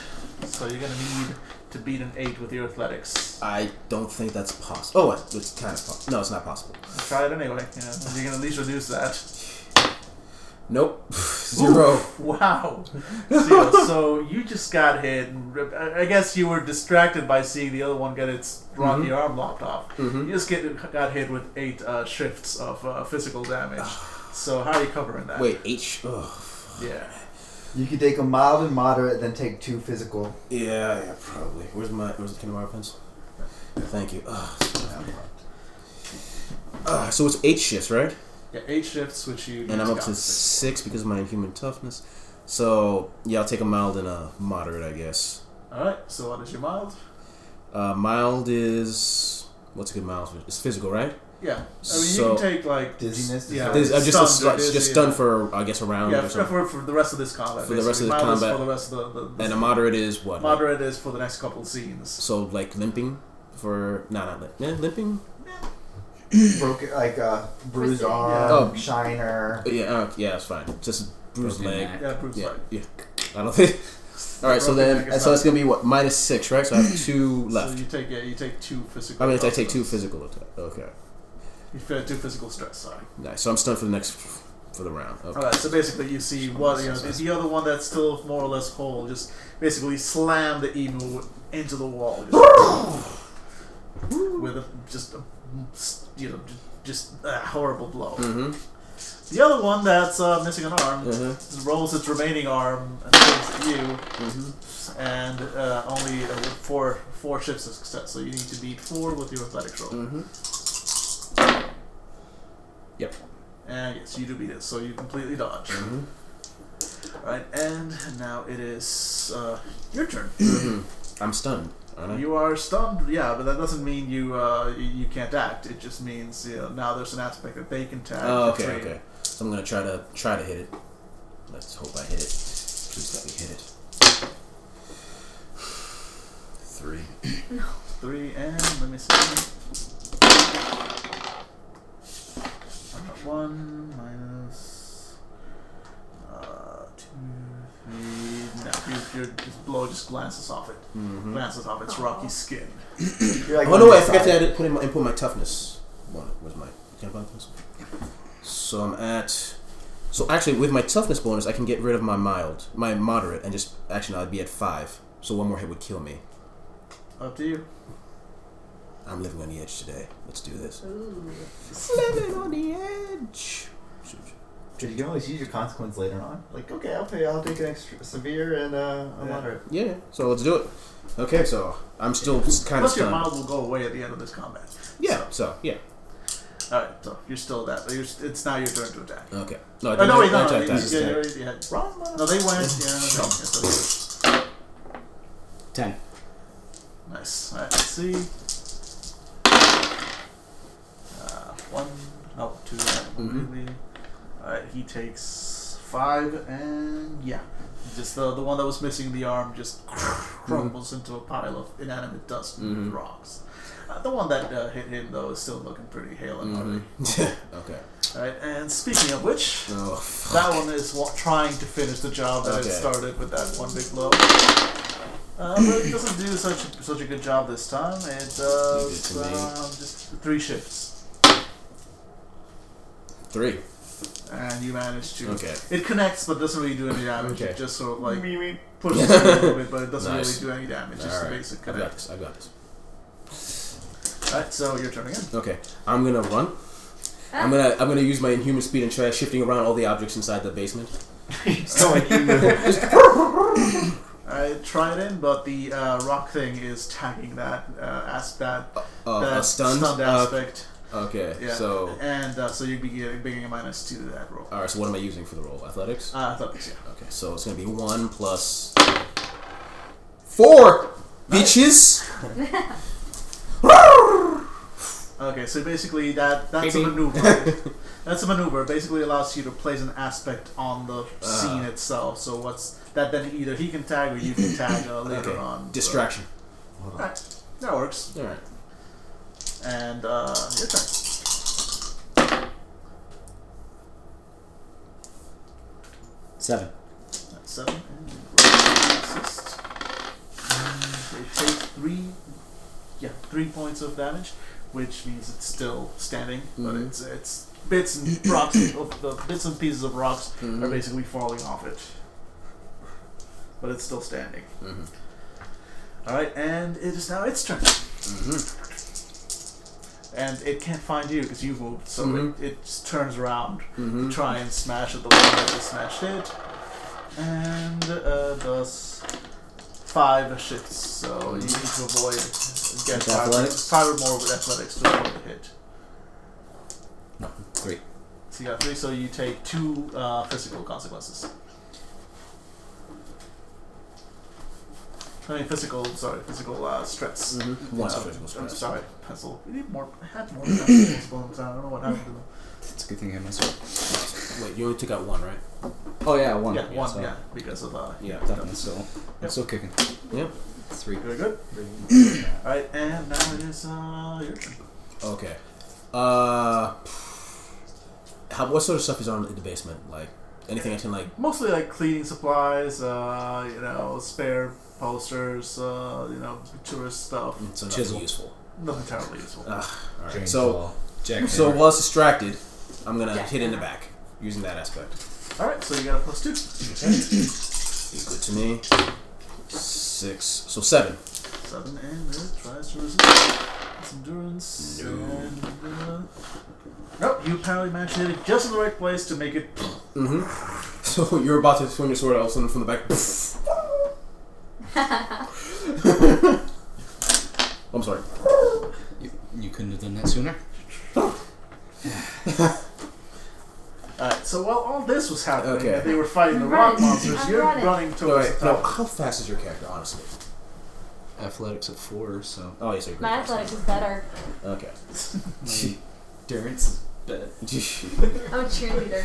[SPEAKER 2] So you're gonna need to beat an eight with your athletics.
[SPEAKER 1] I don't think that's possible. Oh, it's- it's kind of possible. No, it's not possible.
[SPEAKER 2] Try it anyway. You know, you can at least reduce that.
[SPEAKER 1] Nope. *laughs* Zero. *laughs*
[SPEAKER 2] Wow. Zero. so you just got hit. And rip- I I guess you were distracted by seeing the other one get its rocky
[SPEAKER 1] Mm-hmm.
[SPEAKER 2] arm lopped off. You just get got hit with eight uh, shifts of uh, physical damage. so how are you covering that?
[SPEAKER 1] Ah. Wait, eight. Sh- oh,
[SPEAKER 2] Yeah.
[SPEAKER 4] you could take a mild and moderate, then take two physical.
[SPEAKER 1] yeah, yeah, probably. Where's my Where's the kindergarten pencil? Thank you. Ugh. Uh, so it's eight shifts, right?
[SPEAKER 2] Yeah, eight shifts, which you.
[SPEAKER 1] And I'm
[SPEAKER 2] just
[SPEAKER 1] up
[SPEAKER 2] got
[SPEAKER 1] to six because of my inhuman toughness. So yeah, I'll take a mild and a moderate, I guess.
[SPEAKER 2] All right. So what is your mild?
[SPEAKER 1] Uh, mild is what's a good mild? for- It's physical, right?
[SPEAKER 2] Yeah. I mean,
[SPEAKER 1] So-
[SPEAKER 2] you can take like.
[SPEAKER 4] Dizziness.
[SPEAKER 2] Yeah.
[SPEAKER 1] This, uh, just a
[SPEAKER 2] Stunned,
[SPEAKER 1] sli-
[SPEAKER 2] it is,
[SPEAKER 1] just
[SPEAKER 2] yeah.
[SPEAKER 1] stunned for I guess a round
[SPEAKER 2] Yeah,
[SPEAKER 1] or
[SPEAKER 2] for,
[SPEAKER 1] something.
[SPEAKER 2] for, for the rest of this combat.
[SPEAKER 1] For the rest
[SPEAKER 2] basically.
[SPEAKER 1] of the
[SPEAKER 2] Mild is
[SPEAKER 1] combat.
[SPEAKER 2] For the rest of the, the, the
[SPEAKER 1] And a moderate is what? like-
[SPEAKER 2] moderate is for the next couple scenes.
[SPEAKER 1] So like limping for no not limp, eh, limping.
[SPEAKER 4] Broken, like uh, bruised
[SPEAKER 5] Twisted.
[SPEAKER 4] arm,
[SPEAKER 1] Oh.
[SPEAKER 4] shiner.
[SPEAKER 1] Yeah, uh, yeah, it's fine. Just bruised
[SPEAKER 6] Broken
[SPEAKER 1] leg.
[SPEAKER 6] neck.
[SPEAKER 2] Yeah, proves
[SPEAKER 1] Yeah,
[SPEAKER 2] right.
[SPEAKER 1] yeah. I don't think. *laughs* All right, so
[SPEAKER 2] Broken
[SPEAKER 1] then,
[SPEAKER 2] neck is
[SPEAKER 1] and
[SPEAKER 2] not-
[SPEAKER 1] so that's gonna be what minus six, right? So I have
[SPEAKER 2] *laughs*
[SPEAKER 1] two
[SPEAKER 2] So
[SPEAKER 1] left.
[SPEAKER 2] you take yeah, you take two physical.
[SPEAKER 1] I mean, I take two
[SPEAKER 2] physical.
[SPEAKER 1] physical attack. Okay,
[SPEAKER 2] You feel two physical stress. Sorry.
[SPEAKER 1] nice. So I'm stunned for the next for the round.
[SPEAKER 2] All
[SPEAKER 1] Okay.
[SPEAKER 2] right. So basically, you see what you know, the, the other one that's still more or less whole just basically slam the emu into the wall just with a, just a, you know just a horrible blow.
[SPEAKER 1] Mm-hmm.
[SPEAKER 2] The other one that's uh, missing an arm
[SPEAKER 1] Uh-huh.
[SPEAKER 2] just rolls its remaining arm and swings at you,
[SPEAKER 1] Mm-hmm.
[SPEAKER 2] and uh, only uh, four four shifts of success. So you need to beat four with your athletics roll.
[SPEAKER 1] Mm-hmm.
[SPEAKER 6] Yep.
[SPEAKER 2] And yes, you do beat it, so you completely dodge.
[SPEAKER 1] Mhm.
[SPEAKER 2] Right, and now it is uh, your turn.
[SPEAKER 1] Mm-hmm. I'm stunned. Aren't I?
[SPEAKER 2] You are stunned, yeah, but that doesn't mean you uh, you- you can't act. It just means you know, now there's an aspect that they can tag.
[SPEAKER 1] Oh,
[SPEAKER 2] to
[SPEAKER 1] okay,
[SPEAKER 2] trade.
[SPEAKER 1] okay. So I'm gonna try to try to hit it. Let's hope I hit it. Please let me hit it. three.
[SPEAKER 2] Three and let me see. One minus uh, two, three. No, you, your just blow just glances off it,
[SPEAKER 1] Hmm?
[SPEAKER 4] Mm-hmm.
[SPEAKER 2] glances off its rocky skin.
[SPEAKER 4] You're like,
[SPEAKER 1] oh no!
[SPEAKER 4] on
[SPEAKER 1] I
[SPEAKER 4] this
[SPEAKER 1] forgot
[SPEAKER 4] side.
[SPEAKER 1] to add, put in my input my toughness. One was my can I buy this? So I'm at. So actually, with my toughness bonus, I can get rid of my mild, my moderate, and just actually I'd be at five. So one more hit would kill me.
[SPEAKER 2] Up to you.
[SPEAKER 1] I'm living on the edge today. Let's do this.
[SPEAKER 5] Ooh.
[SPEAKER 1] Living on the edge.
[SPEAKER 4] You can always use your consequence later on. Like, okay, I'll pay. I'll take an extra severe and uh, a
[SPEAKER 2] Yeah.
[SPEAKER 4] moderate.
[SPEAKER 1] Yeah. So let's do it. Okay. So I'm still kind of
[SPEAKER 2] Plus, your
[SPEAKER 1] stunned.
[SPEAKER 2] mild will go away at the end of this combat.
[SPEAKER 1] Yeah. So yeah.
[SPEAKER 2] All right, so Oh, you're still that. You're, it's now your turn to attack.
[SPEAKER 1] Okay. No. I
[SPEAKER 2] Oh,
[SPEAKER 1] didn't
[SPEAKER 2] no, wait, no,
[SPEAKER 1] I
[SPEAKER 2] no,
[SPEAKER 1] attacked
[SPEAKER 2] you,
[SPEAKER 1] that.
[SPEAKER 2] yeah, you already had.
[SPEAKER 4] Wrong one.
[SPEAKER 2] No, they went. Yeah, okay.
[SPEAKER 6] Ten.
[SPEAKER 2] nice. All right, let's see. Uh, one, no, two.
[SPEAKER 1] Mhm.
[SPEAKER 2] Really. All right, he takes five, and yeah, just the the one that was missing the arm just
[SPEAKER 1] Mm-hmm.
[SPEAKER 2] crumbles into a pile of inanimate dust and
[SPEAKER 1] Mhm.
[SPEAKER 2] rocks. Uh, the one that uh, hit him though is still looking pretty hale
[SPEAKER 1] Mm-hmm.
[SPEAKER 2] and hearty.
[SPEAKER 1] Mhm. *laughs* okay.
[SPEAKER 2] All right, and speaking of which.
[SPEAKER 1] Oh. Fuck.
[SPEAKER 2] That one is wa- trying to finish the job that
[SPEAKER 1] Okay.
[SPEAKER 2] it started with that one big blow. Uh, but it doesn't do such such a good job this time. It does
[SPEAKER 1] You did to me.
[SPEAKER 2] um, just three shifts,
[SPEAKER 1] Three.
[SPEAKER 2] and you manage to.
[SPEAKER 1] Okay.
[SPEAKER 2] It connects, but doesn't really do any damage.
[SPEAKER 1] Okay.
[SPEAKER 2] It just sort of like pushes it a little bit, but it doesn't
[SPEAKER 1] Nice.
[SPEAKER 2] really do any damage. Just a
[SPEAKER 1] Alright.
[SPEAKER 2] basic
[SPEAKER 1] I've got
[SPEAKER 2] connect.
[SPEAKER 1] this. I've got this.
[SPEAKER 2] All right, so you're turning in.
[SPEAKER 1] Okay. I'm gonna run.
[SPEAKER 5] Ah.
[SPEAKER 1] I'm gonna I'm gonna use my inhuman speed and try shifting around all the objects inside the basement.
[SPEAKER 4] So like,
[SPEAKER 2] *laughs*
[SPEAKER 4] you move.
[SPEAKER 2] I tried in, but the uh, rock thing is tagging that uh, as that
[SPEAKER 1] Uh,
[SPEAKER 2] that
[SPEAKER 1] uh, stunned. Uh,
[SPEAKER 2] aspect.
[SPEAKER 1] okay.
[SPEAKER 2] Yeah.
[SPEAKER 1] So.
[SPEAKER 2] and uh, so you'd be getting being a minus two to that roll.
[SPEAKER 1] All right. So what am I using for the roll? Athletics.
[SPEAKER 2] Uh, athletics, yeah.
[SPEAKER 1] Okay. So it's gonna be one plus four. Bitches. *laughs*
[SPEAKER 2] Okay, so basically that that's a
[SPEAKER 1] Maybe.
[SPEAKER 2] maneuver. that's a maneuver. Basically allows you to place an aspect on the
[SPEAKER 1] Uh.
[SPEAKER 2] scene itself. So what's that? Then either he can tag or you can tag
[SPEAKER 1] *laughs*
[SPEAKER 2] uh, later
[SPEAKER 1] Okay.
[SPEAKER 2] on.
[SPEAKER 1] Distraction.
[SPEAKER 2] So, alright, that works.
[SPEAKER 1] All right.
[SPEAKER 2] And uh, your turn.
[SPEAKER 6] Seven.
[SPEAKER 2] That's seven. And you roll assist. And It takes three, yeah, three points of damage, which means it's still standing, but
[SPEAKER 1] Mhm.
[SPEAKER 2] it's it's bits and rocks, of the bits and pieces of rocks
[SPEAKER 1] Mm-hmm.
[SPEAKER 2] are basically falling off it, but it's still standing.
[SPEAKER 1] Mhm.
[SPEAKER 2] All right, and it is now its turn.
[SPEAKER 1] Mm-hmm.
[SPEAKER 2] And it can't find you because you moved, so
[SPEAKER 1] Mhm.
[SPEAKER 2] it, it just turns around
[SPEAKER 1] Mm-hmm.
[SPEAKER 2] try and smash at the one that just smashed it. And uh, does five shifts, so you need to avoid get
[SPEAKER 6] With
[SPEAKER 2] five,
[SPEAKER 6] athletics?
[SPEAKER 2] five or more with athletics to avoid the hit.
[SPEAKER 6] No. Three.
[SPEAKER 2] So you got three, so you take two uh, physical consequences. I mean, physical, sorry, physical uh, stress.
[SPEAKER 6] Mm,
[SPEAKER 1] Mm-hmm. One
[SPEAKER 2] Uh,
[SPEAKER 1] physical
[SPEAKER 2] I'm
[SPEAKER 1] stress.
[SPEAKER 2] sorry, pencil. We need more. I
[SPEAKER 6] *coughs*
[SPEAKER 2] had more pencils all the time. I don't know what happened to them.
[SPEAKER 6] It's a good thing I had my sword.
[SPEAKER 1] Wait, you only took out one, right?
[SPEAKER 6] Oh yeah, one.
[SPEAKER 2] yeah, one,
[SPEAKER 6] so
[SPEAKER 2] yeah, because of uh,
[SPEAKER 1] Yeah.
[SPEAKER 6] Definitely still. I'm still kicking.
[SPEAKER 1] Yep.
[SPEAKER 6] Three.
[SPEAKER 2] Very good.
[SPEAKER 1] *clears throat*
[SPEAKER 2] All right, and now it is uh, your turn.
[SPEAKER 1] Okay. Uh, how, what sort of stuff is on in the basement? Like anything I can like.
[SPEAKER 2] Mostly like cleaning supplies, uh, you know, spare posters, uh, you know, tourist stuff.
[SPEAKER 1] So nothing
[SPEAKER 6] Chisel.
[SPEAKER 1] useful.
[SPEAKER 2] Nothing terribly useful.
[SPEAKER 1] Ah, All right.
[SPEAKER 4] Drain
[SPEAKER 1] So
[SPEAKER 4] claw.
[SPEAKER 6] Jack.
[SPEAKER 1] so while it's distracted, I'm gonna
[SPEAKER 5] Yeah.
[SPEAKER 1] hit in the back using that aspect.
[SPEAKER 2] All right, so you got a plus two.
[SPEAKER 1] Be good to me. Six. So seven.
[SPEAKER 2] Seven and it tries to resist. It's endurance.
[SPEAKER 1] No.
[SPEAKER 2] And, uh, nope, you apparently managed to hit it just in the right place to make it.
[SPEAKER 1] Mm-hmm. *laughs* So you're about to swing your sword, all of a sudden from the *laughs* back. I'm sorry.
[SPEAKER 6] You, you couldn't have done that sooner.
[SPEAKER 2] All right, so while all this was happening,
[SPEAKER 1] Okay.
[SPEAKER 2] and they were fighting the
[SPEAKER 5] I'm
[SPEAKER 2] rock
[SPEAKER 5] running.
[SPEAKER 2] monsters,
[SPEAKER 5] I'm
[SPEAKER 2] you're running,
[SPEAKER 5] running.
[SPEAKER 1] All
[SPEAKER 2] towards
[SPEAKER 1] right.
[SPEAKER 2] the
[SPEAKER 1] Now,
[SPEAKER 2] top.
[SPEAKER 1] how fast is your character, honestly?
[SPEAKER 6] Athletics at four, *laughs* so
[SPEAKER 1] Oh, yes, I agree.
[SPEAKER 5] My athletics is better.
[SPEAKER 1] *laughs* Okay.
[SPEAKER 6] endurance is better.
[SPEAKER 5] I'm a cheerleader.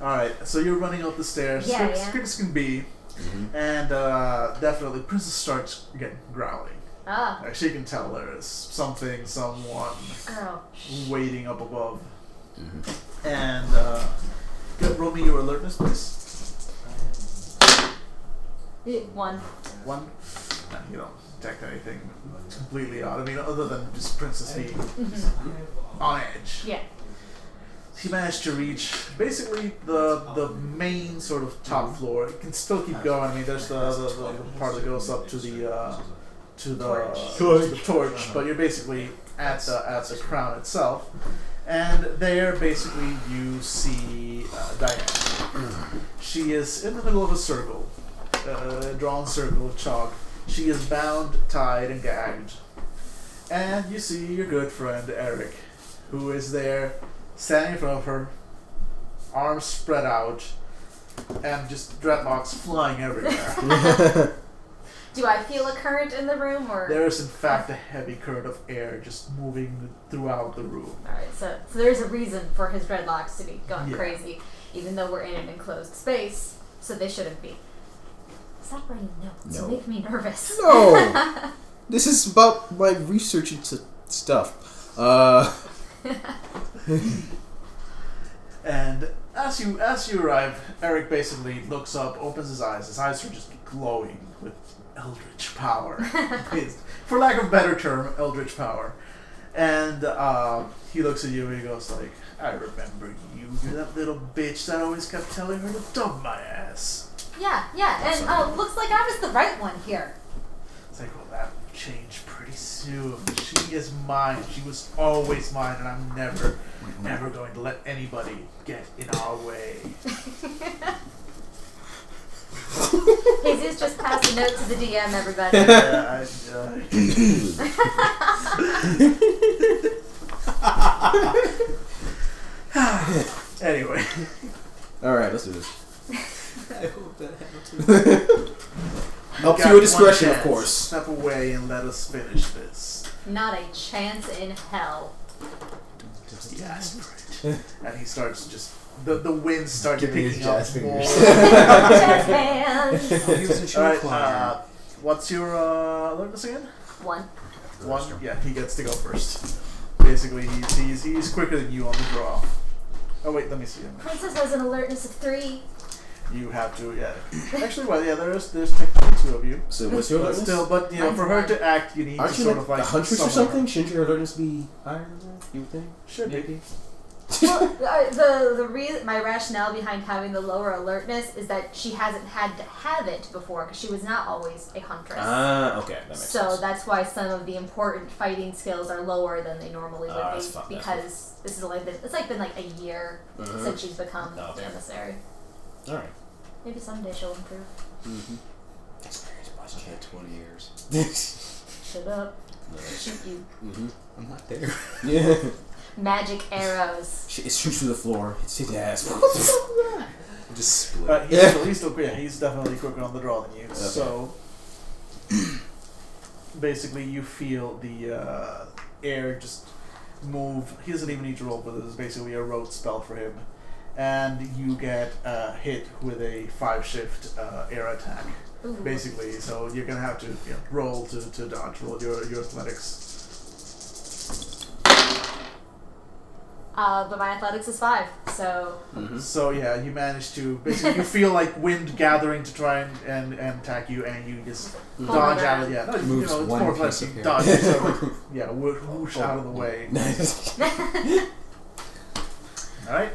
[SPEAKER 2] All right, so you're running up the stairs,
[SPEAKER 5] Yeah,
[SPEAKER 2] quick,
[SPEAKER 5] yeah.
[SPEAKER 2] quick as can be,
[SPEAKER 3] Mhm.
[SPEAKER 2] and uh, definitely Princess starts getting growly.
[SPEAKER 5] Ah,
[SPEAKER 2] Like, she can tell there is something, someone
[SPEAKER 5] girl.
[SPEAKER 2] waiting up above. And uh, get, roll me your alertness, please.
[SPEAKER 5] Eh, One.
[SPEAKER 2] One. Uh, you don't detect anything completely odd. I mean, other than just Princess being
[SPEAKER 5] Mhm.
[SPEAKER 2] on edge.
[SPEAKER 5] Yeah.
[SPEAKER 2] He managed to reach basically the the main sort of top floor. It can still keep going. I mean, there's the, the, the, the part that goes up to the uh, to the
[SPEAKER 5] Torch.
[SPEAKER 2] To the torch, but you're basically at the at the crown itself. And there, basically, you see uh, Diane. She is in the middle of a circle, uh, drawn circle of chalk. She is bound, tied, and gagged. And you see your good friend Eric, who is there standing in front of her, arms spread out, and just dreadlocks flying everywhere.
[SPEAKER 5] Do I feel a current in the room or?
[SPEAKER 2] there is, in fact, a heavy current of air just moving throughout the room.
[SPEAKER 5] All right, so so there's a reason for his dreadlocks to be going
[SPEAKER 2] Yeah.
[SPEAKER 5] crazy, even though we're in an enclosed space, so they shouldn't be. Stop writing notes.
[SPEAKER 3] No.
[SPEAKER 5] You make me nervous.
[SPEAKER 3] No. this is about my research into stuff. Uh,
[SPEAKER 2] And as you as you arrive, Eric basically looks up, opens his eyes. His eyes are just glowing with eldritch power, His- for lack of a better term, eldritch power. And uh, he looks at you and he goes like, "I remember you. You're that little bitch that always kept telling her to dump my ass."
[SPEAKER 5] Yeah, yeah, and uh, looks like I was the right one here.
[SPEAKER 2] It's like, well, that will change pretty soon. She is mine. She was always mine, and I'm never, never going to let anybody get in our way. *laughs*
[SPEAKER 5] Jesus just passed a note to the DM,
[SPEAKER 2] *laughs*
[SPEAKER 5] everybody.
[SPEAKER 2] yeah, I, uh, Anyway,
[SPEAKER 3] all right, let's do this.
[SPEAKER 7] I hope that happens.
[SPEAKER 1] *laughs* Up to
[SPEAKER 2] got
[SPEAKER 1] your discretion,
[SPEAKER 2] one chance.
[SPEAKER 1] of course.
[SPEAKER 2] Step away and let us finish this.
[SPEAKER 5] Not a chance in hell.
[SPEAKER 2] The
[SPEAKER 1] *laughs*
[SPEAKER 2] aspirate. and he starts just the the wind starts
[SPEAKER 4] Give me his
[SPEAKER 2] picking up
[SPEAKER 4] jazz
[SPEAKER 2] more.
[SPEAKER 4] fingers.
[SPEAKER 1] *laughs*
[SPEAKER 5] Jazz hands.
[SPEAKER 2] All right, uh, what's your uh, alertness again?
[SPEAKER 5] One.
[SPEAKER 2] One. Yeah, he gets to go first. Basically, he's he's, he's quicker than you on the draw. Oh wait, let me see.
[SPEAKER 5] Princess has an alertness of three.
[SPEAKER 2] You have to, yeah. Actually, well, yeah, there's there's technically two of you.
[SPEAKER 1] So what's your
[SPEAKER 2] But
[SPEAKER 1] alertness?
[SPEAKER 2] still, but you know, for her to act, you need
[SPEAKER 1] Aren't
[SPEAKER 2] to
[SPEAKER 1] you
[SPEAKER 2] sort
[SPEAKER 1] like
[SPEAKER 2] of like
[SPEAKER 1] a huntress or
[SPEAKER 2] summon her.
[SPEAKER 1] something? Shouldn't your alertness be higher than that? You would think?
[SPEAKER 2] Should be.
[SPEAKER 1] Maybe. *laughs*
[SPEAKER 5] Well, uh, the the re- my rationale behind having the lower alertness is that she hasn't had to have it before because she was not always a huntress.
[SPEAKER 1] Ah, okay, that makes
[SPEAKER 5] so
[SPEAKER 1] sense.
[SPEAKER 5] that's why some of the important fighting skills are lower than they normally would
[SPEAKER 1] Ah,
[SPEAKER 5] be
[SPEAKER 1] that's fine, that's
[SPEAKER 5] because this is only been it's like been like a year
[SPEAKER 1] Mhm.
[SPEAKER 5] since she's become
[SPEAKER 1] Oh,
[SPEAKER 5] an
[SPEAKER 1] okay.
[SPEAKER 5] emissary.
[SPEAKER 1] All right.
[SPEAKER 5] Maybe someday she'll improve.
[SPEAKER 1] Mm-hmm. Experience positive.
[SPEAKER 6] Okay, 20 years.
[SPEAKER 5] Shut up. Shoot you.
[SPEAKER 1] mm-hmm.
[SPEAKER 6] I'm not there.
[SPEAKER 1] Yeah.
[SPEAKER 5] Magic arrows.
[SPEAKER 1] *laughs* Shit, It shoots through the floor. It's his ass. *laughs*
[SPEAKER 6] Just split.
[SPEAKER 2] Uh, he's,
[SPEAKER 1] Yeah. *laughs*
[SPEAKER 2] still, he's still yeah, he's definitely quicker on the draw than you. So basically, you feel the uh, air just move. He doesn't even need to roll, but it's basically a rote spell for him, and you get uh, hit with a five shift uh, air attack.
[SPEAKER 5] Ooh.
[SPEAKER 2] Basically, so you're gonna have to you know, roll to, to dodge. Roll your your athletics.
[SPEAKER 5] Uh, but my athletics is five, so
[SPEAKER 2] So yeah, you manage to basically you feel like wind gathering to try and and, and attack you, and you just
[SPEAKER 5] hold my
[SPEAKER 2] dodge
[SPEAKER 5] ground.
[SPEAKER 2] out of yeah. No,
[SPEAKER 6] Moves
[SPEAKER 2] you know, it's
[SPEAKER 6] one
[SPEAKER 2] more of
[SPEAKER 6] piece
[SPEAKER 2] like
[SPEAKER 6] of
[SPEAKER 2] you
[SPEAKER 6] hair.
[SPEAKER 2] dodge
[SPEAKER 6] *laughs*
[SPEAKER 2] so, yeah, whoo- whoosh out of the way. All right.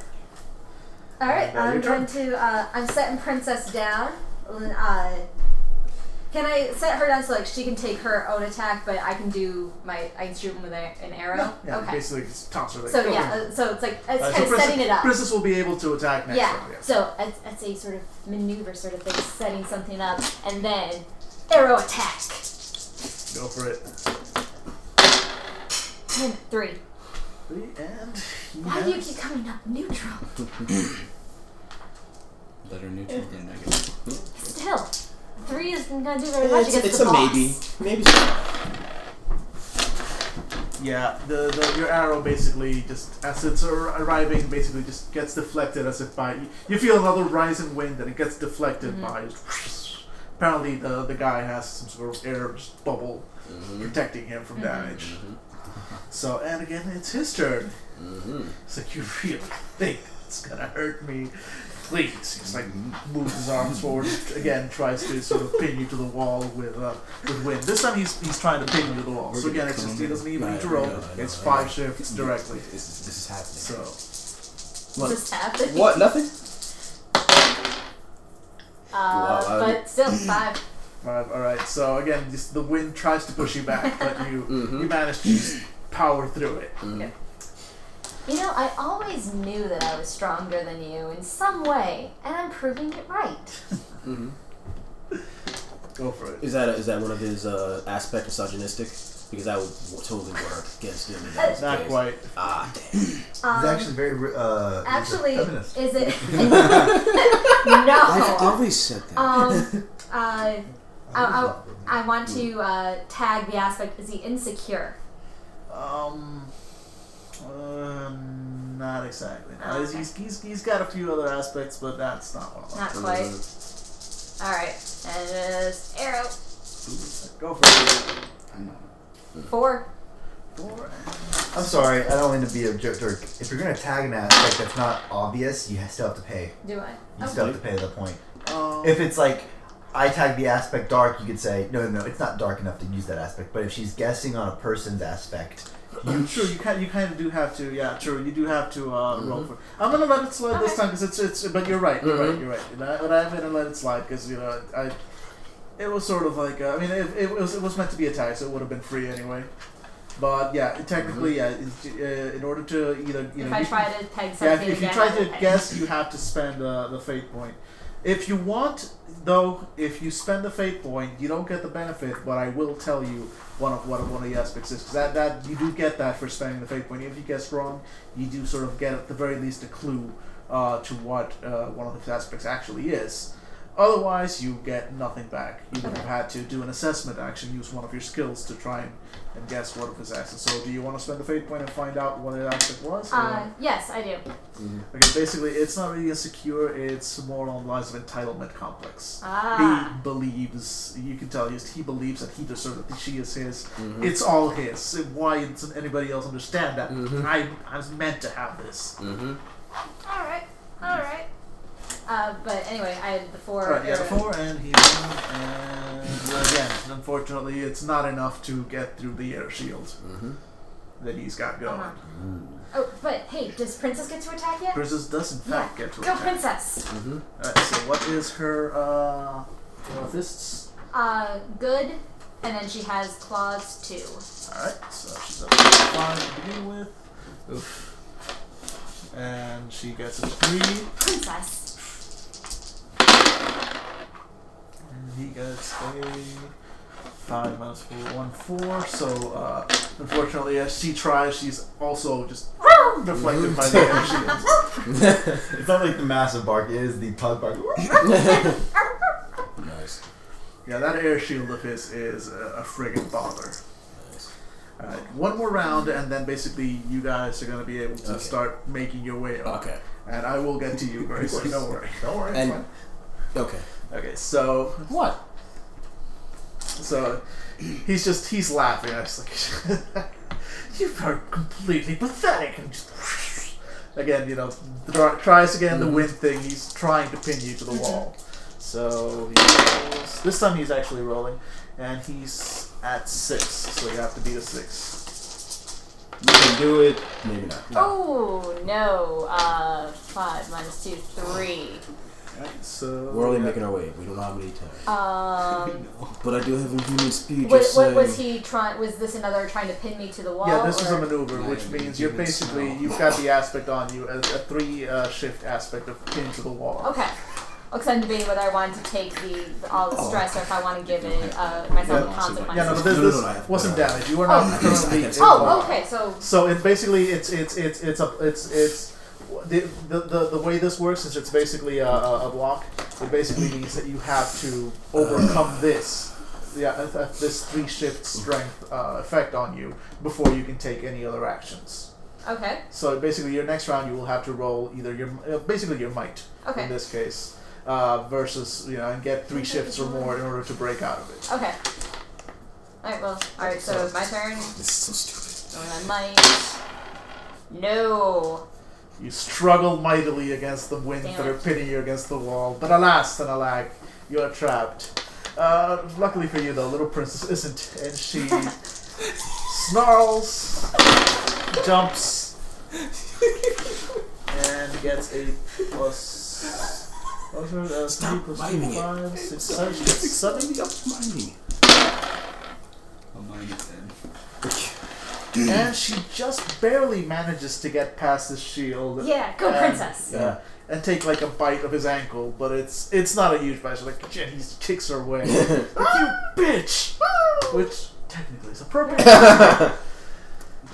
[SPEAKER 5] All right,
[SPEAKER 2] Uh,
[SPEAKER 5] I'm
[SPEAKER 2] your
[SPEAKER 5] going to. Uh, I'm setting Princess down. Uh, can I set her down so like she can take her own attack, but I can do my. I can shoot him with a, an arrow.
[SPEAKER 2] Yeah,
[SPEAKER 5] okay.
[SPEAKER 2] basically just toss her. Like,
[SPEAKER 5] So
[SPEAKER 2] go
[SPEAKER 5] yeah,
[SPEAKER 2] for it.
[SPEAKER 5] uh, so it's like
[SPEAKER 2] Uh,
[SPEAKER 5] it's kind
[SPEAKER 2] so
[SPEAKER 5] of setting
[SPEAKER 2] princess,
[SPEAKER 5] it up.
[SPEAKER 2] Princess will be able to attack next
[SPEAKER 5] yeah.
[SPEAKER 2] round. Yes.
[SPEAKER 5] So it's, it's a sort of maneuver, sort of thing, setting something up, and then arrow attack.
[SPEAKER 2] Go for it.
[SPEAKER 5] Three.
[SPEAKER 2] Three and.
[SPEAKER 5] Why do you
[SPEAKER 2] yes.
[SPEAKER 5] keep coming up neutral?
[SPEAKER 6] *laughs* Better neutral than negative.
[SPEAKER 5] Still, three isn't gonna do very much
[SPEAKER 1] It's,
[SPEAKER 5] against
[SPEAKER 1] it's
[SPEAKER 5] the
[SPEAKER 1] a
[SPEAKER 5] boss.
[SPEAKER 1] maybe. Maybe. so.
[SPEAKER 2] Yeah, the, the your arrow basically just as it's ar- arriving, basically just gets deflected as if by you feel another rise in wind, and it gets deflected by. apparently the the guy has some sort of air bubble
[SPEAKER 1] Mm-hmm.
[SPEAKER 2] protecting him from
[SPEAKER 5] Mhm.
[SPEAKER 2] damage. So and again, it's his turn.
[SPEAKER 1] Mm-hmm.
[SPEAKER 2] It's like, you really think it's gonna hurt me? Please. He's like, moves his arms forward again, tries to sort of pin you to the wall with uh, with wind. This time he's he's trying to pin you to the wall.
[SPEAKER 6] We're
[SPEAKER 2] So again,
[SPEAKER 6] gonna
[SPEAKER 2] it's just
[SPEAKER 6] come
[SPEAKER 2] he
[SPEAKER 6] in.
[SPEAKER 2] doesn't even
[SPEAKER 1] No,
[SPEAKER 2] need to
[SPEAKER 1] I
[SPEAKER 2] roll.
[SPEAKER 1] know, I know,
[SPEAKER 2] it's
[SPEAKER 1] I
[SPEAKER 2] five
[SPEAKER 1] know.
[SPEAKER 2] shifts directly.
[SPEAKER 4] This is, this is happening.
[SPEAKER 2] So
[SPEAKER 5] Just happened.
[SPEAKER 3] What? Nothing?
[SPEAKER 5] Uh,
[SPEAKER 3] Wow, I-
[SPEAKER 5] but still, five.
[SPEAKER 2] five. All right. So again, just the wind tries to push you back, but
[SPEAKER 1] *laughs*
[SPEAKER 2] you
[SPEAKER 1] Mhm.
[SPEAKER 2] you manage to just power through it.
[SPEAKER 5] You know, I always knew that I was stronger than you in some way, and I'm proving it right.
[SPEAKER 1] Mm-hmm.
[SPEAKER 2] Go for it.
[SPEAKER 1] Is that a, is that one of his uh, aspect misogynistic? Because that would w- totally work against him. if that was the
[SPEAKER 2] Not
[SPEAKER 1] case.
[SPEAKER 2] quite.
[SPEAKER 1] Ah, damn.
[SPEAKER 5] Um,
[SPEAKER 4] He's actually very uh, he's a
[SPEAKER 5] actually,
[SPEAKER 4] feminist.
[SPEAKER 5] is it?
[SPEAKER 2] *laughs*
[SPEAKER 5] *laughs*
[SPEAKER 6] I've
[SPEAKER 5] no.
[SPEAKER 6] always said that.
[SPEAKER 2] *laughs*
[SPEAKER 5] Um, uh, I, I, I want to uh, tag the aspect. Is he insecure?
[SPEAKER 2] Um. Uh, not exactly. No, he's- he's, he's, he's got a few other aspects, but that's not one of them.
[SPEAKER 5] Not quite. All right, and just arrow
[SPEAKER 2] Go for it.
[SPEAKER 5] four.
[SPEAKER 4] I'm sorry, I don't mean to be a jerk. jerk. If you're gonna tag an aspect that's not obvious, you ha- still have to pay.
[SPEAKER 5] Do I? Oh,
[SPEAKER 4] You
[SPEAKER 5] Okay.
[SPEAKER 4] still have to pay the point.
[SPEAKER 2] Um,
[SPEAKER 4] If it's like I tag the aspect dark, you could say no, no, no, it's not dark enough to use that aspect. But if she's guessing on a person's aspect, you
[SPEAKER 2] *laughs* true, you kind you kind of do have to. Yeah, true. You do have to uh, roll for. I'm gonna let it slide this
[SPEAKER 5] Okay.
[SPEAKER 2] time because it's it's. But you're right. You're right.
[SPEAKER 1] Mhm.
[SPEAKER 2] You're right. And I, but I'm gonna let it slide because you know I. It was sort of like uh, I mean it, it was it was meant to be a tie, so it would have been free anyway. But yeah, technically, yeah. it's- Uh, in order to either you
[SPEAKER 5] If
[SPEAKER 2] know
[SPEAKER 5] I
[SPEAKER 2] you-
[SPEAKER 5] try to tag something
[SPEAKER 2] Yeah, if, if you
[SPEAKER 5] again,
[SPEAKER 2] try
[SPEAKER 5] I will
[SPEAKER 2] to
[SPEAKER 5] pay.
[SPEAKER 2] guess, you have to spend uh, the fate point. If you want, though, if you spend the fate point, you don't get the benefit. But I will tell you one of what one of the aspects is 'cause that that you do get that for spending the fate point. If you guess wrong, you do sort of get at the very least a clue uh, to what uh, one of the aspects actually is. Otherwise, you get nothing back. You would have had to do an assessment action, use one of your skills to try and, and guess what of his actions. So, do you want to spend the fate point and find out what the aspect was? or-
[SPEAKER 5] Uh, yes, I do.
[SPEAKER 2] Okay, basically, it's not really insecure. It's more on lines of entitlement complex.
[SPEAKER 5] Ah.
[SPEAKER 2] He believes you can tell just he believes that he deserves it. That she is his.
[SPEAKER 1] Mm-hmm.
[SPEAKER 2] It's all his. And Why doesn't anybody else understand that? I I was meant to have this.
[SPEAKER 1] Mm-hmm.
[SPEAKER 5] All right. All right. Uh, but anyway, I had the four.
[SPEAKER 2] Alright, yeah, the
[SPEAKER 5] arrows.
[SPEAKER 2] four and he won, and again, unfortunately, it's not enough to get through the air shield
[SPEAKER 1] Mm-hmm.
[SPEAKER 2] that he's got going.
[SPEAKER 5] Uh-huh. Oh, but hey, does Princess get to attack yet?
[SPEAKER 2] Mm. Princess does in fact
[SPEAKER 5] Yeah.
[SPEAKER 2] get to
[SPEAKER 5] Go,
[SPEAKER 2] attack.
[SPEAKER 5] Princess.
[SPEAKER 1] Mm-hmm.
[SPEAKER 2] Alright, so what is her uh, her fists?
[SPEAKER 5] Uh, good. And then she has claws too.
[SPEAKER 2] Alright, so she's up to five to begin with. Oof. And she gets a three,
[SPEAKER 5] Princess.
[SPEAKER 2] and he gets a five minus four, one four. So uh, unfortunately, as she tries, she's also just *laughs* deflected by the air shield.
[SPEAKER 1] *laughs*
[SPEAKER 4] it's not like the massive bark it is the pug bark.
[SPEAKER 1] Nice.
[SPEAKER 2] Yeah, that air shield of his is a, a friggin' bother.
[SPEAKER 1] Nice.
[SPEAKER 2] Alright, one more round, and then basically you guys are gonna be able to
[SPEAKER 1] Okay.
[SPEAKER 2] start making your way up.
[SPEAKER 1] Okay.
[SPEAKER 2] And I will get to you very soon. Don't worry. Don't worry.
[SPEAKER 1] And- Okay.
[SPEAKER 2] okay, so
[SPEAKER 1] What?
[SPEAKER 2] So he's just he's laughing. I was like, *laughs* "You are completely pathetic." And just again, you know, thr- tries again the
[SPEAKER 1] Mm-hmm.
[SPEAKER 2] wind thing. He's trying to pin you to the wall. So he rolls. This time he's actually rolling, and he's at six. So you have to beat a six.
[SPEAKER 3] You can do it.
[SPEAKER 1] Maybe not.
[SPEAKER 5] Oh no. Uh, five minus
[SPEAKER 2] *laughs*
[SPEAKER 5] two, three.
[SPEAKER 2] Alright, so
[SPEAKER 1] We're only
[SPEAKER 2] yeah.
[SPEAKER 1] making our way. We don't know how many times.
[SPEAKER 5] Um,
[SPEAKER 1] But I do have inhuman speed.
[SPEAKER 5] what,
[SPEAKER 1] just
[SPEAKER 5] what was
[SPEAKER 1] saying.
[SPEAKER 5] he trying? Was this another trying to pin me to the wall?
[SPEAKER 2] Yeah, this was
[SPEAKER 5] or-
[SPEAKER 2] a maneuver, which
[SPEAKER 6] Nine,
[SPEAKER 2] means you're
[SPEAKER 6] demon
[SPEAKER 2] basically
[SPEAKER 6] smell.
[SPEAKER 2] you've got the aspect on you, a, a three uh, shift aspect of pin to the wall.
[SPEAKER 5] Okay. Because I'm debating whether I want to take the, the all the stress or if I want to give it uh, myself a
[SPEAKER 6] Yeah,
[SPEAKER 5] consequence.
[SPEAKER 2] Oh. Yeah, no, but this,
[SPEAKER 1] No, no, no,
[SPEAKER 2] this
[SPEAKER 1] I have-
[SPEAKER 2] wasn't
[SPEAKER 1] I have-
[SPEAKER 2] damage. You were not
[SPEAKER 5] Oh.
[SPEAKER 2] currently.
[SPEAKER 1] Yes, I have-
[SPEAKER 5] oh, okay. So
[SPEAKER 2] So it basically it's it's it's it's a it's it's the the, the, the way this works is it's basically a, a a block. It basically means that you have to overcome this. Yeah, uh, uh, this three shift strength uh, effect on you before you can take any other actions.
[SPEAKER 5] okay,
[SPEAKER 2] So basically, your next round you will have to roll either your uh, basically your might
[SPEAKER 5] Okay.
[SPEAKER 2] in this case, uh, versus you know and get three shifts or more in order to break out of it.
[SPEAKER 5] Okay. Alright, well, alright, so my turn.
[SPEAKER 3] This is so stupid.
[SPEAKER 5] And my might. No.
[SPEAKER 2] You struggle mightily against the winds
[SPEAKER 5] Damn
[SPEAKER 2] that are
[SPEAKER 5] it.
[SPEAKER 2] pinning you against the wall, but alas and alack, you are trapped. Uh, luckily for you, though, little princess isn't, and she snarls, jumps,
[SPEAKER 7] and gets a plus. What was it? Uh, three
[SPEAKER 1] Stop
[SPEAKER 7] plus two,
[SPEAKER 1] biting it.
[SPEAKER 7] five, six, seven, she gets seven,
[SPEAKER 6] Oh, mine is dead.
[SPEAKER 2] and she just barely manages to get past his shield.
[SPEAKER 5] Yeah, go
[SPEAKER 2] and-
[SPEAKER 5] princess.
[SPEAKER 2] Yeah, and take like a bite of his ankle, but it's it's not a huge bite. She's like, yeah, he kicks her away.
[SPEAKER 1] *laughs*
[SPEAKER 2] like, you bitch! Which technically is appropriate.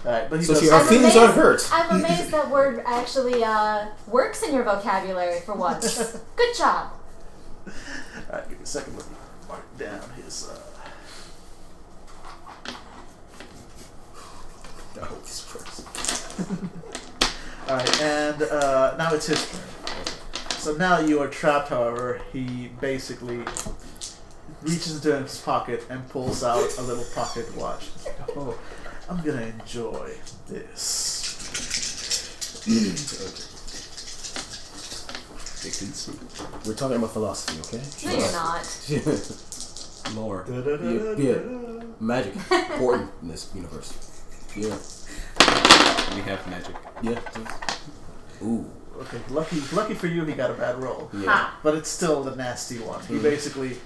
[SPEAKER 2] Alright, but he
[SPEAKER 3] So
[SPEAKER 2] does
[SPEAKER 3] she, our
[SPEAKER 5] I'm
[SPEAKER 3] feelings aren't
[SPEAKER 5] amazed.
[SPEAKER 3] hurt.
[SPEAKER 5] I'm amazed that word actually uh, works in your vocabulary for *laughs* once. Good job.
[SPEAKER 2] Alright, give me a second. Let me mark down his. Uh... *laughs* Alright, and uh, now it's his turn. So now you are trapped, however. He basically reaches into his pocket and pulls out a little pocket watch. Oh, I'm gonna enjoy this.
[SPEAKER 1] We're talking about philosophy, okay?
[SPEAKER 5] No, you're not.
[SPEAKER 1] *laughs* Lore. Yeah, yeah.
[SPEAKER 2] Da-da-da-da-da.
[SPEAKER 1] Magic. Important in this universe. Yeah.
[SPEAKER 6] We have magic.
[SPEAKER 1] Yeah. Ooh.
[SPEAKER 2] Okay, lucky, lucky for you, he got a bad roll.
[SPEAKER 1] Yeah.
[SPEAKER 5] Ha.
[SPEAKER 2] but it's still the nasty one. He basically,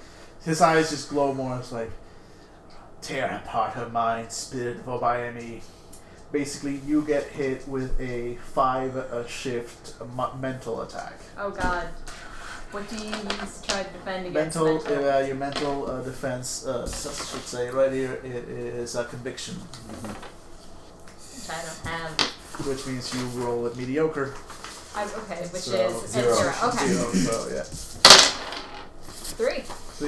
[SPEAKER 2] his eyes just glow more. It's like, tear apart her mind, spirit of Obayami. Basically, you get hit with a five uh, shift mu- mental attack.
[SPEAKER 5] Oh god. What do you use to try to defend against
[SPEAKER 2] Mental,
[SPEAKER 5] mental?
[SPEAKER 2] Uh, your mental uh, defense, uh, s- should say, right here it is a conviction,
[SPEAKER 5] Which I don't have.
[SPEAKER 2] which means you roll at mediocre.
[SPEAKER 5] I, okay, which
[SPEAKER 2] So,
[SPEAKER 5] is
[SPEAKER 2] zero.
[SPEAKER 5] zero. zero. Okay.
[SPEAKER 2] Zero, so yeah.
[SPEAKER 5] Three.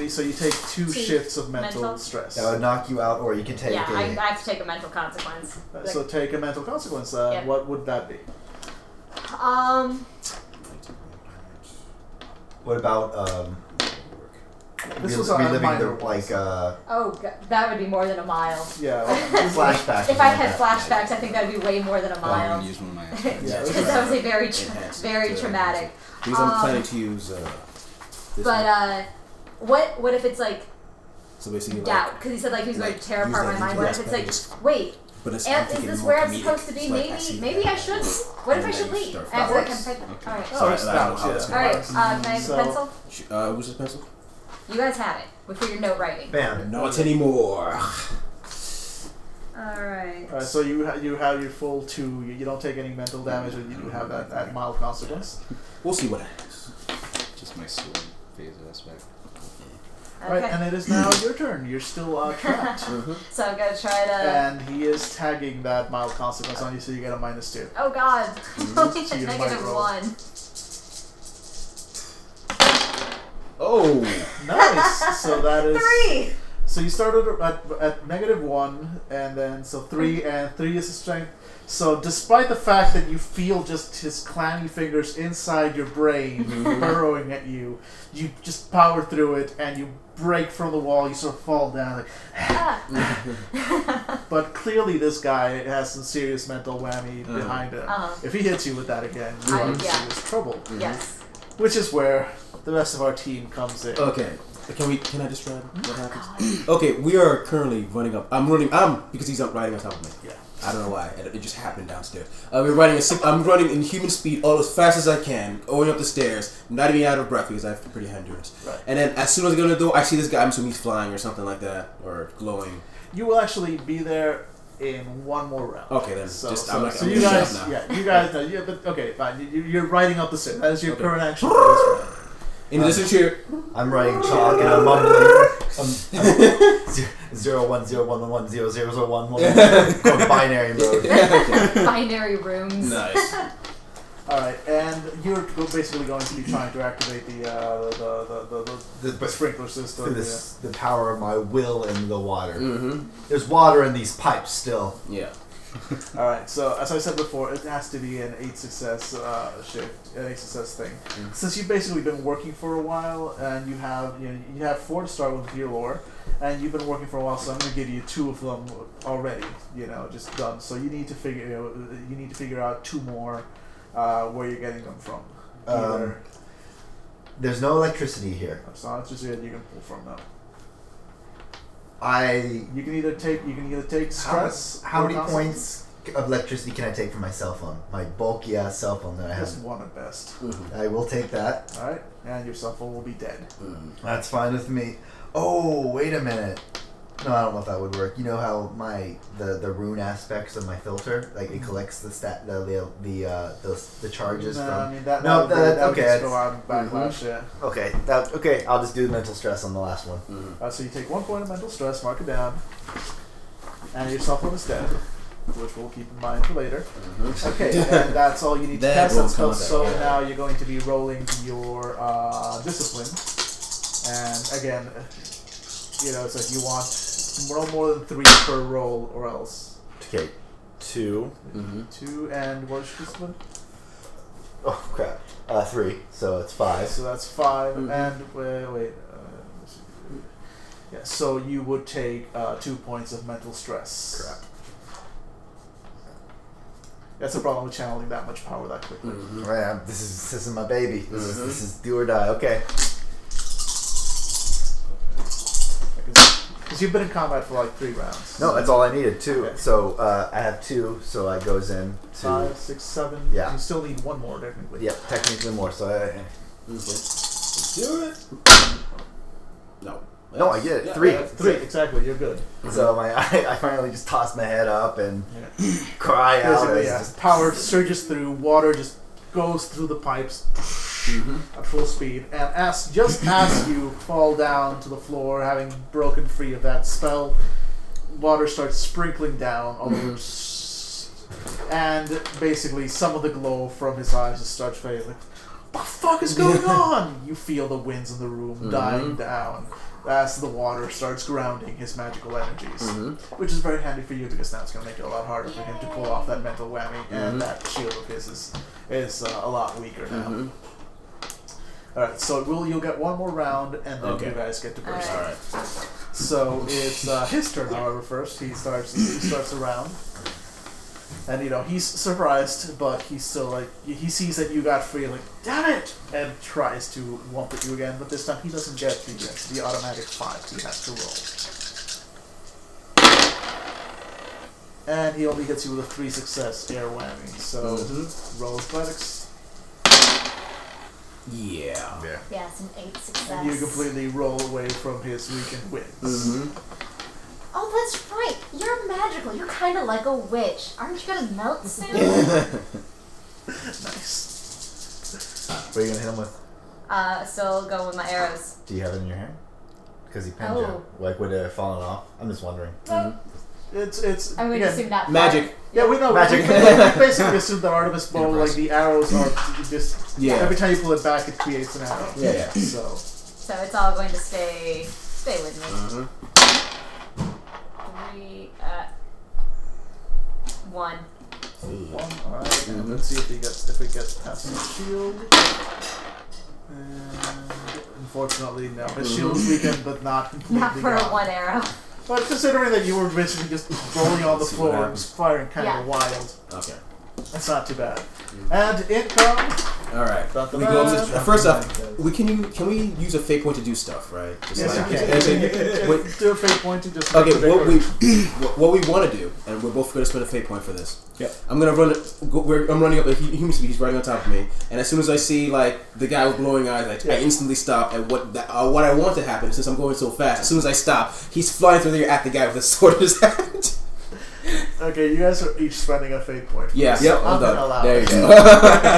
[SPEAKER 2] So, so you take two
[SPEAKER 5] Two
[SPEAKER 2] shifts of mental,
[SPEAKER 5] mental.
[SPEAKER 2] stress.
[SPEAKER 4] That would knock you out, or you could take
[SPEAKER 5] yeah,
[SPEAKER 4] a.
[SPEAKER 5] I, I have to take a mental consequence.
[SPEAKER 2] Uh, so take a mental consequence. Uh,
[SPEAKER 5] Yeah.
[SPEAKER 2] What would that be?
[SPEAKER 5] um,
[SPEAKER 4] what about um?
[SPEAKER 2] This
[SPEAKER 4] re-
[SPEAKER 2] was on a
[SPEAKER 4] reliving
[SPEAKER 2] minor
[SPEAKER 4] the like uh
[SPEAKER 5] oh, god, that would be more than a mile.
[SPEAKER 2] Yeah.
[SPEAKER 5] *laughs*
[SPEAKER 4] flashback.
[SPEAKER 5] If I had flashbacks, I think that would be way more than a
[SPEAKER 6] I'm
[SPEAKER 5] *laughs* mile.
[SPEAKER 6] gonna use one of my
[SPEAKER 5] Because
[SPEAKER 2] Yeah,
[SPEAKER 1] that's
[SPEAKER 5] that was a very, tra-
[SPEAKER 1] Enhanced.
[SPEAKER 5] very
[SPEAKER 1] Yeah.
[SPEAKER 5] traumatic.
[SPEAKER 1] Because
[SPEAKER 5] Um,
[SPEAKER 1] I'm planning to use uh,
[SPEAKER 5] But
[SPEAKER 1] this one.
[SPEAKER 5] uh, what what if it's like
[SPEAKER 1] so basically like,
[SPEAKER 5] doubt? Because he said like he was going
[SPEAKER 1] like,
[SPEAKER 5] to tear
[SPEAKER 1] use
[SPEAKER 5] apart
[SPEAKER 1] that
[SPEAKER 5] my mind.
[SPEAKER 1] into
[SPEAKER 5] What
[SPEAKER 1] the
[SPEAKER 5] if it's
[SPEAKER 1] aspect
[SPEAKER 5] like,
[SPEAKER 1] of just-
[SPEAKER 5] wait,
[SPEAKER 1] but it's, I'm
[SPEAKER 5] and is
[SPEAKER 1] thinking
[SPEAKER 5] this
[SPEAKER 1] more
[SPEAKER 5] where I'm
[SPEAKER 1] comedic.
[SPEAKER 5] supposed to be?
[SPEAKER 1] It's like, I see
[SPEAKER 5] maybe maybe
[SPEAKER 1] that.
[SPEAKER 5] I should. What if I
[SPEAKER 1] And
[SPEAKER 5] should
[SPEAKER 1] then
[SPEAKER 5] leave?
[SPEAKER 1] start
[SPEAKER 5] After I
[SPEAKER 2] flowers.
[SPEAKER 5] can pick
[SPEAKER 6] Okay.
[SPEAKER 5] All right.
[SPEAKER 2] Oh,
[SPEAKER 1] Sorry,
[SPEAKER 2] it's
[SPEAKER 1] I don't know
[SPEAKER 2] doubt,
[SPEAKER 1] how that's
[SPEAKER 5] All
[SPEAKER 2] yeah.
[SPEAKER 5] right. Uh, can I have
[SPEAKER 2] So-
[SPEAKER 5] a pencil?
[SPEAKER 1] Sh- Uh, who's this pencil?
[SPEAKER 5] You guys have it. We figured note writing.
[SPEAKER 4] Bam.
[SPEAKER 1] Not anymore.
[SPEAKER 5] All right.
[SPEAKER 2] Alright, so you ha- you have your full two. You, you don't take any mental damage, and you do have that, that mild consequence.
[SPEAKER 1] We'll see what happens.
[SPEAKER 6] Just my sword phase aspect.
[SPEAKER 2] Alright,
[SPEAKER 5] Okay.
[SPEAKER 2] and it is now your turn. You're still uh,
[SPEAKER 5] *laughs*
[SPEAKER 2] trapped,
[SPEAKER 5] So I'm gonna try to.
[SPEAKER 2] and he is tagging that mild consequence on you, so you get a minus two.
[SPEAKER 5] Oh God. *laughs* Only
[SPEAKER 2] So
[SPEAKER 5] a
[SPEAKER 2] you might
[SPEAKER 5] negative
[SPEAKER 2] roll.
[SPEAKER 5] one.
[SPEAKER 3] Oh,
[SPEAKER 2] Nice. so that is
[SPEAKER 5] Three.
[SPEAKER 2] So you started at, at negative one, and then so three, and three is his strength. So despite the fact that you feel just his clammy fingers inside your brain burrowing at you, you just power through it, and you break from the wall. You sort of fall down. Like,
[SPEAKER 5] Uh.
[SPEAKER 2] *laughs* but clearly, this guy has some serious mental whammy behind him.
[SPEAKER 5] Uh-huh.
[SPEAKER 2] If he hits you with that again, you
[SPEAKER 5] I-
[SPEAKER 2] are in
[SPEAKER 5] yeah.
[SPEAKER 2] serious trouble.
[SPEAKER 5] Yes.
[SPEAKER 2] Which is where the rest of our team comes in.
[SPEAKER 1] Okay. Can we? Can I describe what
[SPEAKER 2] Mm-hmm.
[SPEAKER 1] happens? okay, we are currently running up. I'm running. I'm because he's up riding on top of me.
[SPEAKER 2] Yeah.
[SPEAKER 1] I don't know why. It, it just happened downstairs. Uh, we're running. A, si- I'm running in human speed, all as fast as I can, going up the stairs. Not even out of breath because I have pretty high endurance.
[SPEAKER 2] Right.
[SPEAKER 1] And then as soon as I go to the door, I see this guy. I'm assuming he's flying or something like that, or glowing.
[SPEAKER 2] You will actually be there in one more round.
[SPEAKER 1] Okay, then
[SPEAKER 2] So,
[SPEAKER 1] just
[SPEAKER 2] so,
[SPEAKER 1] I'm like
[SPEAKER 2] so
[SPEAKER 1] I'm
[SPEAKER 2] you
[SPEAKER 1] gonna
[SPEAKER 2] guys,
[SPEAKER 1] shut up now.
[SPEAKER 2] yeah, you guys, know, yeah, but okay, fine. You- You, you're writing up the suit. That is your
[SPEAKER 1] Okay.
[SPEAKER 2] current
[SPEAKER 1] *laughs*
[SPEAKER 2] action. for this round.
[SPEAKER 1] In addition to your
[SPEAKER 4] I'm writing chalk and I'm *laughs* mumbling. Um, I'm, zero one zero one one one zero zero zero one one. Going binary mode.
[SPEAKER 5] Binary rooms.
[SPEAKER 1] nice.
[SPEAKER 2] All right, and you're go- basically going to be trying to activate the uh, the, the, the, the,
[SPEAKER 4] The,
[SPEAKER 2] the
[SPEAKER 4] but
[SPEAKER 2] sprinkler system.
[SPEAKER 4] through
[SPEAKER 2] Yeah.
[SPEAKER 4] this, the power of my will in the water.
[SPEAKER 1] Mm-hmm.
[SPEAKER 4] There's water in these pipes still.
[SPEAKER 1] Yeah.
[SPEAKER 2] All right. So as I said before, it has to be an eight success uh, shift, an eight success thing.
[SPEAKER 1] Mm.
[SPEAKER 2] Since you've basically been working for a while, and you have you know, you have four to start with your lore, and you've been working for a while, so I'm gonna give you two of them already. You know, just done. So you need to figure you, know, you need to figure out two more uh, where you're getting them from.
[SPEAKER 4] Um,
[SPEAKER 2] Either
[SPEAKER 4] There's no electricity here.
[SPEAKER 2] it's not just that you can pull from them.
[SPEAKER 4] I.
[SPEAKER 2] You can either take you can either take
[SPEAKER 4] How,
[SPEAKER 2] stress.
[SPEAKER 4] how
[SPEAKER 2] or
[SPEAKER 4] many
[SPEAKER 2] constant-
[SPEAKER 4] points of electricity can I take from my cell phone? My bulky ass cell phone that I
[SPEAKER 2] Just
[SPEAKER 4] have.
[SPEAKER 2] one at best.
[SPEAKER 4] I will take that.
[SPEAKER 2] All right, and your cell phone will be dead.
[SPEAKER 4] That's fine with me. Oh, wait a minute. No, I don't know if that would work. You know how my the the rune aspects of my filter, like it collects the stat the the the uh, the, the charges
[SPEAKER 2] no, I
[SPEAKER 4] from.
[SPEAKER 2] mean that.
[SPEAKER 4] No,
[SPEAKER 2] that, would be-
[SPEAKER 4] that-
[SPEAKER 2] that would
[SPEAKER 4] okay,
[SPEAKER 2] just
[SPEAKER 4] that's- mm-hmm.
[SPEAKER 2] go on backlash. Yeah.
[SPEAKER 4] Okay, that okay. I'll just do mental stress on the last one.
[SPEAKER 2] Uh, so you take one point of mental stress, mark it down, and your cell phone is dead, which we'll keep in mind for later. Okay,
[SPEAKER 4] *laughs*
[SPEAKER 2] and that's all you need to
[SPEAKER 1] That
[SPEAKER 2] cast
[SPEAKER 1] will
[SPEAKER 2] that spell.
[SPEAKER 1] come back,
[SPEAKER 2] So
[SPEAKER 1] yeah.
[SPEAKER 2] now you're going to be rolling your uh, discipline, and again, you know, it's like you want roll more than three per roll, or else
[SPEAKER 4] Okay, two.
[SPEAKER 1] Mm-hmm.
[SPEAKER 2] two and what's your discipline?
[SPEAKER 4] Oh crap. Uh, three. So it's five.
[SPEAKER 2] So that's 5
[SPEAKER 4] Mm-hmm.
[SPEAKER 1] Mhm.
[SPEAKER 2] and wait, wait. Uh, let's see. yeah, so you would take uh, two points of mental stress.
[SPEAKER 4] Crap.
[SPEAKER 2] That's a problem with channeling that much power that quickly.
[SPEAKER 4] Mm.
[SPEAKER 1] Mm-hmm.
[SPEAKER 4] Right. I'm, this is this is my baby. This is
[SPEAKER 1] Mhm.
[SPEAKER 4] this is do or die. Okay.
[SPEAKER 2] Because you've been in combat for like three rounds.
[SPEAKER 4] No, that's all I needed. Two.
[SPEAKER 2] Okay.
[SPEAKER 4] So uh, I have two. So I goes in to.
[SPEAKER 2] Five, six, seven.
[SPEAKER 4] Yeah.
[SPEAKER 2] You still need one more technically.
[SPEAKER 4] Yep, technically more. So I,
[SPEAKER 1] Mm-hmm. Do it. No.
[SPEAKER 4] No, I get it. Three.
[SPEAKER 2] Yeah, three exactly. You're good.
[SPEAKER 4] So my *laughs* I, I finally just toss my head up and cry out.
[SPEAKER 2] Basically,
[SPEAKER 4] As
[SPEAKER 2] yeah.
[SPEAKER 4] just,
[SPEAKER 2] Power surges through. Water just goes through the pipes,
[SPEAKER 1] Mm-hmm.
[SPEAKER 2] at full speed, and as just as you fall down to the floor, having broken free of that spell, water starts sprinkling down all over, s- and basically some of the glow from his eyes just starts fading. Like, the fuck is going on? You feel the winds in the room dying
[SPEAKER 1] Mhm.
[SPEAKER 2] down as the water starts grounding his magical energies,
[SPEAKER 1] Mm-hmm.
[SPEAKER 2] which is very handy for you because now it's going to make it a lot harder for him to pull off that mental whammy,
[SPEAKER 1] Mhm.
[SPEAKER 2] and that shield of his is is uh, a lot weaker now. All right, so will you'll get one more round, and then
[SPEAKER 1] Okay.
[SPEAKER 2] you guys get to
[SPEAKER 5] All
[SPEAKER 2] burst.
[SPEAKER 5] right.
[SPEAKER 1] right.
[SPEAKER 2] So it's uh, his turn, however. First, he starts he starts a round, and you know he's surprised, but he's still like he sees that you got free, like damn it, and tries to womp at you again. But this time he doesn't get the the automatic five. He has to roll, and he only hits you with a three success air whammy. So roll athletics.
[SPEAKER 1] Yeah.
[SPEAKER 5] Yeah, it's an eight success.
[SPEAKER 2] And you completely roll away from his weakened winds.
[SPEAKER 1] Mm-hmm. *laughs*
[SPEAKER 5] Oh, that's right. You're magical. You're kind of like a witch. Aren't you gonna melt soon?
[SPEAKER 2] Nice.
[SPEAKER 4] What are you gonna hit him with?
[SPEAKER 5] uh, so I'll go with my arrows.
[SPEAKER 4] Do you have it in your hand? Because he pinned
[SPEAKER 5] Oh.
[SPEAKER 4] you. Like would it have fallen off? I'm just wondering.
[SPEAKER 1] Mm-hmm.
[SPEAKER 2] It's it's
[SPEAKER 5] I would
[SPEAKER 2] again,
[SPEAKER 5] assume not.
[SPEAKER 8] Magic.
[SPEAKER 2] Yeah, we know.
[SPEAKER 4] Magic.
[SPEAKER 2] We, we
[SPEAKER 1] *laughs*
[SPEAKER 2] basically assume that Artemis bow, like
[SPEAKER 1] Impressive.
[SPEAKER 2] the arrows are just
[SPEAKER 1] Yeah.
[SPEAKER 2] every time you pull it back, it creates an arrow.
[SPEAKER 1] Yeah.
[SPEAKER 2] So
[SPEAKER 5] So it's all going to stay stay with me.
[SPEAKER 1] Mm-hmm.
[SPEAKER 5] Three, uh, one.
[SPEAKER 2] one, all right, and let's see if it gets if it gets past his shield. And unfortunately, no. His
[SPEAKER 1] Mm-hmm.
[SPEAKER 2] shield's weakened, but not completely
[SPEAKER 5] Not for
[SPEAKER 2] gone.
[SPEAKER 5] one arrow.
[SPEAKER 2] But considering that you were basically just rolling on the
[SPEAKER 1] See what
[SPEAKER 2] floor and
[SPEAKER 1] happens.
[SPEAKER 2] just firing kind
[SPEAKER 5] Yeah.
[SPEAKER 2] of wild,
[SPEAKER 1] Okay. Mm.
[SPEAKER 2] that's not too bad. And in comes
[SPEAKER 1] All right.
[SPEAKER 2] Dun-dun-dun.
[SPEAKER 1] We go up to, first off, we can you can we use a fake point to do stuff, right? Just
[SPEAKER 2] Yes,
[SPEAKER 1] like-
[SPEAKER 2] you can.
[SPEAKER 1] as in-
[SPEAKER 2] *laughs*
[SPEAKER 1] what-
[SPEAKER 2] do a fake point and just
[SPEAKER 1] okay,
[SPEAKER 2] make the
[SPEAKER 1] what we
[SPEAKER 2] decoration.
[SPEAKER 1] *clears throat* what- what we want to do, and we're both going to spend a fate point for this.
[SPEAKER 8] Yep.
[SPEAKER 1] I'm gonna run. Go, we're, I'm running up at hu- human speed. He's running on top of me, and as soon as I see like the guy with glowing eyes, I, I
[SPEAKER 2] Yeah.
[SPEAKER 1] instantly stop. And what that, uh, what I want to happen, since I'm going so fast, as soon as I stop, he's flying through the air at the *laughs* guy with his sword in his hand.
[SPEAKER 2] Okay, you guys are each spending a fate point.
[SPEAKER 1] yes.
[SPEAKER 8] Yep.
[SPEAKER 1] I'm
[SPEAKER 2] I'm gonna
[SPEAKER 1] done.
[SPEAKER 2] allow
[SPEAKER 1] There you
[SPEAKER 2] it.
[SPEAKER 1] *laughs* go.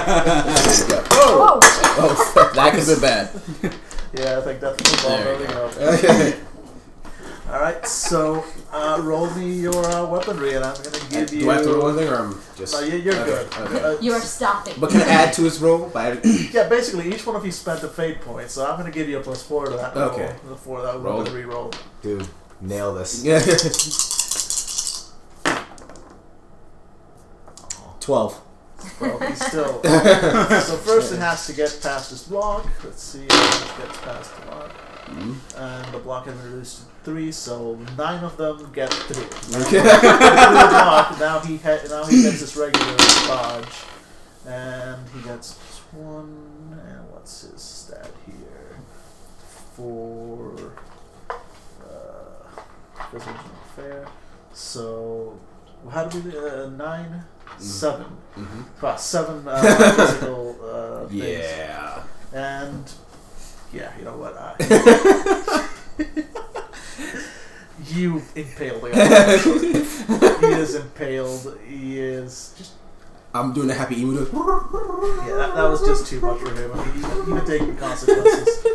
[SPEAKER 1] There you go.
[SPEAKER 5] Whoa!
[SPEAKER 1] Oh, fuck, that could have been bad.
[SPEAKER 2] Yeah, I think that's the ball
[SPEAKER 1] There you
[SPEAKER 2] building up.
[SPEAKER 1] Okay.
[SPEAKER 2] Alright, so uh, roll me your uh, weaponry and I'm gonna give you.
[SPEAKER 1] *laughs* Do I have to roll anything, or I'm just?
[SPEAKER 2] No, you- you're
[SPEAKER 1] Okay,
[SPEAKER 2] good.
[SPEAKER 1] okay.
[SPEAKER 2] Uh,
[SPEAKER 5] You are stopping.
[SPEAKER 1] But can I add to his roll? By
[SPEAKER 2] yeah, basically, each one of you spent a fate point, so I'm gonna give you a plus four to that roll.
[SPEAKER 1] Okay.
[SPEAKER 2] For that
[SPEAKER 1] Roll
[SPEAKER 2] weaponry roll.
[SPEAKER 1] *laughs*
[SPEAKER 4] Dude, nail this.
[SPEAKER 1] yeah.
[SPEAKER 9] Twelve.
[SPEAKER 2] Well, he's
[SPEAKER 1] *laughs*
[SPEAKER 2] still. so first, it has to get past this block. Let's see if it gets past the block.
[SPEAKER 6] Mm.
[SPEAKER 2] And the block has been reduced to three, so nine of them get through. *laughs*
[SPEAKER 9] Okay.
[SPEAKER 2] Through the block. Now he ha- now he gets his regular dodge, and he gets plus one. And what's his stat here? Four. Uh, this is not fair. So how do we uh, nine?
[SPEAKER 9] Mm.
[SPEAKER 2] Seven.
[SPEAKER 1] Mm-hmm.
[SPEAKER 2] About seven uh,
[SPEAKER 9] *laughs*
[SPEAKER 2] physical uh, things.
[SPEAKER 9] yeah.
[SPEAKER 2] And yeah, you know what? I,
[SPEAKER 1] *laughs*
[SPEAKER 2] you impaled
[SPEAKER 1] *laughs*
[SPEAKER 2] the guy. He is impaled. He is just.
[SPEAKER 1] I'm doing a happy emu. do-
[SPEAKER 2] Yeah, that, that was just too much for him. I mean, he, he would take the consequences.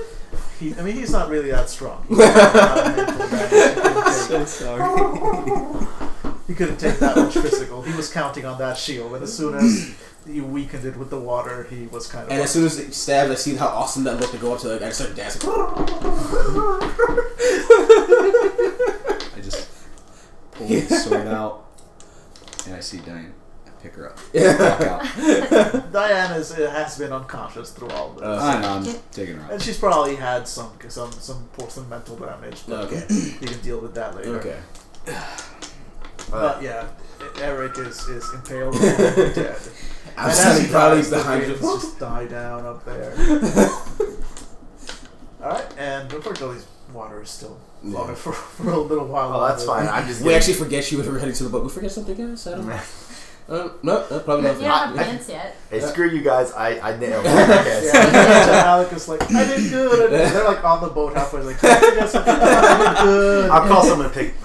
[SPEAKER 2] He, I mean, he's not really that strong. He's not a mental man. He couldn't
[SPEAKER 1] *laughs*
[SPEAKER 2] take-
[SPEAKER 6] sorry.
[SPEAKER 2] *laughs* He couldn't take that much physical. He was counting on that shield, and as soon as you weakened it with the water, he was kind of.
[SPEAKER 1] And as soon as it stabbed, I see how awesome that looked to go up to like I just started *laughs* dancing.
[SPEAKER 6] I just pull the sword out, and I see Diane. I pick her up. Walk out.
[SPEAKER 2] Diana is, has been unconscious through all this.
[SPEAKER 1] Uh,
[SPEAKER 6] I know, Ah, I'm taking her
[SPEAKER 2] And
[SPEAKER 6] out.
[SPEAKER 2] she's probably had some some some some mental damage, but
[SPEAKER 1] Okay.
[SPEAKER 2] you can deal with that later. *sighs*
[SPEAKER 1] Okay.
[SPEAKER 2] But yeah, E-, Eric is is
[SPEAKER 1] *laughs*
[SPEAKER 2] impaled and dead.
[SPEAKER 1] I'm
[SPEAKER 2] And as
[SPEAKER 1] standing
[SPEAKER 2] he
[SPEAKER 1] proudly
[SPEAKER 2] dies, the
[SPEAKER 1] behind you.
[SPEAKER 2] winds just die down up
[SPEAKER 1] *laughs*
[SPEAKER 2] there. All right, and unfortunately, water is still
[SPEAKER 1] Yeah. Oh,
[SPEAKER 2] on it for, *laughs* for a little while.
[SPEAKER 4] Well, that's
[SPEAKER 2] longer.
[SPEAKER 4] fine. I'm just.
[SPEAKER 1] We actually forget you if we're heading to the boat. We forget something else. I don't. know. Um, no, no, probably
[SPEAKER 5] You
[SPEAKER 1] not.
[SPEAKER 5] don't have
[SPEAKER 1] I-
[SPEAKER 5] pants yet.
[SPEAKER 4] *laughs* Hey, screw you guys. I I
[SPEAKER 2] *laughs*
[SPEAKER 4] nailed it. I guess.
[SPEAKER 2] Yeah, so Alec is like, I did good.
[SPEAKER 1] *laughs*
[SPEAKER 2] And they're like on the boat halfway, like, I did something. I did good.
[SPEAKER 1] *laughs*
[SPEAKER 4] I'll call someone to
[SPEAKER 2] *laughs*
[SPEAKER 4] pick.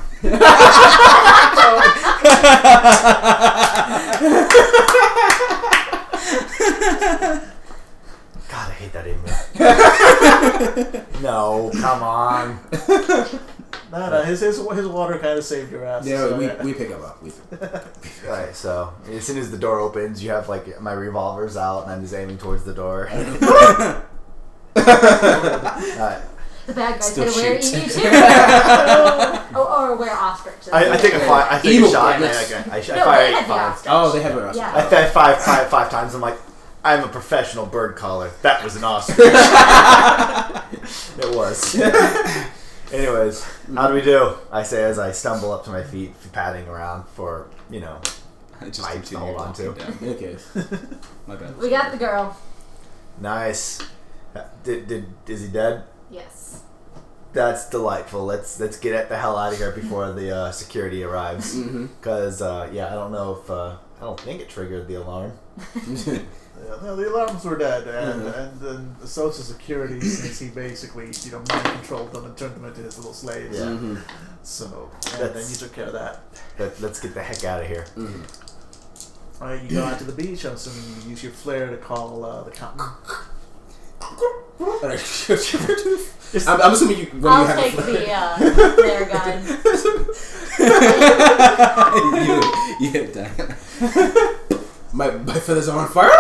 [SPEAKER 4] God, I hate that email.
[SPEAKER 2] *laughs*
[SPEAKER 4] no, come on.
[SPEAKER 2] No, no, his, his, his water kind of saved your ass.
[SPEAKER 1] Yeah,
[SPEAKER 2] so
[SPEAKER 1] we,
[SPEAKER 2] yeah.
[SPEAKER 1] we pick him up. We,
[SPEAKER 4] All right, so as soon as the door opens, you have like my revolver's out, and I'm just aiming towards the
[SPEAKER 1] *laughs*
[SPEAKER 4] door. All right.
[SPEAKER 5] The bad guys
[SPEAKER 6] Still
[SPEAKER 5] gonna wear
[SPEAKER 6] shoots.
[SPEAKER 5] EU too.
[SPEAKER 6] *laughs*
[SPEAKER 5] oh, or wear ostriches.
[SPEAKER 4] I, I take a fi- I take a
[SPEAKER 1] Evil
[SPEAKER 4] shot. And I,
[SPEAKER 1] goodness.
[SPEAKER 4] I, I, sh- I
[SPEAKER 5] No,
[SPEAKER 4] fire
[SPEAKER 5] they
[SPEAKER 4] eight
[SPEAKER 5] had the
[SPEAKER 4] five.
[SPEAKER 5] ostrich.
[SPEAKER 1] oh, they have a
[SPEAKER 5] Yeah.
[SPEAKER 4] I five, five, five, five times. I'm like, I'm a professional bird caller. That was an
[SPEAKER 1] *laughs*
[SPEAKER 4] ostrich. it was. *laughs* Anyways, how do we do? I say as I stumble up to my feet, padding around for you know.
[SPEAKER 6] I just
[SPEAKER 4] Pipes to
[SPEAKER 6] continue
[SPEAKER 4] hold on
[SPEAKER 6] walking
[SPEAKER 4] to.
[SPEAKER 6] down.
[SPEAKER 1] Okay.
[SPEAKER 2] *laughs*
[SPEAKER 6] My bad.
[SPEAKER 5] We got the girl.
[SPEAKER 4] Nice. Did, did is he dead?
[SPEAKER 5] Yes.
[SPEAKER 4] That's delightful. Let's let's get the hell out of here before the uh, security arrives.
[SPEAKER 1] Mm-hmm.
[SPEAKER 4] Cause uh, yeah, I don't know if uh, I don't think it triggered the alarm.
[SPEAKER 1] Mm-hmm.
[SPEAKER 2] Yeah, no, the alarms were dead, and and then the Social
[SPEAKER 4] *clears throat*
[SPEAKER 2] Security, since he basically you know mind controlled them and turned them into his little slaves.
[SPEAKER 4] Yeah.
[SPEAKER 1] *laughs* Mm-hmm.
[SPEAKER 2] So and then
[SPEAKER 4] That's-
[SPEAKER 2] you took care of that.
[SPEAKER 4] Let, let's get the heck out of here.
[SPEAKER 2] All right, you go out to the beach. I'm assuming you use your flare to call uh, the captain.
[SPEAKER 1] Mm-hmm. *laughs* I'm, I'm assuming you. When you
[SPEAKER 5] I'll
[SPEAKER 1] have a
[SPEAKER 5] take
[SPEAKER 1] fl-
[SPEAKER 6] *laughs*
[SPEAKER 5] the uh, flare gun.
[SPEAKER 6] you, *laughs* you
[SPEAKER 5] *laughs*
[SPEAKER 6] hit Diane.
[SPEAKER 1] my my feathers are on
[SPEAKER 4] *laughs*
[SPEAKER 1] fire.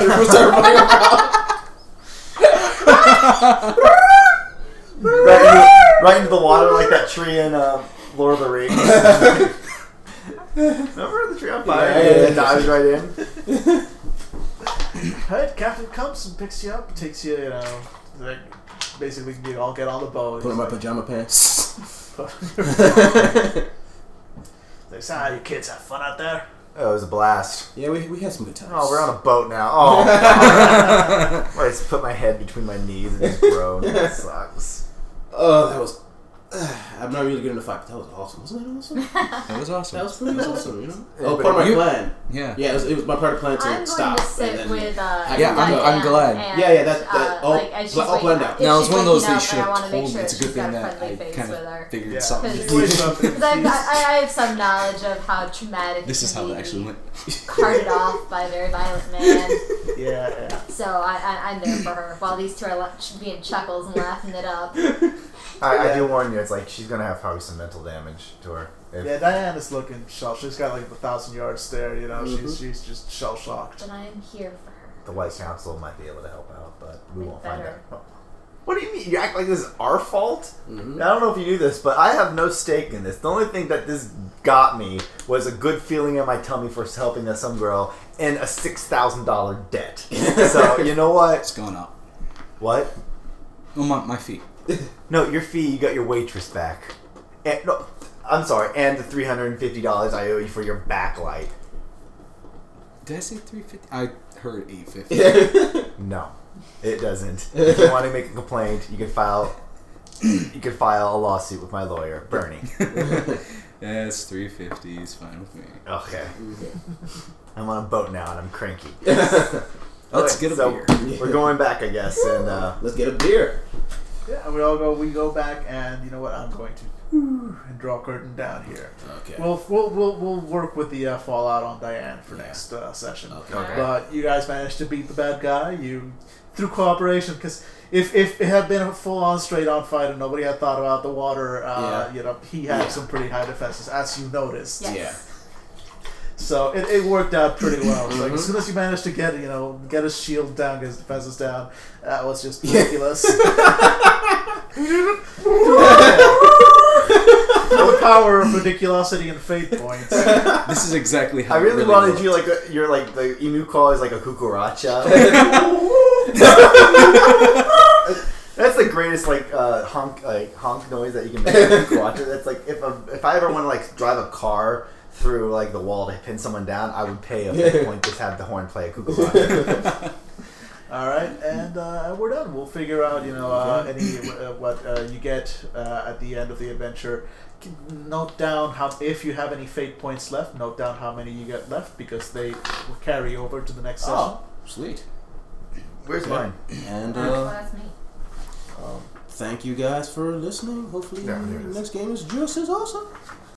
[SPEAKER 1] Everyone start running around.
[SPEAKER 4] right, into, right into the water like that tree in uh, Lord of the
[SPEAKER 1] *laughs*
[SPEAKER 4] Rings. *laughs* Remember the tree on fire?
[SPEAKER 1] Yeah, yeah,
[SPEAKER 4] and
[SPEAKER 1] yeah.
[SPEAKER 4] it dives right in.
[SPEAKER 2] All right, captain comes and picks you up, takes you, you know, like basically you all get on the boat.
[SPEAKER 1] Put
[SPEAKER 2] *laughs*
[SPEAKER 1] on my
[SPEAKER 4] *laughs*
[SPEAKER 1] pajama pants.
[SPEAKER 2] They say, ah, you kids have fun out there.
[SPEAKER 4] Oh, it was a blast.
[SPEAKER 1] Yeah, we, we had some good times.
[SPEAKER 4] Oh, we're on a boat now.
[SPEAKER 1] *laughs*
[SPEAKER 4] Oh, God. I just put my head between my knees and just groan. That sucks.
[SPEAKER 1] Oh, that was. *sighs* I'm not really good in the fight, but that was awesome. Wasn't that awesome?
[SPEAKER 6] That was
[SPEAKER 1] That
[SPEAKER 6] awesome.
[SPEAKER 1] was pretty awesome, you know?
[SPEAKER 4] Yeah,
[SPEAKER 1] oh,
[SPEAKER 4] but
[SPEAKER 1] part of my
[SPEAKER 6] you-
[SPEAKER 1] plan.
[SPEAKER 6] Yeah.
[SPEAKER 1] Yeah, it was, it was my part of plan to
[SPEAKER 5] I'm going
[SPEAKER 1] stop.
[SPEAKER 5] to sit
[SPEAKER 1] and then-
[SPEAKER 5] with. Uh,
[SPEAKER 1] Yeah, I'm-
[SPEAKER 5] Diane
[SPEAKER 6] I'm glad.
[SPEAKER 5] and,
[SPEAKER 1] Yeah, yeah, that- that- oh,
[SPEAKER 5] uh,
[SPEAKER 1] all-
[SPEAKER 5] like, as she's
[SPEAKER 1] all planned
[SPEAKER 5] waking
[SPEAKER 1] out.
[SPEAKER 5] up.
[SPEAKER 6] Now,
[SPEAKER 5] If
[SPEAKER 6] it's
[SPEAKER 5] she's
[SPEAKER 6] one of those
[SPEAKER 5] waking
[SPEAKER 6] they
[SPEAKER 5] up,
[SPEAKER 6] should
[SPEAKER 5] and I
[SPEAKER 6] have
[SPEAKER 5] wanna make
[SPEAKER 6] told me.
[SPEAKER 5] sure
[SPEAKER 6] It's a
[SPEAKER 5] she's
[SPEAKER 6] good thing
[SPEAKER 5] got
[SPEAKER 6] that
[SPEAKER 5] friendly
[SPEAKER 6] I
[SPEAKER 5] face
[SPEAKER 6] kind
[SPEAKER 5] with her.
[SPEAKER 6] of figured
[SPEAKER 2] Yeah.
[SPEAKER 6] something.
[SPEAKER 5] Because
[SPEAKER 2] He wakes up and *laughs*
[SPEAKER 5] Because I've
[SPEAKER 2] sees-
[SPEAKER 5] got, I, I have some knowledge of how traumatic
[SPEAKER 6] This
[SPEAKER 5] it
[SPEAKER 6] is
[SPEAKER 5] can
[SPEAKER 6] how
[SPEAKER 5] be
[SPEAKER 6] it actually
[SPEAKER 5] to
[SPEAKER 6] went.
[SPEAKER 5] be
[SPEAKER 6] *laughs*
[SPEAKER 5] carted off by a very violent man.
[SPEAKER 2] Yeah, yeah.
[SPEAKER 5] So I, I, I'm there for her while these two are la- being chuckles and laughing it up.
[SPEAKER 4] I, I
[SPEAKER 2] Yeah.
[SPEAKER 4] do warn you, it's like she's going to have probably some mental damage to her. If-
[SPEAKER 2] Yeah, Diana's looking shell. She's got like a thousand yard stare. You know, she's
[SPEAKER 1] Mm-hmm.
[SPEAKER 2] she's just shell shocked.
[SPEAKER 5] But I am here for her.
[SPEAKER 4] The White Council might be able to help out, but we
[SPEAKER 5] Like
[SPEAKER 4] won't
[SPEAKER 5] better.
[SPEAKER 4] find out.
[SPEAKER 2] What
[SPEAKER 4] What do you mean? You act like this is our fault?
[SPEAKER 1] *laughs* Mhm.
[SPEAKER 4] I don't know if you knew this, but I have no stake in this. The only thing that this got me was a good feeling in my tummy for helping that some girl and a six thousand dollar debt. so you know what?
[SPEAKER 6] It's gone up.
[SPEAKER 4] What?
[SPEAKER 6] Oh, my, my feet.
[SPEAKER 4] No, your fee. You got your waitress back. And, no, I'm sorry. And the three hundred and fifty dollars I owe you for your backlight.
[SPEAKER 6] Did I say 350? I heard 850.
[SPEAKER 3] That's
[SPEAKER 4] No, it doesn't. if you want to make a complaint, you can file. You can file a lawsuit with my lawyer, Bernie.
[SPEAKER 6] *laughs* That's 350. It's fine with me.
[SPEAKER 4] Okay. I'm on a boat now and I'm cranky.
[SPEAKER 6] Let's
[SPEAKER 4] Alright,
[SPEAKER 6] get a
[SPEAKER 4] so
[SPEAKER 6] beer.
[SPEAKER 4] We're
[SPEAKER 1] *laughs*
[SPEAKER 4] going back, I guess, and uh,
[SPEAKER 3] Let's get a beer.
[SPEAKER 2] Yeah, and we all go. We go back, and you know what? I'm going to whew, and draw a curtain down here.
[SPEAKER 1] Okay.
[SPEAKER 2] We'll we'll we'll, we'll work with the uh, fallout on Diane for
[SPEAKER 1] Yeah.
[SPEAKER 2] next uh, session.
[SPEAKER 1] okay.
[SPEAKER 5] Okay.
[SPEAKER 2] But you guys managed to beat the bad guy. You through cooperation, because if, if it had been a full on straight on fight and nobody had thought about the water, uh,
[SPEAKER 1] Yeah.
[SPEAKER 2] you know, he had
[SPEAKER 1] Yeah.
[SPEAKER 2] some pretty high defenses, as you noticed.
[SPEAKER 5] Yes.
[SPEAKER 1] Yeah.
[SPEAKER 2] So it, it worked out pretty well. Like
[SPEAKER 1] Mhm.
[SPEAKER 2] as soon as you managed to get you know get his shield down, get his defenses down, that was just ridiculous. *laughs* the power of ridiculosity and fate points.
[SPEAKER 6] This is exactly how
[SPEAKER 4] I really,
[SPEAKER 6] it
[SPEAKER 4] wanted
[SPEAKER 6] worked.
[SPEAKER 4] you like a, you're like the emu call is like a *laughs* cucaracha.
[SPEAKER 6] *laughs*
[SPEAKER 4] That's the greatest like uh, honk like honk noise that you can make. a cucaracha. That's like if a, if I ever want to like drive a car through like the wall to pin someone down, I would pay a big point just have the horn play a *laughs* cucaracha.
[SPEAKER 2] All right, and uh, we're done. We'll figure out you know uh, any uh, what uh, you get uh, at the end of the adventure. Note down how if you have any fate points left. Note down how many you get left because they will carry over to the next session.
[SPEAKER 1] *laughs* Oh, sweet.
[SPEAKER 4] Where's mine?
[SPEAKER 1] And
[SPEAKER 5] Well,
[SPEAKER 1] uh,
[SPEAKER 5] that's me.
[SPEAKER 1] thank you guys for listening. Hopefully,
[SPEAKER 4] Yeah, there it is.
[SPEAKER 1] next game is just as awesome.